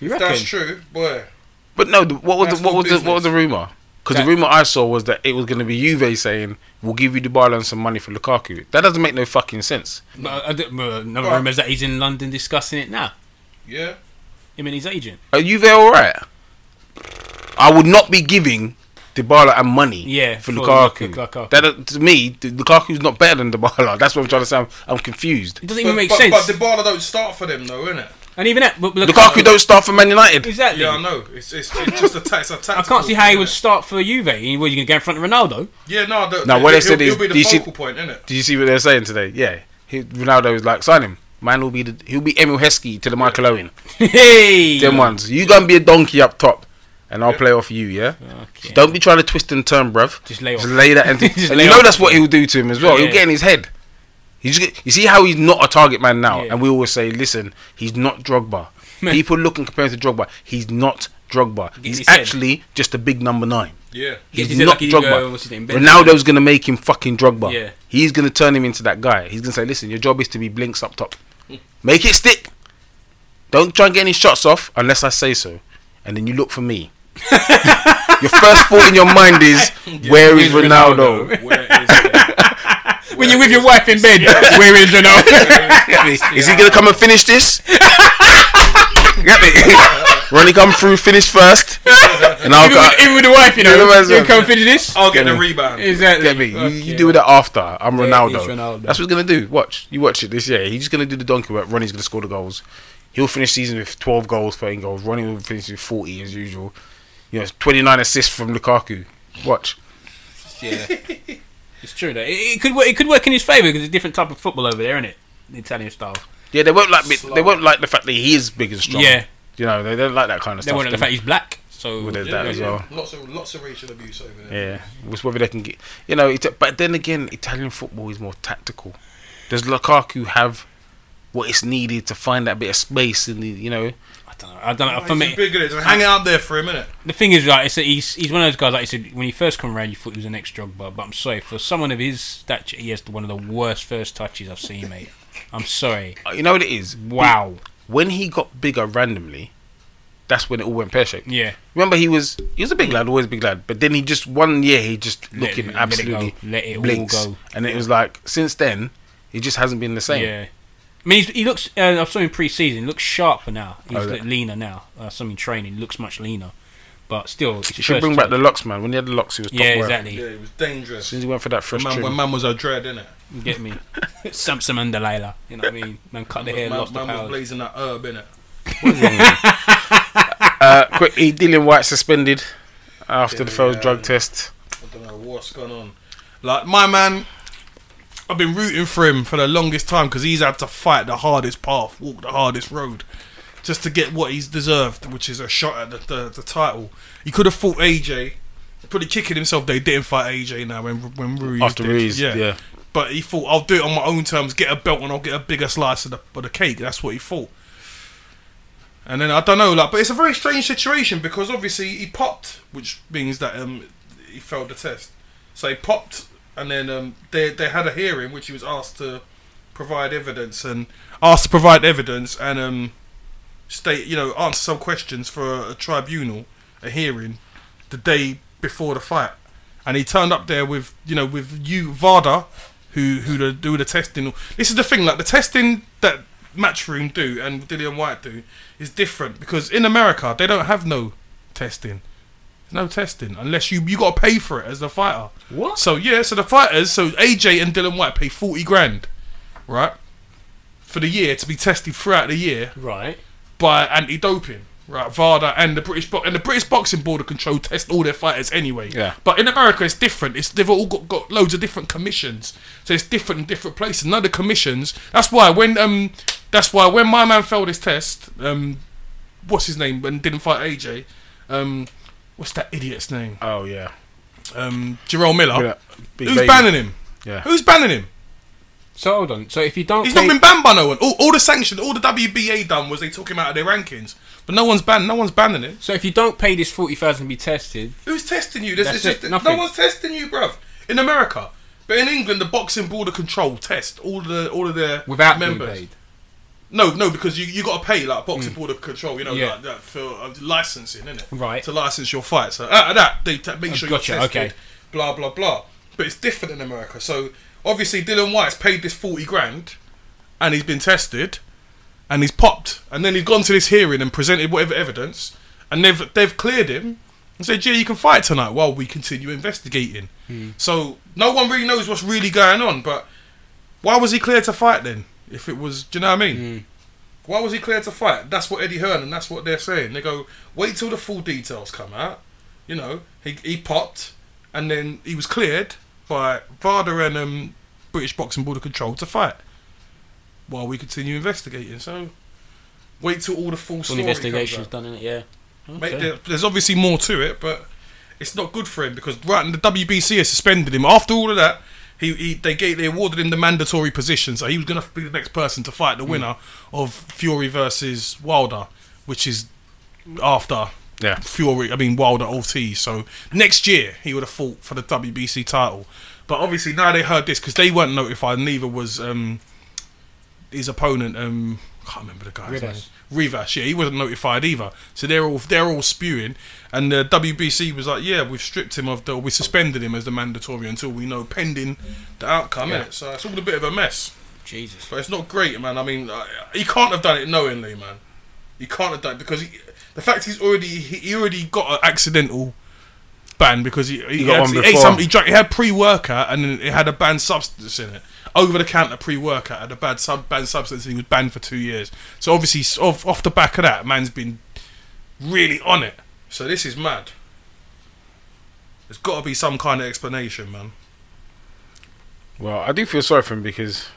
[SPEAKER 3] You reckon?
[SPEAKER 2] true, boy.
[SPEAKER 1] But no, the- what was
[SPEAKER 2] That's
[SPEAKER 1] the, what
[SPEAKER 2] good
[SPEAKER 1] was the, what was the rumor? Because the
[SPEAKER 3] That-
[SPEAKER 1] rumor I saw was that it was going to be Juve saying we'll give you Dybala and some money for Lukaku. That doesn't make no fucking sense.
[SPEAKER 3] But, uh, d- but another
[SPEAKER 2] Right.
[SPEAKER 3] rumour is that he's in London discussing it now.
[SPEAKER 2] Yeah.
[SPEAKER 3] Him and his agent.
[SPEAKER 1] Are Juve all right? I would not be giving Dybala and money
[SPEAKER 3] Yeah,
[SPEAKER 1] for,
[SPEAKER 3] for
[SPEAKER 1] Lukaku.
[SPEAKER 3] Lukaku.
[SPEAKER 1] That uh, to me, D- Lukaku's not better than Dybala. That's what I'm trying to say. I'm, I'm confused.
[SPEAKER 3] It doesn't even make sense.
[SPEAKER 2] Dybala don't start for them though, innit?
[SPEAKER 3] and even that, but
[SPEAKER 1] Lukaku don't start for Man United.
[SPEAKER 3] Exactly.
[SPEAKER 2] know. It's it's, it's just a ta- it's a
[SPEAKER 3] I can't see how he would start for Juve. What, you going to go in front of Ronaldo?
[SPEAKER 2] Yeah, no. The,
[SPEAKER 1] No, what they said is, do you see-
[SPEAKER 2] point, innit?
[SPEAKER 1] Did you see what they're saying today? Yeah, he, Ronaldo is like sign him. Man will be the, he'll be Emil Heskey to the Michael Owen.
[SPEAKER 3] hey!
[SPEAKER 1] Them ones. You gonna be a donkey up top, and I'll play off you. Yeah.
[SPEAKER 3] Okay.
[SPEAKER 1] Don't be trying to twist and turn, bruv.
[SPEAKER 3] Just lay off.
[SPEAKER 1] Just lay that, and,
[SPEAKER 3] Just
[SPEAKER 1] and
[SPEAKER 3] lay
[SPEAKER 1] you know
[SPEAKER 3] off.
[SPEAKER 1] that's what he'll do to him as well.
[SPEAKER 3] Yeah.
[SPEAKER 1] He'll get in his head. He's, get- you see how he's not a target man now,
[SPEAKER 3] Yeah.
[SPEAKER 1] and we always say, listen, he's not Drogba. People look and compare him to Drogba. He's not Drogba.
[SPEAKER 3] in
[SPEAKER 1] He's
[SPEAKER 3] his head.
[SPEAKER 1] actually just a big number nine.
[SPEAKER 2] Yeah.
[SPEAKER 1] He's
[SPEAKER 3] he said,
[SPEAKER 1] not
[SPEAKER 3] like, he,
[SPEAKER 1] Drogba.
[SPEAKER 3] uh, what's his name, Benzema.
[SPEAKER 1] Ronaldo's gonna make him fucking Drogba.
[SPEAKER 3] Yeah.
[SPEAKER 1] He's gonna turn him into that guy. He's gonna say, listen, your job is to be blinks up top.
[SPEAKER 3] Hmm.
[SPEAKER 1] Make it stick. Don't try and get any shots off unless I say so, and then you look for me. your first thought in your mind is, where is
[SPEAKER 3] where's
[SPEAKER 1] Ronaldo?
[SPEAKER 2] Where is it?
[SPEAKER 3] When you're with your wife in bed, where is Ronaldo?
[SPEAKER 1] Is he gonna come and finish this? Get me? Ronnie come through, finish first, and I'll
[SPEAKER 3] even,
[SPEAKER 1] go.
[SPEAKER 3] with, even with the wife, you
[SPEAKER 1] Yeah,
[SPEAKER 3] know.
[SPEAKER 1] that's
[SPEAKER 3] You
[SPEAKER 1] right.
[SPEAKER 3] come finish this?
[SPEAKER 2] I'll get
[SPEAKER 1] Get
[SPEAKER 2] the
[SPEAKER 1] me.
[SPEAKER 2] rebound.
[SPEAKER 3] Exactly.
[SPEAKER 1] Get me? You, you
[SPEAKER 3] Okay.
[SPEAKER 1] do that after. I'm
[SPEAKER 3] There
[SPEAKER 1] Ronaldo.
[SPEAKER 3] is Ronaldo.
[SPEAKER 1] That's what he's gonna do. Watch. You watch it this year. He's just gonna do the donkey work. Ronnie's gonna score the goals. He'll finish season with 12 goals, 13 goals. Ronnie will finish with 40 as usual. You know, 29 assists from Lukaku. Watch.
[SPEAKER 3] It's true though. It, it could work, it could work in his favour because it's a different type of football over there, isn't it? The Italian style.
[SPEAKER 1] Yeah, they won't like they won't like the fact that he is big and strong.
[SPEAKER 3] Yeah.
[SPEAKER 1] You know, they don't like that kind of
[SPEAKER 3] They
[SPEAKER 1] stuff.
[SPEAKER 3] want the
[SPEAKER 1] They-
[SPEAKER 3] fact he's black. So
[SPEAKER 1] Well, there's that as well.
[SPEAKER 2] Lots of lots of racial abuse over there.
[SPEAKER 1] Yeah, it's whether they can get, you know. It, but then again, Italian football is more tactical. Does Lukaku have what is needed to find that bit of space in the, you know?
[SPEAKER 3] I don't know. I don't know. For
[SPEAKER 2] He's
[SPEAKER 3] me,
[SPEAKER 2] bigger than- just hang out there for a minute.
[SPEAKER 3] the thing is, like, it's a, he's he's one of those guys. Like you said, when he first come around, you thought he was an ex Drogba, but I'm sorry for someone of his stature, he has one of the worst first touches I've seen, mate. I'm sorry.
[SPEAKER 1] You know what it is?
[SPEAKER 3] Wow.
[SPEAKER 1] When he got bigger randomly, that's when it all went pear shaped.
[SPEAKER 3] Yeah.
[SPEAKER 1] Remember, he was he was a big lad, always a big lad. But then he just one year he just
[SPEAKER 3] Let-
[SPEAKER 1] looking
[SPEAKER 3] let it go.
[SPEAKER 1] absolutely
[SPEAKER 3] Let it all
[SPEAKER 1] blinks,
[SPEAKER 3] go.
[SPEAKER 1] and it was like since then he just hasn't been the same.
[SPEAKER 3] Yeah. I mean, he's, he looks. Uh, I saw him pre-season. He looks sharper now. He's
[SPEAKER 1] Oh,
[SPEAKER 3] look
[SPEAKER 1] yeah.
[SPEAKER 3] leaner now. Uh, something training he looks much leaner, but still, it's
[SPEAKER 1] You should bring back the locks, man. When he had the locks, he was top
[SPEAKER 3] yeah,
[SPEAKER 1] work.
[SPEAKER 3] exactly.
[SPEAKER 2] Yeah, it was dangerous.
[SPEAKER 1] Since he went for that fresh
[SPEAKER 2] Man,
[SPEAKER 1] trim,
[SPEAKER 2] when man was a dread, innit?
[SPEAKER 3] You get me? Samson and Delilah. You know what I mean? Man, cut the hair,
[SPEAKER 2] Man,
[SPEAKER 3] lost
[SPEAKER 2] man
[SPEAKER 3] the
[SPEAKER 2] was
[SPEAKER 3] power.
[SPEAKER 2] blazing that herb, innit?
[SPEAKER 1] uh, quickly, Dylan White suspended after the failed
[SPEAKER 2] Yeah.
[SPEAKER 1] drug test.
[SPEAKER 2] I don't know what's going on. Like my man, I've been rooting for him for the longest time because he's had to fight the hardest path, walk the hardest road, just to get what he's deserved, which is a shot at the, the, the title. He could have fought AJ, probably kicking himself. They didn't fight AJ now when when Ruiz
[SPEAKER 1] After
[SPEAKER 2] did.
[SPEAKER 1] Ruiz, yeah.
[SPEAKER 2] But he thought I'll do it on my own terms, get a belt, and I'll get a bigger slice of the, of the cake. That's what he thought. And then I don't know, like, but it's a very strange situation because obviously he popped, which means that um he failed the test. So he popped, and then um they they had a hearing which he was asked to provide evidence and asked to provide evidence and um state you know answer some questions for a, a tribunal, a hearing, the day before the fight, and he turned up there with you know with you Varda, who who the, do the testing. This is the thing, like the testing that Matchroom do and Dillian White do is different because in America they don't have no testing. No testing unless you you got to pay for it as the fighter.
[SPEAKER 3] What?
[SPEAKER 2] So yeah, so the fighters, so AJ and Dylan White pay forty grand, right? for the year to be tested throughout the year
[SPEAKER 3] Right.
[SPEAKER 2] by anti-doping. Right, VADA and the British bo- and the British Boxing Board of Control test all their fighters anyway.
[SPEAKER 1] Yeah.
[SPEAKER 2] But in America, it's different. It's they've all got, got loads of different commissions, so it's different in different places. None of the commissions. That's why when um, that's why when my man failed his test, um, what's his name and didn't fight AJ, um, what's that idiot's name?
[SPEAKER 1] Oh yeah.
[SPEAKER 2] Um, Jerome Miller.
[SPEAKER 1] Look at that big
[SPEAKER 2] Who's
[SPEAKER 1] baby.
[SPEAKER 2] banning him?
[SPEAKER 1] Yeah.
[SPEAKER 2] Who's banning him?
[SPEAKER 3] So hold on. So if you don't,
[SPEAKER 2] He's
[SPEAKER 3] play,
[SPEAKER 2] not been banned by no one. All, all the sanctions, all the WBA done was they took him out of their rankings. But no one's banned. No one's banning it.
[SPEAKER 3] so if you don't pay this forty thousand to be tested,
[SPEAKER 2] Who's testing you? There's,
[SPEAKER 3] That's
[SPEAKER 2] it's
[SPEAKER 3] it,
[SPEAKER 2] just,
[SPEAKER 3] nothing.
[SPEAKER 2] No one's testing you, bruv. In America, but in England, the Boxing Border Control test all the all of their
[SPEAKER 3] without
[SPEAKER 2] members.
[SPEAKER 3] being paid.
[SPEAKER 2] No, no, because you you got to pay like Boxing Border Control. You know,
[SPEAKER 3] Mm. Yeah.
[SPEAKER 2] like, that for uh, licensing, innit?
[SPEAKER 3] Right.
[SPEAKER 2] To license your fight. So out of that, they t- make
[SPEAKER 3] Oh,
[SPEAKER 2] sure
[SPEAKER 3] gotcha,
[SPEAKER 2] you're tested.
[SPEAKER 3] okay.
[SPEAKER 2] Blah blah blah. But it's different in America. So obviously, Dylan White's paid this forty grand, and he's been tested and he's popped, and then he's gone to this hearing and presented whatever evidence, and they've they've cleared him and said, "Yeah, you can fight tonight," while we continue investigating.
[SPEAKER 3] Hmm.
[SPEAKER 2] So no one really knows what's really going on. But why was he cleared to fight then? If it was, do you know what I mean? Why was he cleared to fight? That's what Eddie Hearn and that's what they're saying. They go, "Wait till the full details come out." You know, he he popped, and then he was cleared by VADA and um, British Boxing Board of Control to fight while we continue investigating. So wait till all the full
[SPEAKER 3] All
[SPEAKER 2] story
[SPEAKER 3] the investigation's
[SPEAKER 2] investigations.
[SPEAKER 3] done in it. Yeah.
[SPEAKER 2] Mate,
[SPEAKER 3] Okay.
[SPEAKER 2] there, there's obviously more to it, but it's not good for him because right, and the WBC has suspended him. After all of that, he, he they gave they awarded him the mandatory position, so he was going to be the next person to fight the winner of Fury versus Wilder, which is after
[SPEAKER 1] Yeah.
[SPEAKER 2] Fury, I mean Wilder Ortiz. So next year he would have fought for the WBC title, but obviously now they heard this because they weren't notified. Neither was um, his opponent. Um, I can't remember the guy's name.
[SPEAKER 3] Rivas.
[SPEAKER 2] Rivas, yeah, he wasn't notified either. So they're all they're all spewing, and uh, the WBC was like, yeah, we've stripped him of the, we suspended him as the mandatory until we know pending the outcome.
[SPEAKER 3] Yeah.
[SPEAKER 2] innit? So it's all a bit of a mess.
[SPEAKER 3] Jesus.
[SPEAKER 2] But it's not great, man. I mean, uh, he can't have done it knowingly, man. He can't have done it because he, the fact he's already he, he already got an accidental ban because he he,
[SPEAKER 1] He got
[SPEAKER 2] had,
[SPEAKER 1] one
[SPEAKER 2] he ate
[SPEAKER 1] before.
[SPEAKER 2] some he, drank, he had pre workout and then it had a banned substance in it. Over the counter pre workout had a bad sub banned substance and he was banned for two years. So obviously s- off off the back of that, man's been really on it. So this is mad. There's got to be some kind of explanation, man.
[SPEAKER 1] Well, I do feel sorry for him because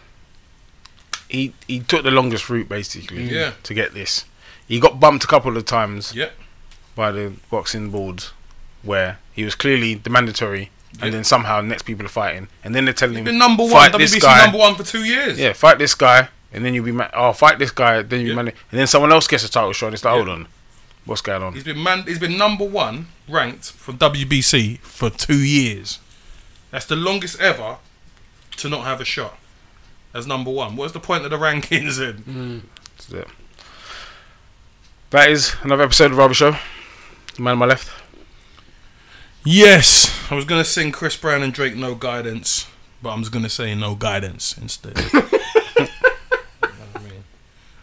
[SPEAKER 1] he he took the longest route basically.
[SPEAKER 2] Yeah.
[SPEAKER 1] To get this, he got bumped a couple of times
[SPEAKER 2] Yep.
[SPEAKER 1] by the boxing board, where he was clearly the mandatory,
[SPEAKER 2] Yeah.
[SPEAKER 1] and then somehow next people are fighting, and then they're telling him
[SPEAKER 2] Been number one,
[SPEAKER 1] fight this
[SPEAKER 2] WBC
[SPEAKER 1] guy,
[SPEAKER 2] number one for two years.
[SPEAKER 1] yeah, fight this guy, and then you'll be ma- oh fight this guy, then you
[SPEAKER 2] Yeah.
[SPEAKER 1] man, and then someone else gets a title shot. And it's like
[SPEAKER 2] Yeah.
[SPEAKER 1] hold on, what's going on?
[SPEAKER 2] He's been man. He's been number one ranked for WBC for two years. That's the longest ever to not have a shot as number one. What's the point of the rankings then?
[SPEAKER 1] That's it. That is another episode of Rubber Show. The man on my left.
[SPEAKER 2] Yes, I was gonna sing Chris Brown and Drake "No Guidance," but I'm just gonna say "No Guidance" instead. You know what I mean?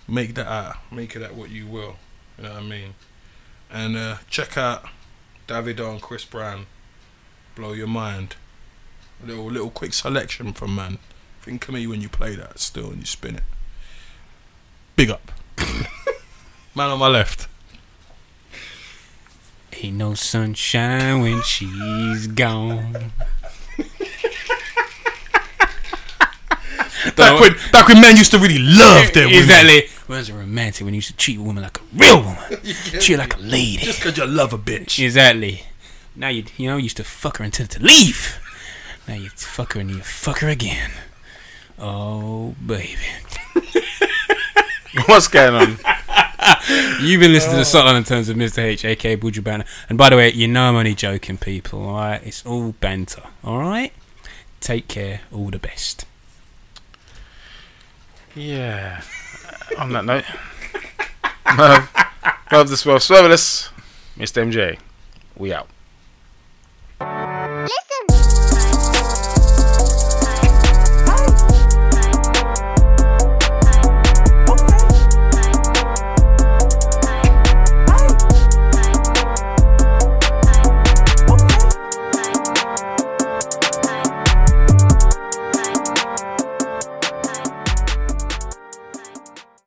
[SPEAKER 2] Make that out. Make it out what you will. You know what I mean? And uh, check out Davido and Chris Brown. Blow your mind. A little little quick selection from man. Think of me when you play that still and you spin it. Big up. man on my left.
[SPEAKER 3] Ain't no sunshine when she's gone.
[SPEAKER 2] Back when, back when men used to really love their women.
[SPEAKER 3] exactly. Where's a romantic when you used to treat a woman like a real woman? treat her like a lady.
[SPEAKER 2] Just because you love a bitch.
[SPEAKER 3] Exactly. Now you you know you used to fuck her and tell her to leave. Now you fuck her and you fuck her again. Oh baby,
[SPEAKER 1] What's going on?
[SPEAKER 3] you've been listening to Sutton in terms of Mr. H, aka Buju Banner. And by the way, you know I'm only joking, people. All right, it's all banter. All right, take care. All the best.
[SPEAKER 1] Yeah. On that note, Merv, Merv the Swerve Swerveless, Mr. MJ, we out.